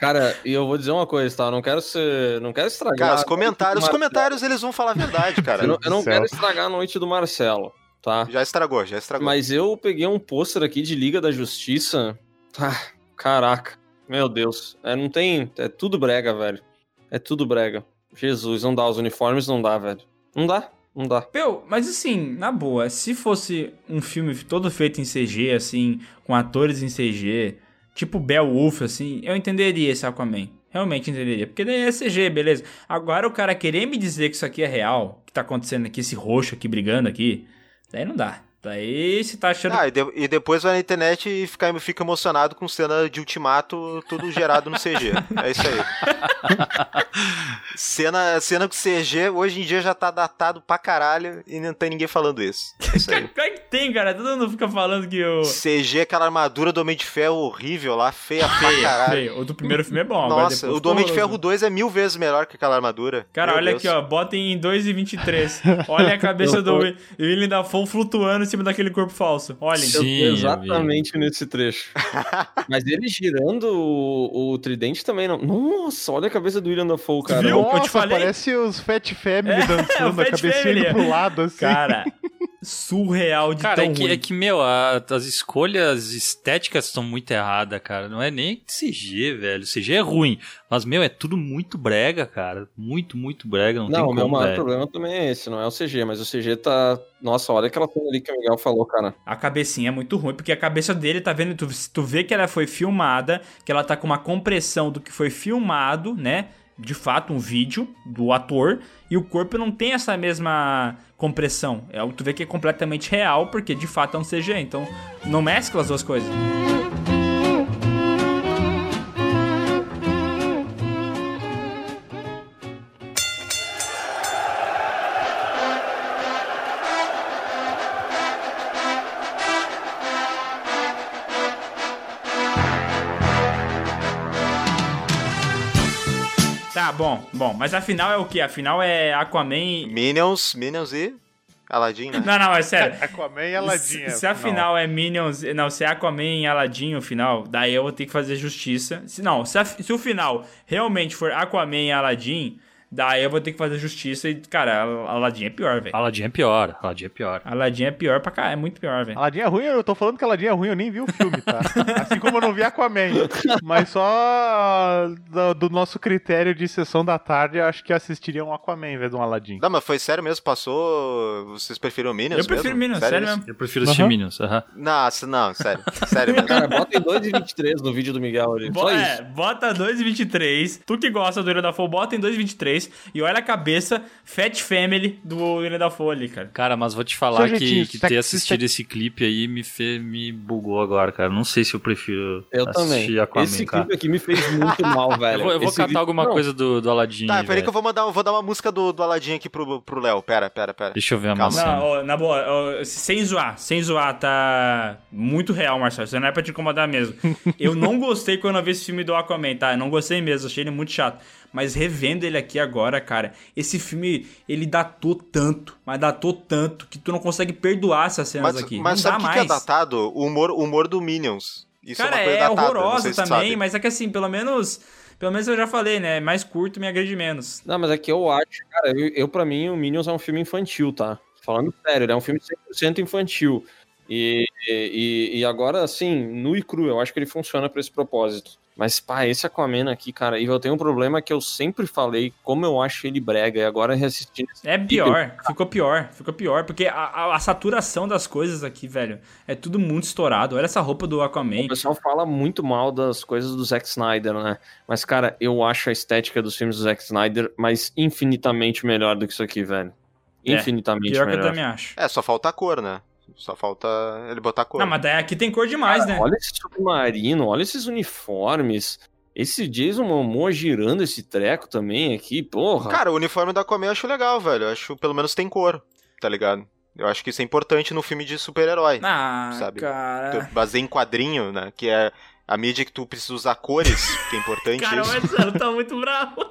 F: Cara, e eu vou dizer uma coisa, tá? Eu não quero ser. Não quero estragar.
D: Cara,
F: a
D: os
F: noite do
D: comentários, os
F: Marcelo.
D: comentários eles vão falar a verdade, cara.
F: Eu não, eu não
C: do céu.
F: quero estragar a noite do Marcelo, tá?
D: Já estragou, já estragou.
F: Mas eu peguei um pôster aqui de Liga da Justiça. Ah, caraca. Meu Deus. É, não tem. É tudo brega, velho. É tudo brega. Jesus, não dá. Os uniformes não dá, velho. Não dá, não dá.
G: Meu, mas assim, na boa, se fosse um filme todo feito em CG, assim, com atores em CG, tipo Beowulf, assim, eu entenderia esse Aquaman. Realmente entenderia. Porque daí é CG, beleza. Agora o cara querer me dizer que isso aqui é real, que tá acontecendo aqui, esse roxo aqui brigando aqui, daí não dá. Daí você tá achando.
D: Ah, e, de- e depois vai na internet e fica, fica emocionado com cena de ultimato, tudo gerado no CG. É isso aí. cena, cena com CG, hoje em dia já tá datado pra caralho e não tem ninguém falando isso. É isso aí.
G: Pior que tem, cara. Todo mundo fica falando que o.
D: CG, aquela armadura do Homem de Ferro horrível lá, feia pra caralho.
G: Feio, O do primeiro filme é bom, agora
D: Nossa,
G: depois
D: o do Homem de
G: ficou
D: Ferro 2 é mil vezes melhor que aquela armadura.
G: Cara,
D: Meu
G: olha
D: Deus.
G: aqui, ó. Botem em 2 e 23. Olha a cabeça do Will- Willem Dafoe flutuando em cima daquele corpo falso. Olhem.
B: Sim, eu vi.
F: Exatamente nesse trecho. Mas ele girando o, o tridente também não. Nossa, olha a cabeça do William Dafoe, cara.
G: Viu? Eu te
C: Nossa,
G: falei. É,
C: parece os Fat Family dançando,
G: o
C: a
G: Fat
C: cabecinha indo
G: Family.
C: pro lado, assim.
G: Cara, surreal de
B: Cara,
G: tão
B: é que,
G: ruim.
B: é que, meu, a- as escolhas estéticas estão muito erradas, cara. Não é nem CG, velho. CG é ruim. Mas, meu, é tudo muito brega, cara. Muito, muito brega. Não, tem
F: Não, o meu
B: como,
F: maior
B: velho.
F: problema também é esse, não é o CG, mas o CG tá. Nossa, olha aquela cena ali que o Miguel falou, cara.
G: A cabecinha é muito ruim, porque a cabeça dele, tá vendo? Tu, se tu vê que ela foi filmada, que ela tá com uma compressão do que foi filmado, né? De fato, um vídeo do ator, e o corpo não tem essa mesma compressão. É, algo que tu vê que é completamente real, porque de fato é um CG, então não mescla as duas coisas. Tá, bom, bom, mas afinal é o que? Afinal é Aquaman. e-
D: Minions, Minions e Aladdin, né?
G: Não, não, é sério.
C: Aquaman e Aladdin. assim,
G: Se, se a final é Minions. Não, se é Aquaman e Aladdin o final, daí eu vou ter que fazer justiça. Se não, se, a- se o final realmente for Aquaman e Aladdin, daí eu vou ter que fazer justiça e, cara, Al- Aladdin é pior, velho.
B: Aladdin é pior. Aladdin é pior.
G: Aladdin é pior pra cá, é muito pior, velho.
C: Aladdin é ruim, eu tô falando que Aladdin é ruim, eu nem vi o filme, tá? Assim como eu não vi Aquaman. Mas só do, do nosso critério de sessão da tarde, eu acho que assistiria um Aquaman em vez de um Aladdin.
D: Não, mas foi sério mesmo? Passou. Vocês preferiram Minions?
G: Eu prefiro
D: mesmo?
G: Minions, sério
D: isso?
G: mesmo.
B: Eu prefiro assistir
C: Aham.
B: Minions. aham.
D: Nossa, não, sério. Sério mesmo.
F: Cara, bota em 2 e 23 no vídeo do Miguel ali. Só
G: Bo-
F: isso.
G: é, bota 2,23. Tu que gosta do Willian Dafoe, bota em 2,23. E olha a cabeça Fat Family do Willian Dafoe ali, cara.
B: Cara, mas vou te falar
C: Seu
B: que,
C: jeitinho,
D: tá
B: que ter
C: sexy,
B: assistido esse clipe aí me, fe, me bugou agora, cara. Não sei se eu prefiro
F: Eu
B: assistir
F: também.
B: Aquaman,
F: Esse
B: cara.
F: clipe aqui me fez muito mal, velho.
B: Eu vou, eu vou
F: Esse
B: catar
F: vídeo-
B: alguma
F: Não,
B: coisa do, do Aladdin.
D: Tá,
B: aí,
D: peraí
G: é.
B: velho.
D: que eu vou mandar, vou dar uma música do, do Aladdin aqui pro, pro Léo. Pera, pera, pera.
B: Deixa eu ver a
D: Calma.
B: maçã.
G: Não, ó, na boa, ó, sem zoar, sem zoar, tá muito real, Marcelo. Isso não é pra te incomodar mesmo. Eu não gostei quando eu vi esse filme do Aquaman, tá? Eu não gostei mesmo, achei ele muito chato. Mas revendo ele aqui agora, cara, esse filme, ele datou tanto, mas datou tanto, que tu não consegue perdoar essas cenas
D: Mas,
G: aqui.
D: mas
G: não
D: sabe o
G: dá
D: que, que é
G: mais.
D: datado? O humor, o humor do Minions. Isso
G: cara,
D: é
G: é,
D: uma coisa datada. não sei
G: horroroso
D: se tu
G: também,
D: sabe.
G: mas é que assim, pelo menos. Pelo menos eu já falei, né? Mais curto me agride menos.
F: Não, mas é que eu acho, cara, eu, eu pra mim o Minions é um filme infantil, tá? Falando sério, ele é um filme 100% infantil. E, e, e agora, assim, nu e cru, eu acho que ele funciona pra esse propósito. Mas, pá, esse Aquaman aqui, cara, e eu tenho um problema que eu sempre falei, como eu acho ele brega, e agora reassistindo esse
G: É pior, ficou pior, ficou pior, porque a, a- a saturação das coisas aqui, velho, é tudo muito estourado. Olha essa roupa do Aquaman.
F: O pessoal fala muito mal das coisas do Zack Snyder, né? Mas, cara, eu acho a estética dos filmes do Zack Snyder mas infinitamente melhor do que isso aqui, velho.
G: É,
F: Infinitamente
G: Pior que eu
F: melhor.
G: também acho.
D: É, só falta a cor, né? Só falta ele botar a cor.
G: Não, mas daí aqui tem cor demais, né?
F: Olha esse submarino, olha esses uniformes. Esse Jason Momoa girando esse treco também aqui, porra.
D: Cara, o uniforme da Aquaman eu acho legal, velho. Eu acho pelo menos tem cor, tá ligado? Eu acho que isso é importante no filme de super-herói.
G: Ah,
D: sabe?
G: cara.
D: Baseia em quadrinho, né? Que é a mídia que tu precisa usar cores, que é importante
G: Cara, o
D: isso.
G: Marcelo tá muito bravo.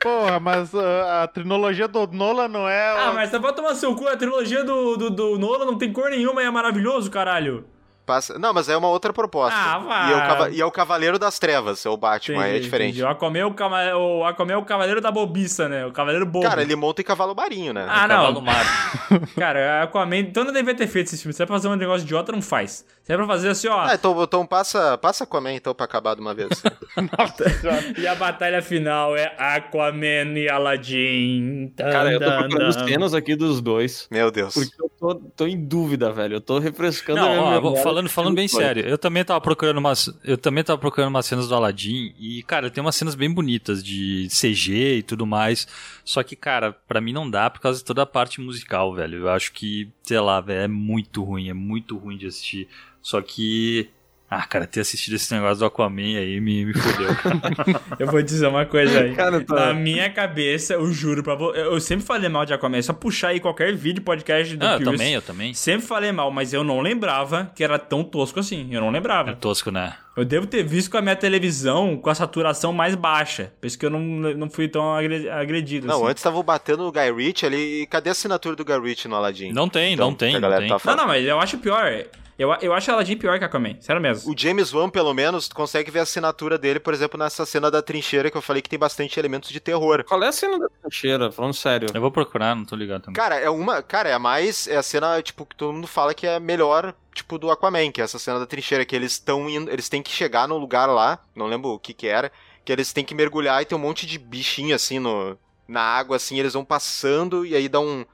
C: Porra, mas ah, a trilogia do Nolan não é.
G: Ah, mas tá pra tomar seu cu. A trilogia do, do, do Nolan não tem cor nenhuma e é maravilhoso, caralho.
D: Passa... Não, mas é uma outra proposta.
G: Ah, vá.
D: E é o, cava- e é o Cavaleiro das Trevas, é o Batman,
G: Entendi,
D: é diferente.
G: entendi. O Aquaman é o, cava- o Aquaman é o cavaleiro da bobiça, né? O cavaleiro bobo.
D: Cara, ele monta em cavalo marinho, né?
G: Ah,
B: Cavalo
G: não.
B: Marinho.
G: Cara, Aquaman... Então não devia ter feito esse filme. Se é pra fazer um negócio idiota, não faz. Se é pra fazer assim, ó...
D: Ah, então, então passa, passa com a mãe, então, pra acabar de uma vez.
G: E a batalha final é Aquaman e Aladdin. Tan,
F: Cara, eu tô
G: tan,
F: procurando
G: tan.
F: cenas aqui dos dois.
D: Meu Deus.
F: Porque eu tô, tô em dúvida, velho. Eu tô refrescando a
B: Não,
F: minha
B: ó,
F: memória.
B: falando, falando bem sério, eu também tava procurando umas, eu também tava procurando umas cenas do Aladdin e cara, tem umas cenas bem bonitas de CG e tudo mais. Só que cara, pra mim não dá por causa de toda a parte musical, velho. Eu acho que, sei lá, velho, é muito ruim, é muito ruim de assistir. Só que ah, cara, ter assistido esse negócio do Aquaman aí me, me fodeu. cara.
G: Eu vou dizer uma coisa aí.
F: Cara, eu tô-
G: Na minha cabeça, eu juro pra você. Eu sempre falei mal de Aquaman. É só puxar aí qualquer vídeo, podcast do
B: ah, eu
G: Piuí.
B: também, eu também.
G: Sempre falei mal, mas eu não lembrava que era tão tosco assim. Eu não
B: É
G: lembrava.
B: tosco, né?
G: Eu devo ter visto com a minha televisão com a saturação mais baixa. Por isso que eu não, não fui tão agre- agredido.
D: Não,
G: assim.
D: antes tava batendo no Guy Ritchie ali. e Cadê a assinatura do Guy Ritchie no Aladdin?
B: Não tem,
D: Então,
B: não tem,
D: que a
B: não
D: galera
B: tem.
D: tá
G: Não,
D: falando.
G: não, mas eu acho pior. Eu, eu acho Aladdin pior que Aquaman. Sério mesmo.
D: O James Wan, pelo menos, tu consegue ver a assinatura dele, por exemplo, nessa cena da trincheira que eu falei que tem bastante elementos de terror.
F: Qual é a cena da trincheira? Falando sério.
B: Eu vou procurar, não tô ligado também.
D: Cara, é uma. Cara, é a mais. É a cena, tipo, que todo mundo fala que é a melhor, tipo, do Aquaman, que é essa cena da trincheira, que eles estão indo. Eles têm que chegar num lugar lá, não lembro o que que era, que eles têm que mergulhar e tem um monte de bichinho assim no, na água, assim, eles vão passando e aí dá um.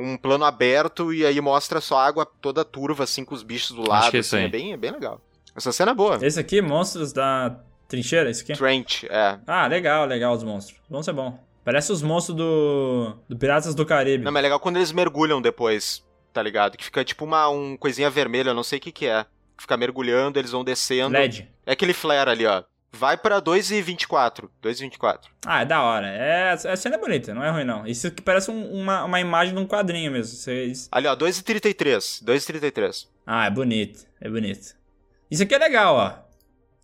D: Um plano aberto e aí mostra só a água toda turva, assim, com os bichos do lado.
B: que é isso
D: assim,
B: aí.
D: é, bem, é bem legal. Essa cena é boa.
G: Esse aqui, Monstros da Trincheira, esse aqui?
D: Trench, é.
G: Ah, legal, legal os monstros. Os monstros é bom. Parece os monstros do, do Piratas do Caribe.
D: Não, mas é legal quando eles mergulham depois, tá ligado? Que fica tipo uma um coisinha vermelha, eu não sei o que que é. Fica mergulhando, eles vão descendo.
G: LED.
D: É aquele flare ali, ó. Vai pra 2,24. 2,24.
G: Ah, é da hora. É, a cena é bonita, não é ruim não. Isso que parece um- uma, uma imagem de um quadrinho mesmo. Vocês...
D: Ali, ó, 2,33. 2,33.
G: Ah, é bonito, é bonito. Isso aqui é legal, ó.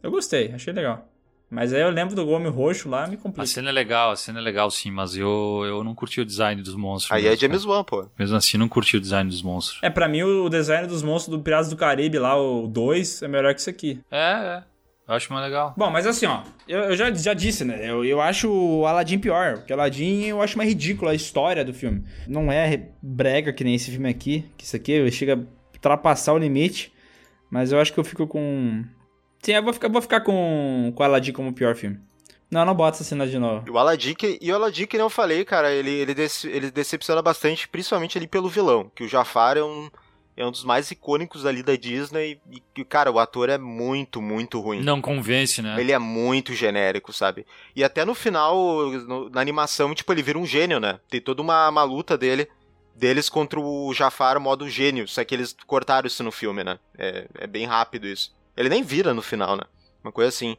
G: Eu gostei, achei legal. Mas aí eu lembro do Gomes Roxo lá, me
B: A
G: complica.
B: cena é legal, a cena é legal sim, mas eu, eu não curti o design dos monstros.
D: Aí é
B: mesmo,
D: James Wan, pô.
B: cara. Mesmo assim, não curti o design dos monstros.
G: É, pra mim o design dos monstros do Piratas do Caribe lá, o 2, é melhor que isso aqui.
B: É, é. Eu acho mais legal.
G: Bom, mas assim, ó, eu, eu já, já disse, né? Eu, eu acho o Aladdin pior, porque Aladdin eu acho mais ridícula a história do filme. Não é brega que nem esse filme aqui, que isso aqui chega a ultrapassar o limite, mas eu acho que eu fico com. Sim, eu vou ficar, vou ficar com, com Aladdin como o pior filme. Não, não bota essa cena de novo.
D: E o Aladdin, que- e o Aladdin, que nem eu falei, cara, ele, ele, dece- ele decepciona bastante, principalmente ali pelo vilão, que o Jafar é um, é um dos mais icônicos ali da Disney. E, e, cara, o ator é muito, muito ruim.
B: Não convence, né?
D: Ele é muito genérico, sabe? E até no final, no- na animação, tipo, ele vira um gênio, né? Tem toda uma, uma luta dele, deles contra o Jafar modo gênio. Só que eles cortaram isso no filme, né? É, é bem rápido isso. Ele nem vira no final, né? Uma coisa assim.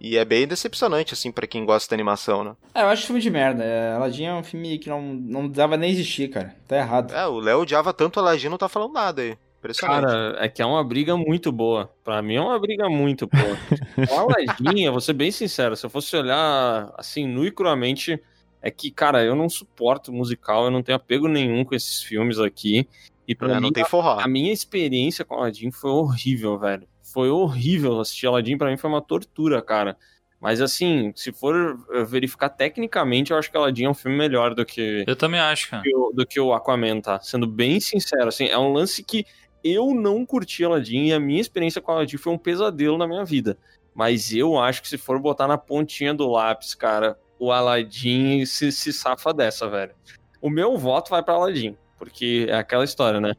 D: E é bem decepcionante, assim, pra quem gosta da animação, né?
G: É, eu acho filme de merda. É, Aladdin é um filme que não, não dava nem existir, cara. Tá errado.
D: É, o Léo odiava tanto a Aladdin, não tá falando nada aí. Impressionante.
F: Cara, é que é uma briga muito boa. Pra mim é uma briga muito boa. O Aladdin, eu vou ser bem sincero, se eu fosse olhar assim, nu e cruamente, é que, cara, eu não suporto musical, eu não tenho apego nenhum com esses filmes aqui. E pra
D: né?
F: mim,
D: Não tem forró.
F: a minha experiência com Aladdin foi horrível, velho. Foi horrível assistir Aladdin, pra mim foi uma tortura, cara. Mas assim, se for eh, verificar tecnicamente, eu acho que Aladdin é um filme melhor do que
B: Eu também acho, cara.
F: que o- do que o Aquaman, tá? Sendo bem sincero, assim, é um lance que eu não curti Aladdin e a minha experiência com Aladdin foi um pesadelo na minha vida. Mas eu acho que se for botar na pontinha do lápis, cara, o Aladdin se, se safa dessa, velho. O meu voto vai pra Aladdin, porque é aquela história, né?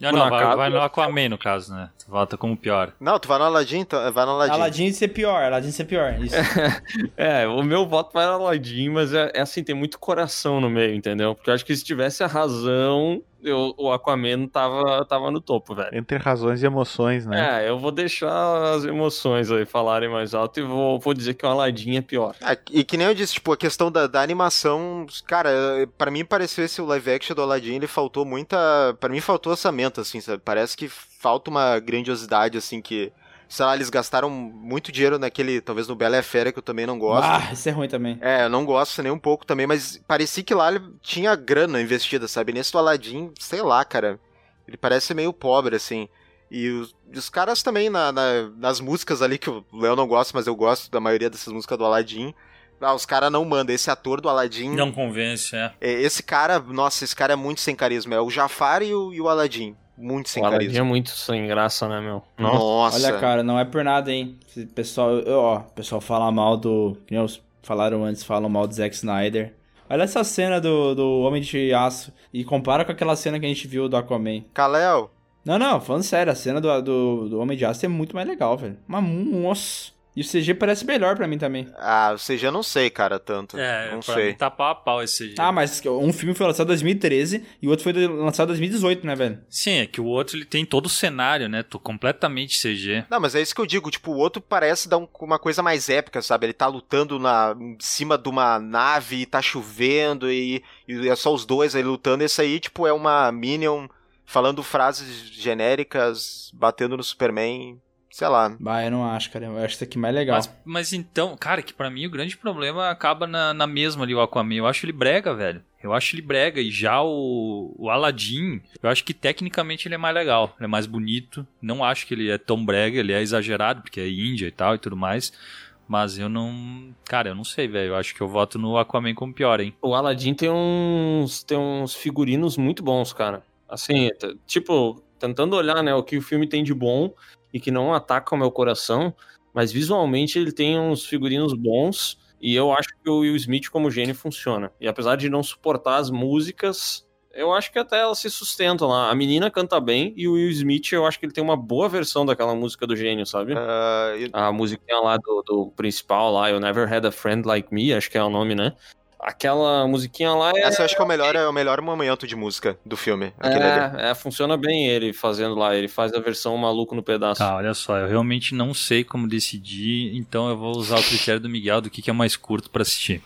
B: Não, não,
F: Na
B: vai,
F: casa-
B: vai no Aquaman, no caso, né? Tu Vota como pior.
D: Não, tu vai no Aladdin, então, vai no Aladdin.
G: Aladdin ser pior, Aladdin ser pior. Isso.
F: É, o meu voto vai pra Aladdin, mas é, é assim, tem muito coração no meio, entendeu? Porque eu acho que se tivesse a razão, eu- o Aquaman tava, tava no topo, velho.
C: Entre razões e emoções, né?
F: É, eu vou deixar as emoções aí falarem mais alto e vou, vou dizer que o Aladdin é pior.
D: Ah, e que nem eu disse, tipo, a questão da, da animação, cara, eh, pra mim pareceu esse live action do Aladdin, ele faltou muita, Pra mim faltou orçamento assim, sabe? Parece que falta uma grandiosidade assim que, sei lá, eles gastaram muito dinheiro naquele, talvez no Bela e a Fera que eu também não gosto.
G: Ah, isso é ruim também.
D: É, eu não gosto nem um pouco também, mas parecia que lá ele tinha grana investida, sabe? Nesse do Aladdin, sei lá, cara. Ele parece meio pobre, assim. E os, e os caras também, na- na- nas músicas ali, que o Léo não gosta, mas eu gosto da maioria dessas músicas do Aladdin. Ah, os caras não mandam. Esse ator do Aladdin.
B: Não convence, é.
D: é, Esse cara, nossa, esse cara é muito sem carisma. É o Jafar e o, e o Aladdin. Muito sem
F: o Aladdin é
D: carisma.
F: muito sem graça, né, meu?
D: Nossa.
G: Olha, cara, não é por nada, hein? Esse Pessoal, eu- ó, o pessoal fala mal do. que nem os falaram antes, falam mal do Zack Snyder. Olha essa cena do, do Homem de Aço e compara com aquela cena que a gente viu do Aquaman.
D: Kalel,
G: Não, não, falando sério, a cena do, do, do Homem de Aço é muito mais legal, velho. Mas, nossa. E o CG parece melhor pra mim também.
D: ah, você já não sei, cara, tanto.
B: É,
D: não
B: pra
D: sei.
B: mim tá pau a pau esse.
G: Ah, mas um filme foi lançado em 2013 e o outro foi lançado em 2018, né, velho?
B: Sim, é que o outro ele tem todo o cenário, né? Tô completamente CG.
D: Não, mas é isso que eu digo, tipo, o outro parece dar um- uma coisa mais épica, sabe? Ele tá lutando na, em cima de uma nave, e tá chovendo e, e é só os dois aí lutando. Esse aí, tipo, é uma Minion falando frases genéricas, batendo no Superman, sei lá.
G: Bah, eu não acho, cara. Eu acho isso aqui mais legal.
B: Mas, mas então, cara, que pra mim o grande problema acaba na, na mesma ali, o Aquaman. Eu acho ele brega, velho. Eu acho ele brega. E já o, o Aladdin, eu acho que tecnicamente ele é mais legal. Ele é mais bonito. Não acho que ele é tão brega, ele é exagerado, porque é Índia e tal e tudo mais. Mas eu não. Cara, eu não sei, velho. Eu acho que eu voto no Aquaman como pior, hein?
F: O Aladdin tem uns, tem uns figurinos muito bons, cara. Assim, t- tipo, tentando olhar, né, o que o filme tem de bom e que não ataca o meu coração, mas visualmente ele tem uns figurinos bons e eu acho que o Will Smith como gênio funciona. E apesar de não suportar as músicas, eu acho que até elas se sustentam lá. A menina canta bem e o Will Smith, eu acho que ele tem uma boa versão daquela música do gênio, sabe?
D: Ah, e-
F: a musiquinha lá do, do principal lá, You Never Had a Friend Like Me, acho que é o nome, né? Aquela musiquinha lá é,
D: Essa eu acho que é o melhor, é o melhor momento de música do filme. Aquele ali.
F: é, é, funciona bem ele fazendo lá, ele faz a versão maluco no pedaço.
B: Tá, olha só, eu realmente não sei como decidir, então eu vou usar o critério do Miguel do que, que é mais curto pra assistir.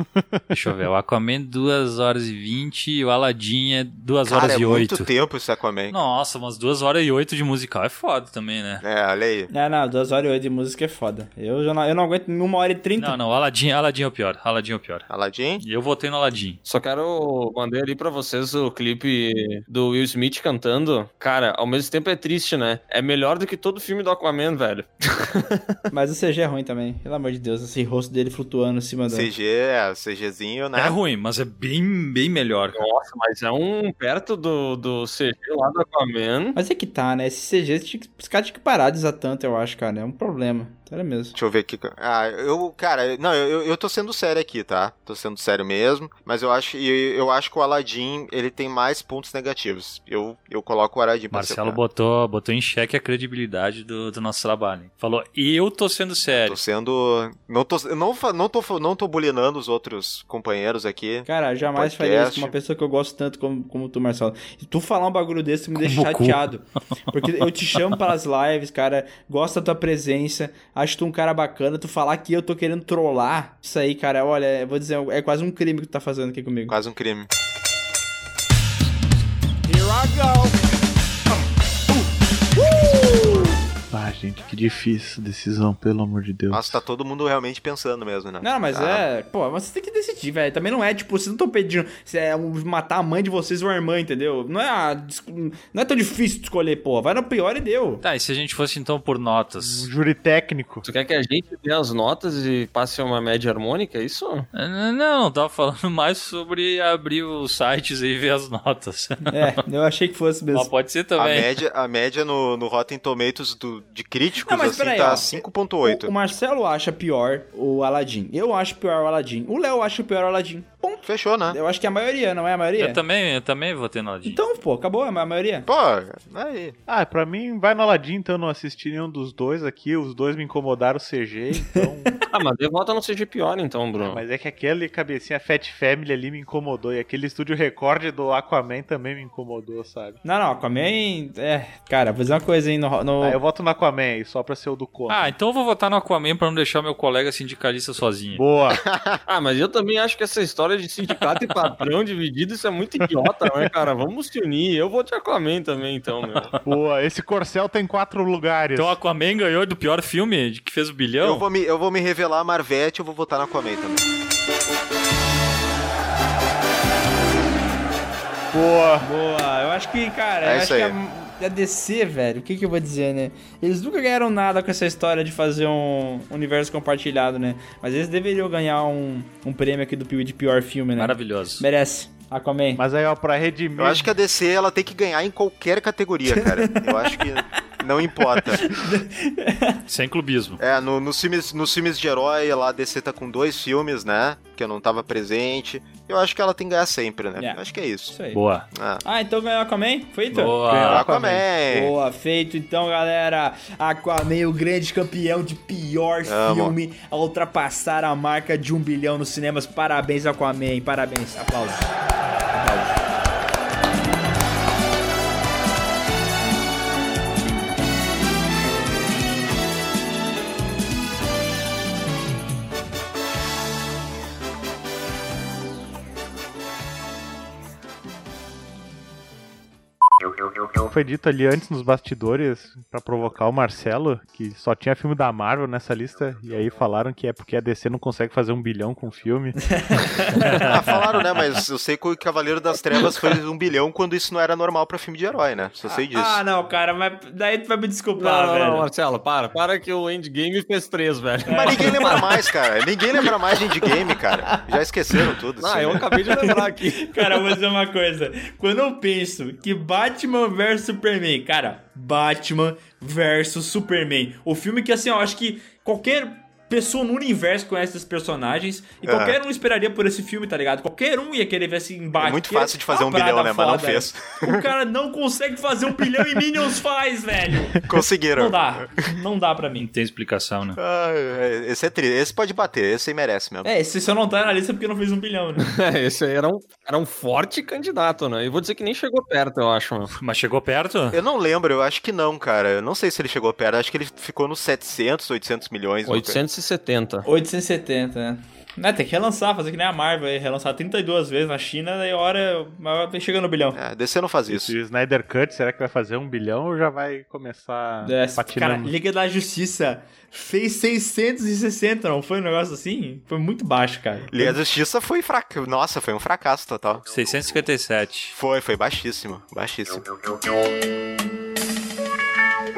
B: Deixa eu ver, o Aquaman 2 horas e 20 e o Aladdin é 2
D: Cara,
B: horas
D: é
B: e
D: muito
B: 8.
D: tempo esse Aquaman.
B: Nossa, umas 2 horas e 8 de musical é foda também, né?
D: É, olha aí.
G: Não, não, 2 horas e 8 de música é foda. Eu, já não, eu não aguento 1 hora e 30.
B: Não, não, Aladdin, Aladdin é o pior, Aladdin é o pior.
D: Aladdin?
B: E eu votei no Aladdin.
F: Só quero mandar ali pra vocês o clipe do Will Smith cantando. Cara, ao mesmo tempo é triste, né? É melhor do que todo filme do Aquaman, velho.
G: Mas o CG é ruim também. Pelo amor de Deus, esse rosto dele flutuando em cima da.
D: CG, é, CGzinho, né?
B: É ruim, mas é bem, bem melhor. cara.
F: Nossa, mas é um perto do, do CG lá do Aquaman.
G: Mas é que tá, né? Esse CG, tinha que- os caras tinham que parar de usar tanto, eu acho, cara. É um problema. Sério mesmo.
D: Deixa eu ver aqui. Ah, eu, cara, não, eu, eu tô sendo sério aqui, tá? Tô sendo sério mesmo. Mas eu acho, eu, eu acho que o Aladdin, ele tem mais pontos negativos. Eu, eu coloco o Aladdin pra
B: Marcelo
D: ser. o cara.
B: botou, botou em xeque a credibilidade do, do nosso trabalho. Falou, eu tô sendo sério.
D: Tô sendo. Não tô, eu não, fa- não, tô, não tô bulinando os outros companheiros aqui.
G: Cara, eu jamais
D: Podcast.
G: faria isso com uma pessoa que eu gosto tanto como, como tu, Marcelo. Se tu falar um bagulho desse, tu me deixa
B: Como cu.
G: chateado. Porque eu te chamo pelas lives, cara. Gosto da tua presença. Acho tu um cara bacana. Tu falar que eu tô querendo trollar. Isso aí, cara, olha, eu vou dizer, é quase um crime que tu tá fazendo aqui comigo.
D: Quase um crime.
C: Ah, gente, que difícil decisão, pelo amor de Deus.
D: Nossa, tá todo mundo realmente pensando mesmo, né?
G: Não, mas
D: Ah,
G: é. Pô, mas você tem que decidir, velho. Também não é, tipo, vocês não estão pedindo se é um- matar a mãe de vocês ou a irmã, entendeu? Não é, a- não é tão difícil de escolher, pô. Vai no pior e deu.
B: Tá, e se a gente fosse então por notas?
C: Um júri técnico.
F: Tu quer que a gente dê as notas e passe uma média harmônica, é isso?
B: Não, não, tava falando mais sobre abrir os sites e ver as notas.
G: É, eu achei que fosse
B: Mas
G: mesmo.
B: pode ser
D: A
B: também.
D: média, a média no, no Rotten Tomatoes do, de críticos,
G: Não, mas
D: assim,
G: peraí,
D: tá
G: ó. O, o
D: 5.8.
G: Marcelo acha pior o Aladdin. Eu acho pior o Aladdin. O Léo acha pior o Aladdin. Ponto.
D: Fechou, né?
G: Eu acho que é a maioria, não é a maioria?
B: Ah. Eu também, eu também votei no Aladdin.
G: Então, pô, acabou, é a maioria.
D: Pô, aí.
C: Ah, pra mim, vai no Aladdin, então eu não assisti nenhum dos dois aqui. Os dois me incomodaram o CG, então.
F: Ah, mas devota não seja pior então, Bruno.
C: Mas é que aquele cabecinha Fat Family ali me incomodou. E aquele estúdio recorde do Aquaman também me incomodou, sabe?
G: Não, não, com a minha. É, cara, vou dizer uma coisa, hein? No, no-
C: Ah, eu voto no Aquaman aí, só pra ser o do contra.
B: Ah, então eu vou votar no Aquaman pra não deixar meu colega sindicalista sozinho.
C: Boa!
F: Ah, mas eu também acho que essa história de sindicato e patrão dividido, isso é muito idiota, né, cara? Vamos se unir. Eu vou te Aquaman também, então, meu.
C: Boa, esse corcel tem quatro lugares.
B: Então o Aquaman ganhou do pior filme de que fez o bilhão?
D: Eu vou, me, eu vou me revelar a Marvete, eu vou votar na Aquaman também.
C: Boa!
G: Boa, eu acho que, cara,
D: É
G: eu acho
D: isso
G: que
D: É aí.
G: a- da DC, velho, o que, que eu vou dizer, né? Eles nunca ganharam nada com essa história de fazer um universo compartilhado, né? Mas eles deveriam ganhar um, um prêmio aqui do Piuí de pior filme, né?
B: Maravilhoso.
D: Então,
G: Merece. Aquaman.
C: Mas aí, ó, pra redimir.
D: Eu acho que a DC ela tem que ganhar em qualquer categoria, cara. Eu acho que não importa.
B: Sem clubismo.
D: É, no, nos, filmes, nos filmes de herói, lá a DC tá com dois filmes, né? Que eu não tava presente. Eu acho que ela tem que ganhar sempre, né?
G: Yeah.
D: Eu Acho que é isso.
G: Isso aí.
B: Boa.
D: Ah.
G: Ah, então ganhou Aquaman? Feito?
D: então,
B: Boa.
D: Aquaman.
G: Boa, feito então, galera. Aquaman, o grande campeão de pior
D: Amo.
G: filme a ultrapassar a marca de um bilhão nos cinemas. Parabéns, Aquaman. Parabéns. Aplausos. Aplausos.
C: Foi dito ali antes nos bastidores pra provocar o Marcelo, que só tinha filme da Marvel nessa lista, e aí falaram que é porque a DC não consegue fazer um bilhão com filme.
D: Ah, falaram, né? Mas eu sei que o Cavaleiro das Trevas foi um bilhão quando isso não era normal pra filme de herói, né? Só sei disso.
G: Ah, não, cara, mas daí tu vai me desculpar,
F: Não, não,
G: velho.
F: não, Marcelo, para. Para que o Endgame fez três, velho.
D: Mas ninguém lembra mais, cara. Ninguém lembra mais de Endgame, cara. Já esqueceram tudo.
F: Ah,
D: assim,
F: eu
D: né?
F: acabei de lembrar aqui.
G: Cara, eu vou dizer uma coisa. Quando eu penso que Batman vs Superman, cara, Batman versus Superman. O filme que, assim, eu acho que qualquer pessoa no universo conhece esses personagens e
D: Aham.
G: qualquer um esperaria por esse filme, tá ligado? Qualquer um ia querer ver esse embate.
D: É. É muito
G: porque
D: fácil de fazer
G: é
D: um
G: uma
D: bilhão,
G: parada
D: né? Mas não
G: foda.
D: fez.
G: O cara não consegue fazer um bilhão e Minions faz, velho.
D: Conseguiram.
G: Não dá. Não dá pra mim.
B: Não tem explicação, né?
D: Ah, é, esse é triste. Esse pode bater. Esse aí merece mesmo.
G: É, se só não tá na lista é porque não fez um bilhão, né?
F: É, Esse aí era um, era um forte candidato, né? E vou dizer que nem chegou perto, eu acho, meu.
B: Mas chegou perto?
D: Eu não lembro. Eu acho que não, cara. Eu não sei se ele chegou perto. Acho que ele ficou nos 700, 800 milhões. uma
F: 870.
G: 870, né? Né, tem que relançar, fazer que nem a Marvel aí, relançar 32 vezes na China, daí hora, uma hora chega no bilhão.
D: coisa. É, DC não faz
C: Se
D: isso.
C: o Snyder Cut, será que vai fazer um bilhão ou já vai começar
G: É, cara,
C: patinando?
G: Liga da Justiça fez 660, não foi um negócio assim? Foi muito baixo, cara.
D: Liga da Justiça foi fraco. Nossa, foi um fracasso total.
B: 657.
D: Foi, foi baixíssimo. Baixíssimo.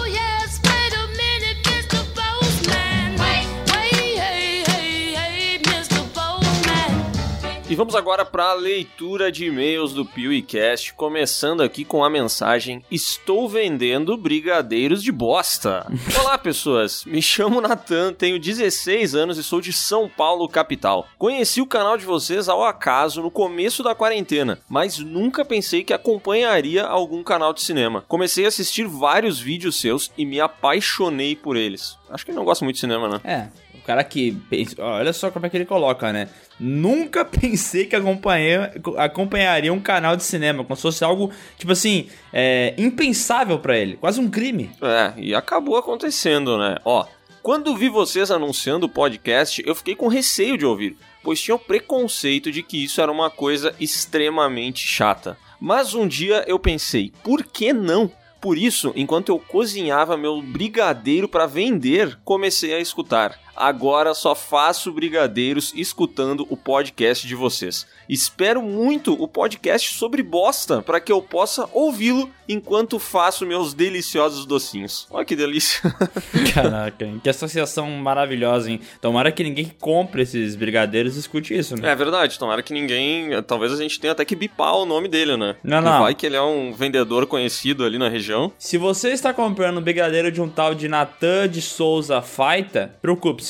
L: oh yes, wait a minute, Mr. Postman. Wait, wait, hey, hey, hey, Mr. Postman.
F: E vamos agora para a leitura de e-mails do PeeWeeCast, começando aqui com a mensagem Estou vendendo brigadeiros de bosta. Olá, pessoas. Me chamo Natan, tenho 16 anos e sou de São Paulo, capital. Conheci o canal de vocês ao acaso no começo da quarentena, mas nunca pensei que acompanharia algum canal de cinema. Comecei a assistir vários vídeos seus e me apaixonei por eles. Acho que ele não gosta muito de cinema, né?
G: É, o cara que pensa, ó, olha só como é que ele coloca, né? Nunca pensei que acompanhei, acompanharia um canal de cinema, como se fosse algo, tipo assim, é, impensável pra ele, quase um crime.
F: É, e acabou acontecendo, né? Ó, quando vi vocês anunciando o podcast, eu fiquei com receio de ouvir, pois tinha o preconceito de que isso era uma coisa extremamente chata. Mas um dia eu pensei, por que não? Por isso, enquanto eu cozinhava meu brigadeiro para vender, comecei a escutar. Agora só faço brigadeiros escutando o podcast de vocês. Espero muito o podcast sobre bosta para que eu possa ouvi-lo enquanto faço meus deliciosos docinhos. Olha que delícia.
G: Caraca, hein? que associação maravilhosa, hein? Tomara que ninguém que compre esses brigadeiros escute isso, né?
F: É verdade, tomara que ninguém. Talvez a gente tenha até que bipar o nome dele, né?
G: Não, Ah, não.
F: Vai que ele é um vendedor conhecido ali na região.
G: Se você está comprando um brigadeiro de um tal de Natan de Souza Faita, preocupe-se.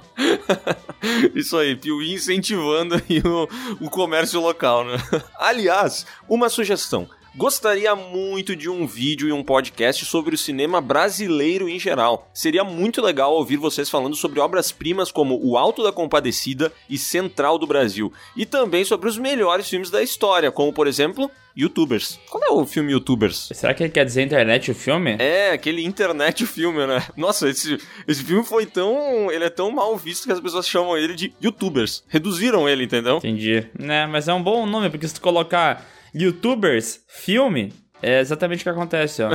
F: Isso aí, Piuí incentivando aí o, o comércio local, né? Aliás, uma sugestão. Gostaria muito de um vídeo e um podcast sobre o cinema brasileiro em geral. Seria muito legal ouvir vocês falando sobre obras-primas como O Alto da Compadecida e Central do Brasil. E também sobre os melhores filmes da história, como, por exemplo, Youtubers. Qual é o filme Youtubers?
G: Será que ele quer dizer internet o filme?
F: É, aquele internet o filme, né? Nossa, esse, esse filme foi tão. Ele é tão mal visto que as pessoas chamam ele de youtubers. Reduziram ele, entendeu?
G: Entendi. Né, mas é um bom nome, porque se tu colocar youtubers, filme, é exatamente o que acontece, ó.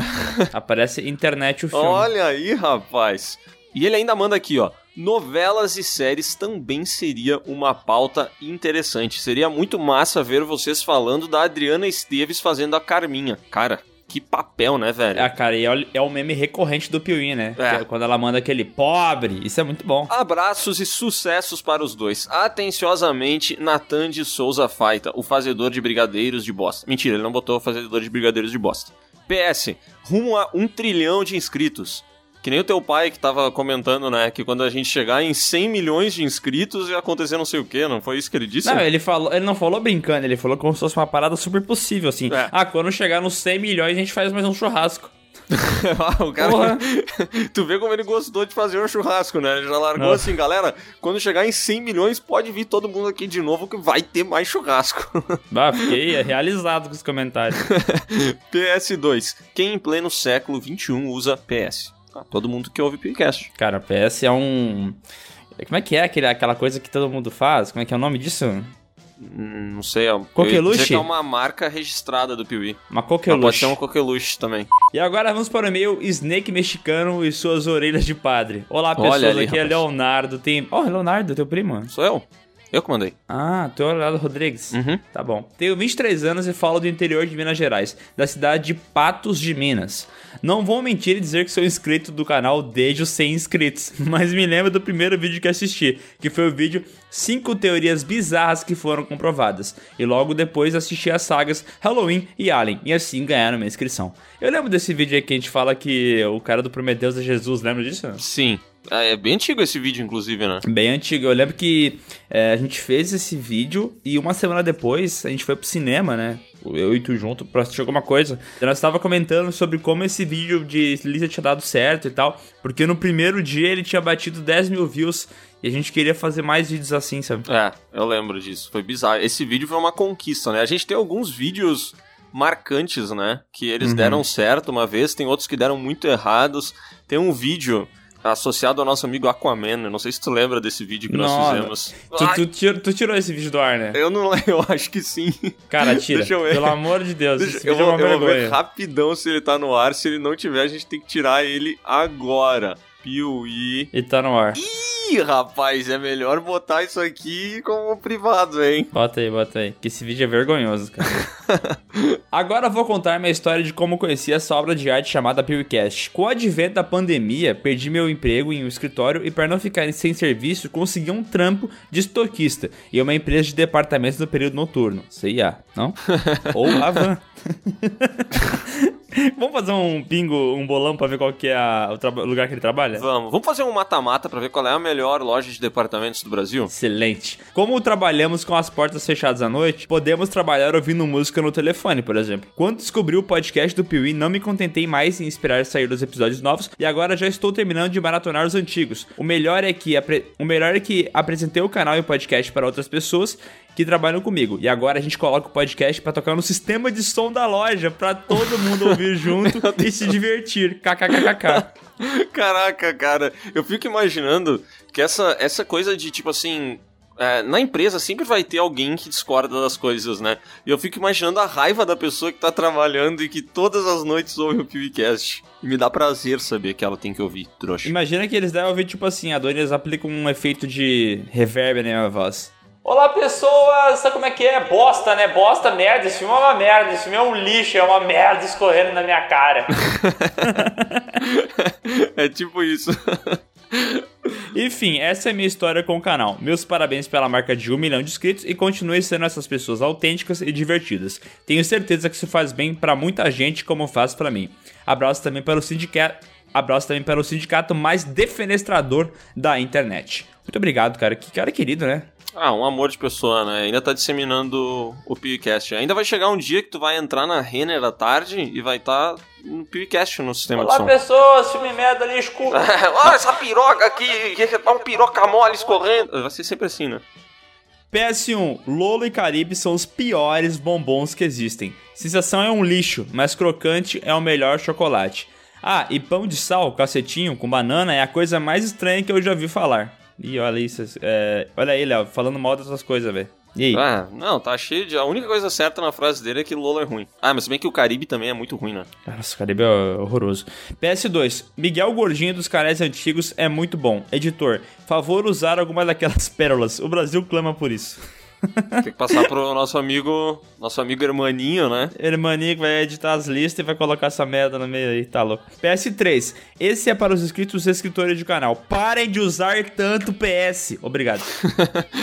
G: Aparece internet o filme.
F: Olha aí, rapaz. E ele ainda manda aqui, ó. novelas e séries também seria uma pauta interessante. Seria muito massa ver vocês falando da Adriana Esteves fazendo a Carminha. Cara, que papel, né, velho?
G: Ah, cara, e é o- é o meme recorrente do Piuí, né?
F: É.
G: Que é Quando ela manda aquele pobre, isso é muito bom.
F: Abraços e sucessos para os dois. Atenciosamente, Natan de Souza Faita, o fazedor de brigadeiros de bosta. Mentira, ele não botou o fazedor de brigadeiros de bosta. PS, rumo a um trilhão de inscritos. Que nem o teu pai que tava comentando, né? Que quando a gente chegar em 100 milhões de inscritos ia acontecer não sei o que, não foi isso que ele disse?
G: Não, é- ele falou, ele não falou brincando, ele falou como se fosse uma parada super possível, assim.
F: É.
G: Ah, quando chegar nos 100 milhões, a gente faz mais um churrasco.
F: Ah, o cara.
G: Porra.
F: tu vê como ele gostou de fazer um churrasco, né? Ele já largou
G: Não.
F: assim, galera. Quando chegar em 100 milhões, pode vir todo mundo aqui de novo que vai ter mais churrasco.
G: Ah, fiquei realizado com os comentários.
F: PS2. Quem em pleno século XXI usa PS? Ah, todo mundo que ouve podcast.
G: Cara, PS é um. Como é que é aquele, aquela coisa que todo mundo faz? Como é que é o nome disso?
F: Hum, Não sei, é um-
G: Coqueluche?
F: eu ia dizer que é uma marca registrada do Piuí.
G: Uma
F: Mas Pode ser
G: coqueluche.
F: um coqueluche também.
G: E agora vamos para o e-mail Snake Mexicano e suas orelhas de padre. Olá, pessoas.
F: Olha ali,
G: aqui é
F: rapaz.
G: Leonardo. Tem. Oh, Leonardo, teu primo?
F: Sou eu? Eu que mandei.
G: Ah, tu é o Leonardo Rodrigues?
F: Uhum.
G: Tá bom. Tenho 23 anos e falo do interior de Minas Gerais, da cidade de Patos de Minas. Não vou mentir e dizer que sou inscrito do canal desde os 100 inscritos, mas me lembro do primeiro vídeo que assisti, que foi o vídeo 5 teorias bizarras que foram comprovadas. E logo depois assisti as sagas Halloween e Alien, e assim ganharam minha inscrição. Eu lembro desse vídeo aí que a gente fala que o cara do Prometheus é Jesus, lembra disso?
F: Sim. Ah, É bem antigo esse vídeo, inclusive, né?
G: Bem antigo. Eu lembro que é, a gente fez esse vídeo e uma semana depois a gente foi pro cinema, né? Eu e tu junto pra assistir alguma coisa. E nós tava comentando sobre como esse vídeo de Lisa tinha dado certo e tal. Porque no primeiro dia ele tinha batido 10 mil views e a gente queria fazer mais vídeos assim, sabe?
F: É, eu lembro disso. Foi bizarro. Esse vídeo foi uma conquista, né? A gente tem alguns vídeos marcantes, né? Que eles
G: Uhum.
F: deram certo uma vez, tem outros que deram muito errados. Tem um vídeo associado ao nosso amigo Aquaman. Eu não sei se tu lembra desse vídeo que nós
G: Não,
F: fizemos.
G: Tu,
F: Ai,
G: tu tirou, tu tirou esse vídeo do ar, né?
F: Eu não lembro, eu acho que sim.
G: Cara, tira.
F: Deixa eu ver.
G: Pelo amor de Deus,
F: Deixa-
G: esse
F: eu,
G: vídeo é
F: vou,
G: uma
F: eu vou ver
G: vergonha.
F: rapidão se ele tá no ar. Se ele não tiver, a gente tem que tirar ele agora. Piuí.
G: E tá no ar.
F: Ih, rapaz, é melhor botar isso aqui como privado, hein?
G: Bota aí, bota aí. Que esse vídeo é vergonhoso, cara. Agora vou contar minha história de como conheci essa obra de arte chamada Pewcast. Com o advento da pandemia, perdi meu emprego em um escritório e, para não ficar sem serviço, consegui um trampo de estoquista em uma empresa de departamentos no período noturno. CIA, não? Ou Avan. Vamos fazer um pingo, um bolão pra ver qual que é a- o traba- o lugar que ele trabalha?
F: Vamos, vamos fazer um mata-mata pra ver qual é a melhor loja de departamentos do Brasil?
G: Excelente. Como trabalhamos com as portas fechadas à noite, podemos trabalhar ouvindo música no telefone, por exemplo. Quando descobri o podcast do Piuí, não me contentei mais em esperar sair dos episódios novos e agora já estou terminando de maratonar os antigos. O melhor é que apre- o melhor é que apresentei o canal e o podcast para outras pessoas que trabalham comigo. E agora a gente coloca o podcast para tocar no sistema de som da loja para todo mundo ouvir junto e se divertir. KKKKK.
F: Caraca, cara, eu fico imaginando que essa, essa coisa de tipo assim. é, na empresa sempre vai ter alguém que discorda das coisas, né? E eu fico imaginando a raiva da pessoa que tá trabalhando e que todas as noites ouve o PewCast. E me dá prazer saber que ela tem que ouvir, trouxa.
G: Imagina que eles devem ouvir tipo assim, a Dona eles aplicam um efeito de reverb na minha voz.
N: Olá pessoas, sabe como é que é? Bosta, né? Bosta, merda. Esse filme é uma merda. Esse filme é um lixo, é uma merda escorrendo na minha cara.
F: é tipo isso.
G: Enfim, essa é a minha história com o canal. Meus parabéns pela marca de um milhão de inscritos e continue sendo essas pessoas autênticas e divertidas. Tenho certeza que isso faz bem pra muita gente, como faz pra mim. Abraço também para o sindicato. Abraço também para o sindicato mais defenestrador da internet. Muito obrigado, cara. Que cara querido, né?
F: Ah, um amor de pessoa, né? Ainda tá disseminando o PewCast. Ainda vai chegar um dia que tu vai entrar na Renner à tarde e vai estar tá no PewCast no sistema de som.
N: pessoas, filme merda, lixo, cu.
F: Olha essa piroca aqui, tá um piroca mole escorrendo. Vai ser sempre assim, né?
G: PS1, Lolo e Caribe são os piores bombons que existem. Sensação é um lixo, mas crocante é o melhor chocolate. Ah, e pão de sal, cacetinho, com banana é a coisa mais estranha que eu já vi falar. Ih, olha isso. é, Olha aí, Léo, falando mal dessas coisas, velho. E aí?
F: Ah, não, tá cheio de. A única coisa certa na frase dele é que Lola é ruim. Ah, mas se bem que o Caribe também é muito ruim, né?
G: Nossa, o Caribe é horroroso. PS2. Miguel Gordinho dos Canais Antigos é muito bom. Editor, favor usar alguma daquelas pérolas. O Brasil clama por isso.
F: Tem que passar pro nosso amigo. Nosso amigo hermaninho, né?
G: Hermaninho que vai editar as listas e vai colocar essa merda no meio aí, tá louco. PS3. Esse é para os inscritos e escritores do canal. Parem de usar tanto PS. Obrigado.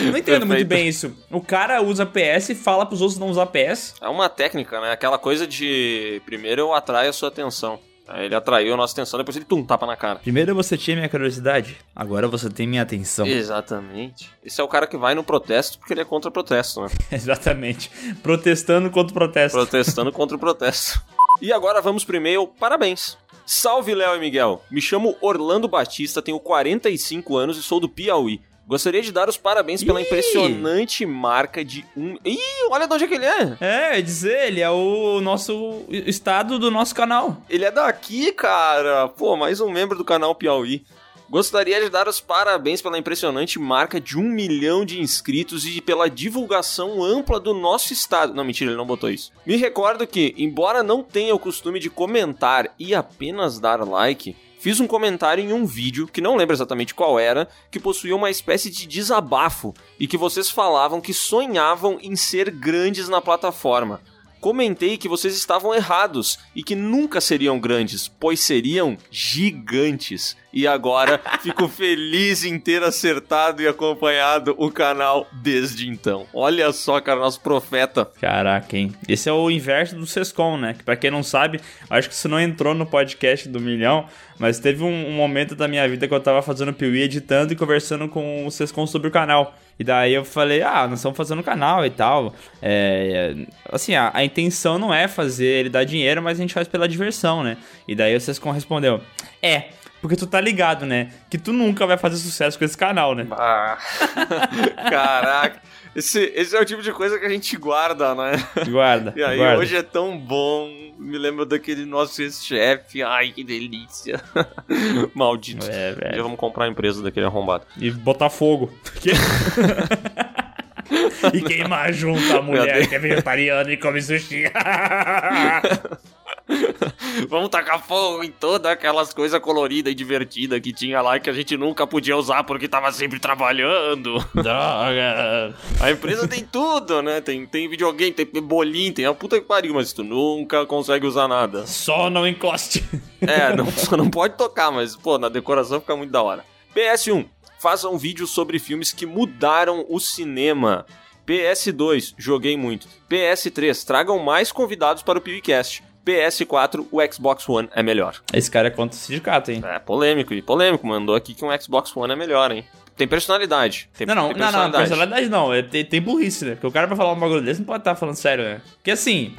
G: Eu não entendo muito
F: Perfeito.
G: bem isso. O cara usa PS e fala pros outros não usar PS.
F: É uma técnica, né? Aquela coisa de. Primeiro eu atraio a sua atenção. Aí ele atraiu a nossa atenção, depois ele tum, tapa na cara.
G: Primeiro você tinha minha curiosidade, agora você tem minha atenção.
F: Exatamente. Esse é o cara que vai no protesto porque ele é contra protesto, né?
G: Exatamente. Protestando contra o protesto.
F: Protestando contra o protesto. E agora vamos pro e-mail. Parabéns. Salve, Léo e Miguel. Me chamo Orlando Batista, tenho 45 anos e sou do Piauí. Gostaria de dar os parabéns pela impressionante marca de um. Ih, olha de onde é que ele é!
G: É, eu ia dizer, ele é o nosso estado do nosso canal.
F: Ele é daqui, cara! Pô, mais um membro do canal Piauí. Gostaria de dar os parabéns pela impressionante marca de um milhão de inscritos e pela divulgação ampla do nosso estado. Não, mentira, ele não botou isso. Me recordo que, embora não tenha o costume de comentar e apenas dar like, fiz um comentário em um vídeo, que não lembro exatamente qual era, que possuía uma espécie de desabafo e que vocês falavam que sonhavam em ser grandes na plataforma. Comentei que vocês estavam errados e que nunca seriam grandes, pois seriam gigantes. E agora fico feliz em ter acertado e acompanhado o canal desde então. Olha só, cara, nosso profeta.
G: Caraca, hein? Esse é o inverso do Sescom, né? Que pra quem não sabe, acho que isso não entrou no podcast do Milhão, mas teve um, um momento da minha vida que eu tava fazendo Piuí, editando e conversando com o Sescom sobre o canal. E daí eu falei, ah, nós estamos fazendo o canal e tal. É, é, assim, a, a intenção não é fazer ele dar dinheiro, mas a gente faz pela diversão, né? E daí o Sescom respondeu, é, porque tu tá ligado, né? Que tu nunca vai fazer sucesso com esse canal, né?
F: Ah, caraca. Esse, esse é o tipo de coisa que a gente guarda, né?
G: Guarda,
F: E aí,
G: guarda.
F: hoje é tão bom. Me lembro daquele nosso ex-chefe. Ai, que delícia. Maldito.
G: É, velho.
F: Já vamos comprar a empresa daquele arrombado.
G: E botar fogo. e queimar junto a mulher
F: Deus.
G: que é vegetariana e come sushi.
F: Vamos tacar fogo em todas aquelas coisas coloridas e divertidas que tinha lá e que a gente nunca podia usar porque tava sempre trabalhando.
G: Droga.
F: A empresa tem tudo, né? Tem, tem videogame, tem bolinho, tem a puta que pariu, mas tu nunca consegue usar nada.
G: Só não encoste.
F: É, não, só não pode tocar, mas, pô, na decoração fica muito da hora. PS1, faça um vídeo sobre filmes que mudaram o cinema. PS2, joguei muito. PS3, tragam mais convidados para o PewCast. PS4, o Xbox One é melhor.
G: Esse cara é contra o sindicato, hein?
F: É, polêmico, e polêmico. Mandou aqui que um Xbox One é melhor, hein? Tem personalidade. Tem,
G: Não, não,
F: tem
G: não, não, personalidade não. É, tem, tem burrice, né? Porque o cara pra falar um bagulho desse não pode estar falando sério, né? Porque assim,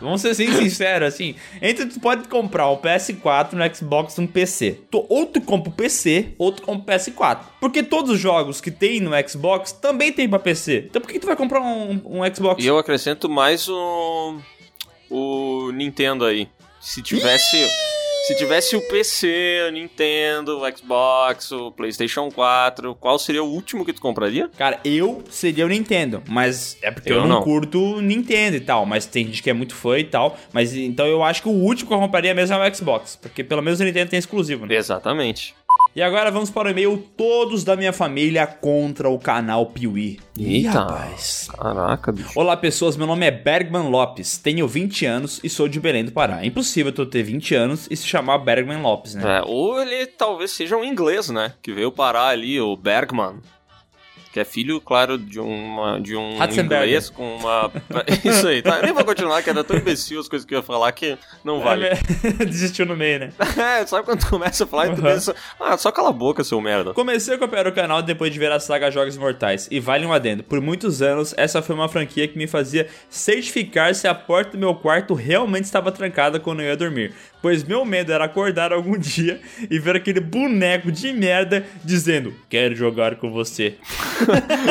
G: vamos ser assim, sinceros, assim. Entre tu pode comprar um o PS4 no Xbox e um PC. Tu, ou tu compra o PC, ou tu compra o PS4. Porque todos os jogos que tem no Xbox também tem pra PC. Então por que tu vai comprar um, um Xbox?
F: E eu acrescento mais o. O Nintendo aí. Se tivesse. Se tivesse o PC, o Nintendo, o Xbox, o PlayStation 4, qual seria o último que tu compraria?
G: Cara, eu seria o Nintendo, mas é porque eu,
F: Eu
G: não,
F: não.
G: curto Nintendo e tal, mas tem gente que é muito fã e tal, mas então eu acho que o último que eu compraria mesmo é o Xbox, porque pelo menos o Nintendo tem exclusivo, né?
F: Exatamente.
G: E agora vamos para o e-mail todos da minha família contra o canal Piuí. Ih,
F: Eita.
G: rapaz.
F: Caraca, bicho.
G: Olá, pessoas. Meu nome é Bergman Lopes. Tenho 20 anos e sou de Belém do Pará. É impossível tu ter 20 anos e se chamar Bergman Lopes, né?
F: É, ou ele talvez seja um inglês, né? Que veio parar ali, o Bergman. Que é filho, claro, de, uma, de um
G: Ratzenberger.
F: inglês com uma. Isso aí, tá? Eu nem vou continuar, que era tão imbecil as coisas que eu ia falar que
G: É
F: não vale.
G: Desistiu no meio, né?
F: É, sabe quando tu começa a falar e tu
G: Uhum.
F: pensa, ah, só cala a boca, seu merda.
G: Comecei a acompanhar o canal depois de ver a saga Jogos Mortais, e vale um adendo, por muitos anos essa foi uma franquia que me fazia certificar se a porta do meu quarto realmente estava trancada quando eu ia dormir. pois meu medo era acordar algum dia e ver aquele boneco de merda dizendo: Quero jogar com você.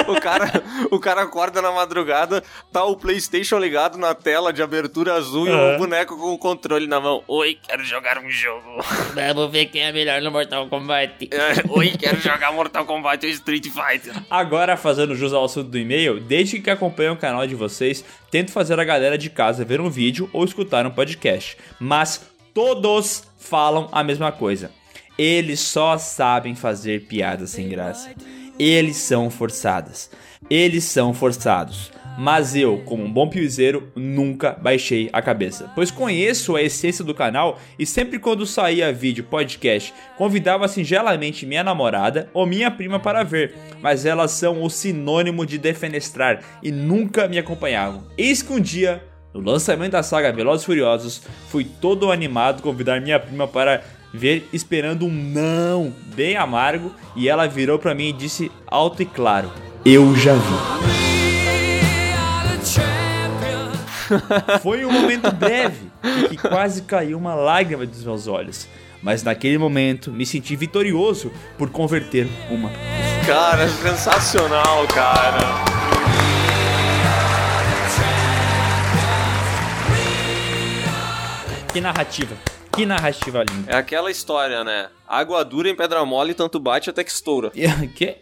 F: O cara, o cara acorda na madrugada, tá o PlayStation ligado na tela de abertura azul e o
G: Aham.
F: boneco com o controle na mão. Oi, quero jogar um jogo.
J: Vamos ver quem é melhor no Mortal Kombat.
F: Oi, quero jogar Mortal Kombat ou Street Fighter.
G: Agora, fazendo jus ao assunto do e-mail, desde que acompanho o canal de vocês, tento fazer a galera de casa ver um vídeo ou escutar um podcast. Mas todos falam a mesma coisa. Eles só sabem fazer piadas sem graça. Eles são forçadas. Eles são forçados. Mas eu, como um bom piuzeiro, nunca baixei a cabeça. Pois conheço a essência do canal e sempre quando saía vídeo, podcast, convidava singelamente minha namorada ou minha prima para ver. Mas elas são o sinônimo de defenestrar e nunca me acompanhavam. Eis que um dia, no lançamento da saga Velozes e Furiosos, fui todo animado convidar minha prima para ver esperando um não bem amargo e ela virou para mim e disse alto e claro: "Eu já vi". Foi um momento breve em que quase caiu uma lágrima dos meus olhos. Mas naquele momento me senti vitorioso por converter uma.
F: Cara, sensacional, cara.
G: Que narrativa. Que narrativa linda.
F: É aquela história, né? Água dura em pedra mole, tanto bate até que estoura.
G: E- Que?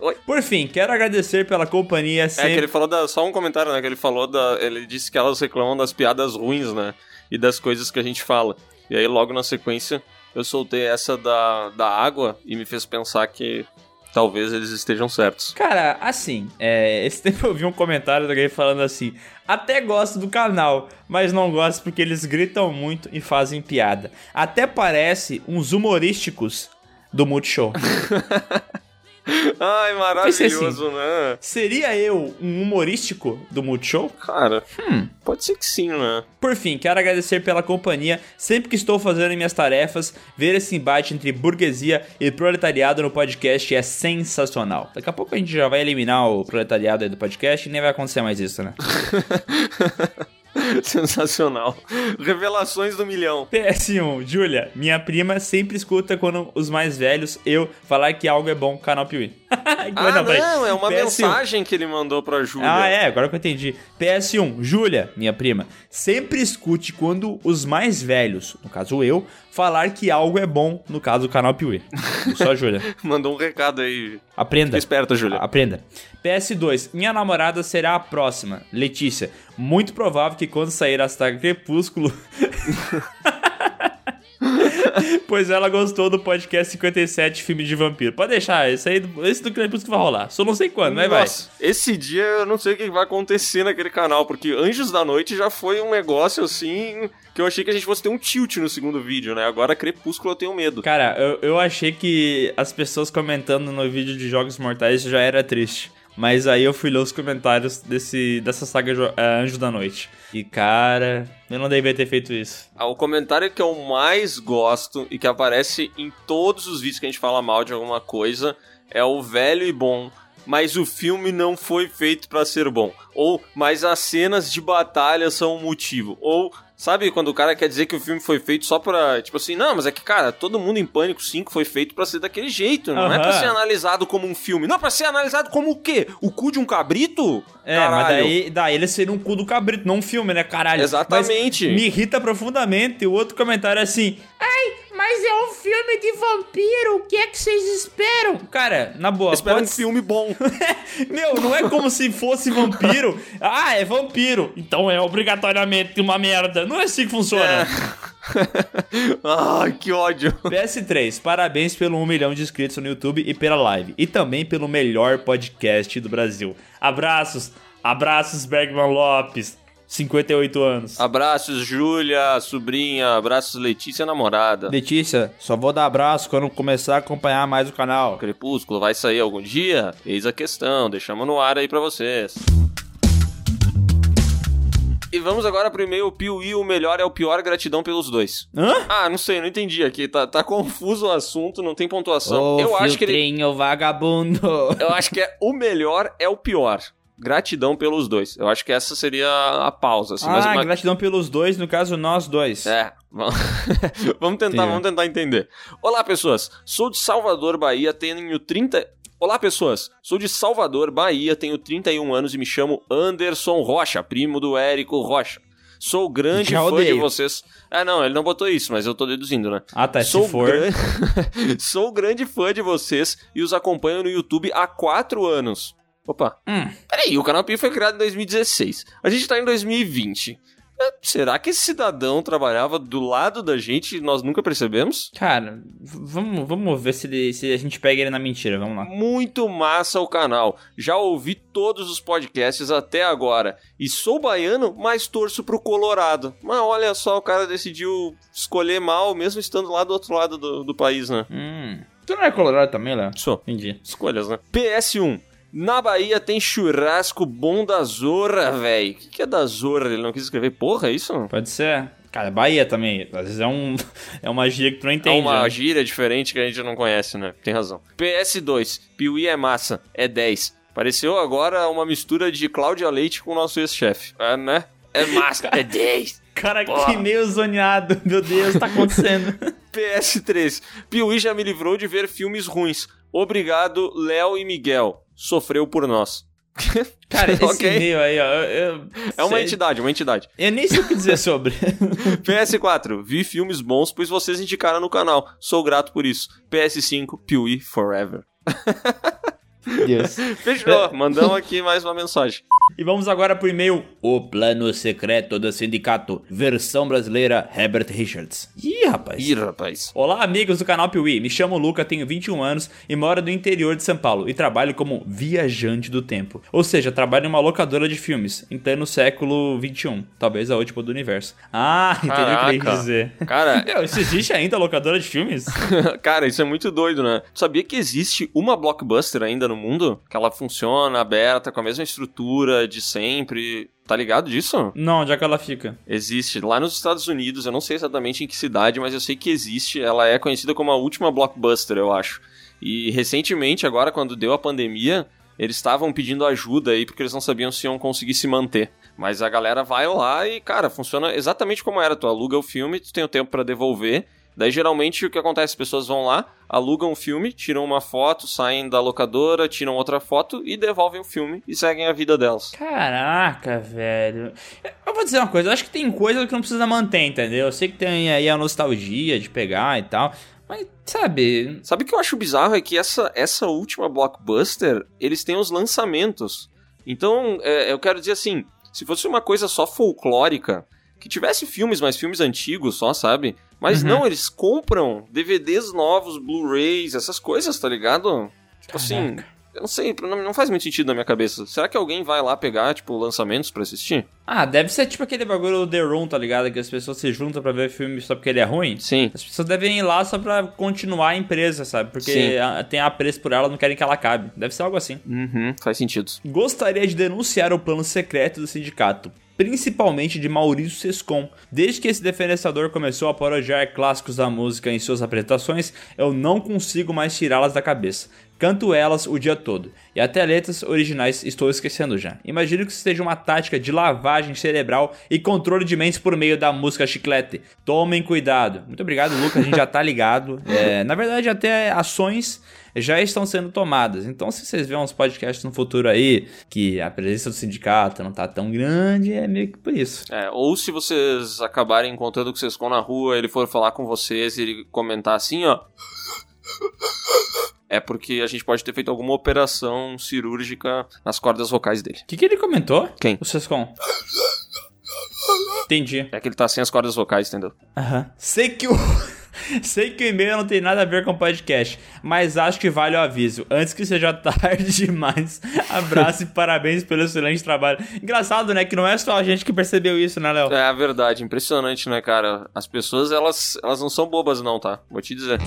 F: Oi.
G: Por fim, quero agradecer pela companhia
F: É que ele
G: sempre.
F: falou da. Só um comentário, né? Que ele falou da. Ele disse que elas reclamam das piadas ruins, né? E das coisas que a gente fala. E aí, logo na sequência, eu soltei essa da, da água e me fez pensar que talvez eles estejam certos.
G: Cara, assim, é, esse tempo eu vi um comentário de alguém falando assim: até gosto do canal, mas não gosto porque eles gritam muito e fazem piada. Até parece uns humorísticos do Multishow.
F: Ai, maravilhoso, né?
G: Seria eu um humorístico do Multishow?
F: Cara, pode ser que sim, né?
G: Por fim, quero agradecer pela companhia sempre que estou fazendo minhas tarefas. Ver esse embate entre burguesia e proletariado no podcast é sensacional. Daqui a pouco a gente já vai eliminar o proletariado aí do podcast e nem vai acontecer mais isso, né?
F: Sensacional. Revelações do milhão.
G: PS1, Júlia, minha prima sempre escuta quando os mais velhos, eu, falar que algo é bom, canal Piuí. Que
F: Ah,
G: coisa
F: não,
G: mais.
F: é uma
G: PS1.
F: mensagem que ele mandou pra Júlia.
G: Ah, é, agora que eu entendi. PS1, Júlia, minha prima, sempre escute quando os mais velhos, no caso eu, falar que algo é bom, no caso do canal Piuí. Só Júlia.
F: Mandou um recado aí. Ah,
G: Aprenda.
F: Fica esperta, Júlia.
G: Aprenda. PS2. Minha namorada será a próxima. Letícia. Muito provável que quando sair a saga Crepúsculo. pois ela gostou do podcast 57 Filme de Vampiro. Pode deixar, esse aí do- esse do Crepúsculo vai rolar. Só não sei quando, mas vai.
F: Nossa, esse dia eu não sei o que vai acontecer naquele canal, porque Anjos da Noite já foi um negócio assim que eu achei que a gente fosse ter um tilt no segundo vídeo, né? Agora Crepúsculo eu tenho medo.
G: Cara, eu, eu achei que as pessoas comentando no vídeo de Jogos Mortais já era triste. Mas aí eu fui ler os comentários desse, dessa saga Jo- eh, Anjo da Noite. E cara, eu não devia ter feito isso.
F: Ah, O comentário que eu mais gosto e que aparece em todos os vídeos que a gente fala mal de alguma coisa é o velho e bom. Mas o filme não foi feito pra ser bom. Ou, mas as cenas de batalha são o motivo. Ou, sabe quando o cara quer dizer que o filme foi feito só pra. Tipo assim, não, mas é que, cara, todo mundo em Pânico 5 foi feito pra ser daquele jeito. Não é
G: Aham.
F: pra ser analisado como um filme. Não, é pra ser analisado como o quê? O cu de um cabrito?
G: É, mas
F: Caralho.
G: daí, daí ele seria um cu do cabrito, não um filme, né, caralho?
F: Exatamente.
G: Mas me irrita profundamente. E o outro comentário é assim: Ai, mas é um filme de vampiro, o que é que vocês esperam? Cara, na boa,
F: Espera um
G: pode...
F: filme bom.
G: Meu, não é como se fosse vampiro. Ah, é vampiro. Então é obrigatoriamente uma merda. Não é assim que funciona.
F: Ai, que ódio.
G: PS3, parabéns pelo 1 milhão de inscritos no YouTube e pela live. E também pelo melhor podcast do Brasil. Abraços, abraços, Bergman Lopes, 58 anos.
F: Abraços, Júlia, sobrinha. Abraços, Letícia, namorada.
G: Letícia, só vou dar abraço quando começar a acompanhar mais o canal.
F: Crepúsculo vai sair algum dia? Eis a questão, deixamos no ar aí pra vocês. E vamos agora pro e-mail Piuí, o melhor é o pior, gratidão pelos dois.
G: Hã?
F: Ah, não sei, não entendi aqui, tá, tá confuso o assunto, não tem pontuação.
G: Ô,
F: eu acho que ele,
G: filtrinho vagabundo.
F: eu acho que é o melhor é o pior. gratidão pelos dois. Eu acho que essa seria a pausa. Assim, mas
G: ah,
F: uma-
G: gratidão pelos dois, no caso, nós dois.
F: É, vamos vamos tentar,
B: Entendi.
F: vamos tentar entender. Olá, pessoas. Sou de Salvador, Bahia, tenho 30. Olá, pessoas. Sou de Salvador, Bahia, tenho 31 anos e me chamo Anderson Rocha, primo do Érico Rocha. Sou grande
G: Já
F: fã de
G: odeio.
F: vocês. Ah, não, ele não botou isso, mas eu tô deduzindo, né?
G: Ah, tá,
F: Sou,
G: se for...
F: gran- Sou grande fã de vocês e os acompanho no YouTube há quatro anos. Opa.
G: Hum.
F: Peraí, o canal Pi foi criado em 2016. A gente tá em 2020. É, Será que esse cidadão trabalhava do lado da gente e nós nunca percebemos?
G: Cara, v- vamos, vamos ver se, ele- se a gente pega ele na mentira, vamos lá.
F: Muito massa o canal. Já ouvi todos os podcasts até agora. E sou baiano, mas torço pro Colorado. Mas olha só, o cara decidiu escolher mal, mesmo estando lá do outro lado do, do país, né?
G: Hum. Tu não é colorado também, Léo?
F: Sou.
G: Entendi.
F: Escolhas, né? PS1. Na Bahia tem churrasco bom da Zorra, velho. O que, que é da Zorra? Ele não quis escrever. Porra, é isso?
G: Pode ser. Cara, Bahia também. Às vezes é, um, é uma gíria que tu não entende.
F: é uma
G: né?
F: gíria diferente que a gente não conhece, né? Tem razão. PS2. Piuí é massa. É 10. Pareceu agora uma mistura de Cláudia Leite com o nosso ex-chefe. É, né? É massa. é 10.
G: Cara, que
F: Porra.
G: meio zoneado. Meu Deus, tá acontecendo.
F: PS3. Piuí já me livrou de ver filmes ruins. Obrigado, Léo e Miguel. Sofreu por nós.
G: Cara, esse
F: Ok.
G: e-mail aí, ó. eu- eu-
F: É uma
G: sei-
F: entidade, uma entidade.
G: Eu nem sei o que dizer sobre.
F: PS4, vi filmes bons, pois vocês indicaram no canal. Sou grato por isso. PS5, Piuí Forever.
G: Deus.
F: Fechou. Mandamos aqui mais uma mensagem.
G: E vamos agora pro e-mail O Plano Secreto do Sindicato, versão brasileira Herbert Richards. Ih, rapaz.
F: Ih, rapaz.
G: Olá, amigos do canal Piuí. Me chamo Luca, tenho 21 anos e moro no interior de São Paulo e trabalho como viajante do tempo. Ou seja, trabalho em uma locadora de filmes, em pleno século 21, talvez a última do universo. Ah, entendi o que ele
F: Caraca.
G: quis dizer.
F: Cara,
G: Meu, isso existe ainda locadora de filmes?
F: cara, isso é muito doido, né? Tu Sabia que existe uma blockbuster ainda no mundo? Que ela funciona aberta, com a mesma estrutura de sempre. Tá ligado disso?
G: Não, onde é que ela fica?
F: Existe. Lá nos Estados Unidos, eu não sei exatamente em que cidade, mas eu sei que existe. Ela é conhecida como a última blockbuster, eu acho. E recentemente, agora quando deu a pandemia, eles estavam pedindo ajuda aí porque eles não sabiam se iam conseguir se manter. Mas a galera vai lá e, cara, funciona exatamente como era. Tu aluga o filme, tu tem o tempo pra devolver. Daí geralmente o que acontece? As pessoas vão lá, alugam o filme, tiram uma foto, saem da locadora, tiram outra foto e devolvem o filme e seguem a vida delas.
G: Caraca, velho. Eu vou dizer uma coisa, eu acho que tem coisa que não precisa manter, entendeu? Eu sei que tem aí a nostalgia de pegar e tal, mas sabe,
F: Sabe o que eu acho bizarro é que essa, essa última blockbuster, eles têm os lançamentos. Então, é, eu quero dizer assim, se fosse uma coisa só folclórica, que tivesse filmes, mas filmes antigos só, sabe? Mas
G: Uhum.
F: não, eles compram DVDs novos, Blu-rays, essas coisas, tá ligado? Tipo assim, eu não sei, não, não faz muito sentido na minha cabeça. Será que alguém vai lá pegar, tipo, lançamentos pra assistir?
G: Ah, deve ser tipo aquele bagulho do The Room, tá ligado? Que as pessoas se juntam pra ver filme só porque ele é ruim.
F: Sim.
G: As pessoas devem ir lá só pra continuar a empresa, sabe?
F: Sim.
G: Porque a- tem apreço por ela, não querem que ela acabe. Deve ser algo assim.
F: Uhum, faz sentido.
G: Gostaria de denunciar o plano secreto do sindicato, principalmente de Maurício Sescon. Desde que esse defenestrador começou a parodiar clássicos da música em suas apresentações, eu não consigo mais tirá-las da cabeça. Canto elas o dia todo, e até letras originais estou esquecendo já. Imagino que isso seja uma tática de lavagem cerebral e controle de mentes por meio da música chiclete. Tomem cuidado. Muito obrigado, Lucas, a gente já tá ligado. É, na verdade, até ações já estão sendo tomadas. Então, se vocês verem uns podcasts no futuro aí, que a presença do sindicato não tá tão grande, é meio que por isso.
F: É, ou se vocês acabarem encontrando com o Sescon na rua, ele for falar com vocês e ele comentar assim, ó. É porque a gente pode ter feito alguma operação cirúrgica nas cordas vocais dele.
G: O que, que ele comentou?
F: Quem?
G: O Sescon. Entendi.
F: É que ele tá sem as cordas vocais, entendeu?
G: Aham. Sei que o. Sei que o e-mail não tem nada a ver com o podcast, mas acho que vale o aviso. Antes que seja tarde demais, abraço e parabéns pelo excelente trabalho. Engraçado, né? Que não é só a gente que percebeu isso, né, Léo?
F: É a verdade, impressionante, né, cara? As pessoas, elas, elas não são bobas, não, tá? Vou te dizer.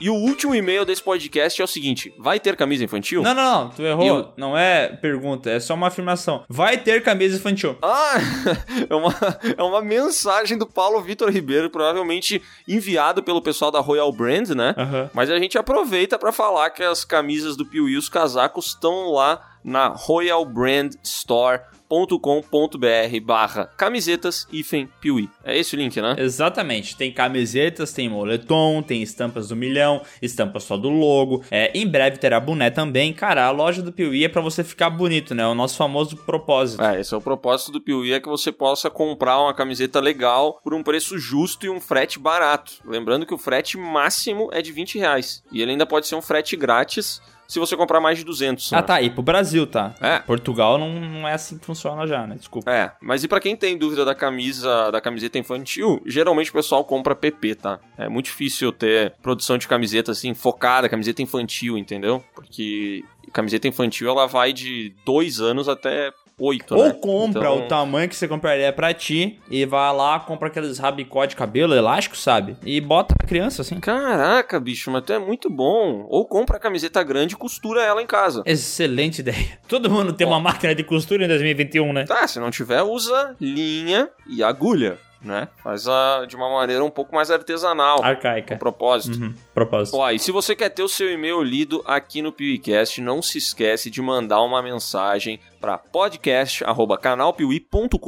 F: E o último e-mail desse podcast é o seguinte: vai ter camisa infantil?
G: Não, não, não, tu errou.
F: Eu-
G: Não é pergunta, é só uma afirmação. Vai ter camisa infantil.
F: Ah, é uma, é uma mensagem do Paulo Vitor Ribeiro, provavelmente enviado pelo pessoal da Royal Brand, né?
G: Aham.
F: Mas a gente aproveita pra falar que as camisas do Piuí, os casacos, estão lá na royalbrandstore.com.br barra camisetas hífen Piuí. É esse o link, né?
G: Exatamente, tem camisetas, tem moletom, tem estampas do milhão, estampa só do logo. É, em breve terá boné também. Cara, a loja do Piuí é pra você ficar bonito, né? O nosso famoso propósito.
F: É, esse é o propósito do Piuí, é que você possa comprar uma camiseta legal por um preço justo e um frete barato. Lembrando que o frete máximo é de 20 reais. E ele ainda pode ser um frete grátis se você comprar mais de 200.
G: Ah,
F: né?
G: tá, e pro Brasil, tá?
F: É.
G: Portugal não, não é assim que funciona já, né? Desculpa.
F: É, mas e pra quem tem dúvida da camisa, da camiseta infantil, geralmente o pessoal compra PP, tá? É muito difícil ter produção de camiseta assim focada, camiseta infantil, entendeu? Porque camiseta infantil ela vai de dois anos até oito, né?
G: Ou compra
F: Então-
G: o tamanho que você compraria pra ti e vai lá, compra aqueles rabicó de cabelo elástico, sabe? E bota a criança assim.
F: Caraca, bicho, mas tu é muito bom. Ou compra a camiseta grande e costura ela em casa.
G: Excelente ideia. Todo mundo tem uma máquina de costura em 2021, né?
F: Tá, se não tiver, usa linha e agulha, né? Faz a, de uma maneira um pouco mais artesanal, com
G: Arcaica.
F: propósito.
G: Uhum. Propósito.
F: Ó, e se você quer ter o seu e-mail lido aqui no PeeWeeCast, não se esquece de mandar uma mensagem para podcast@canalpiuí.com.br.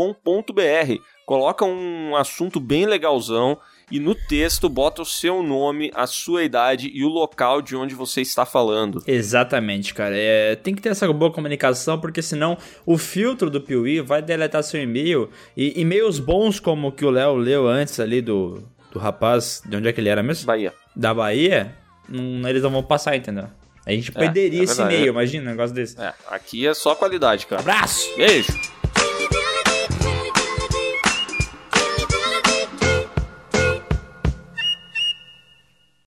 F: Coloca um assunto bem legalzão e no texto bota o seu nome, a sua idade e o local de onde você está falando.
G: Exatamente, cara. É, tem que ter essa boa comunicação, porque senão o filtro do Piuí vai deletar seu e-mail. E e-mails bons, como o que o Léo leu antes ali do, do rapaz, de onde é que ele era mesmo?
F: Bahia.
G: Da Bahia, não, eles não vão passar, entendeu? A gente perderia
F: é
G: esse
F: verdade.
G: e-mail, imagina um negócio desse.
F: É, aqui é só qualidade, cara.
G: Abraço!
F: Beijo!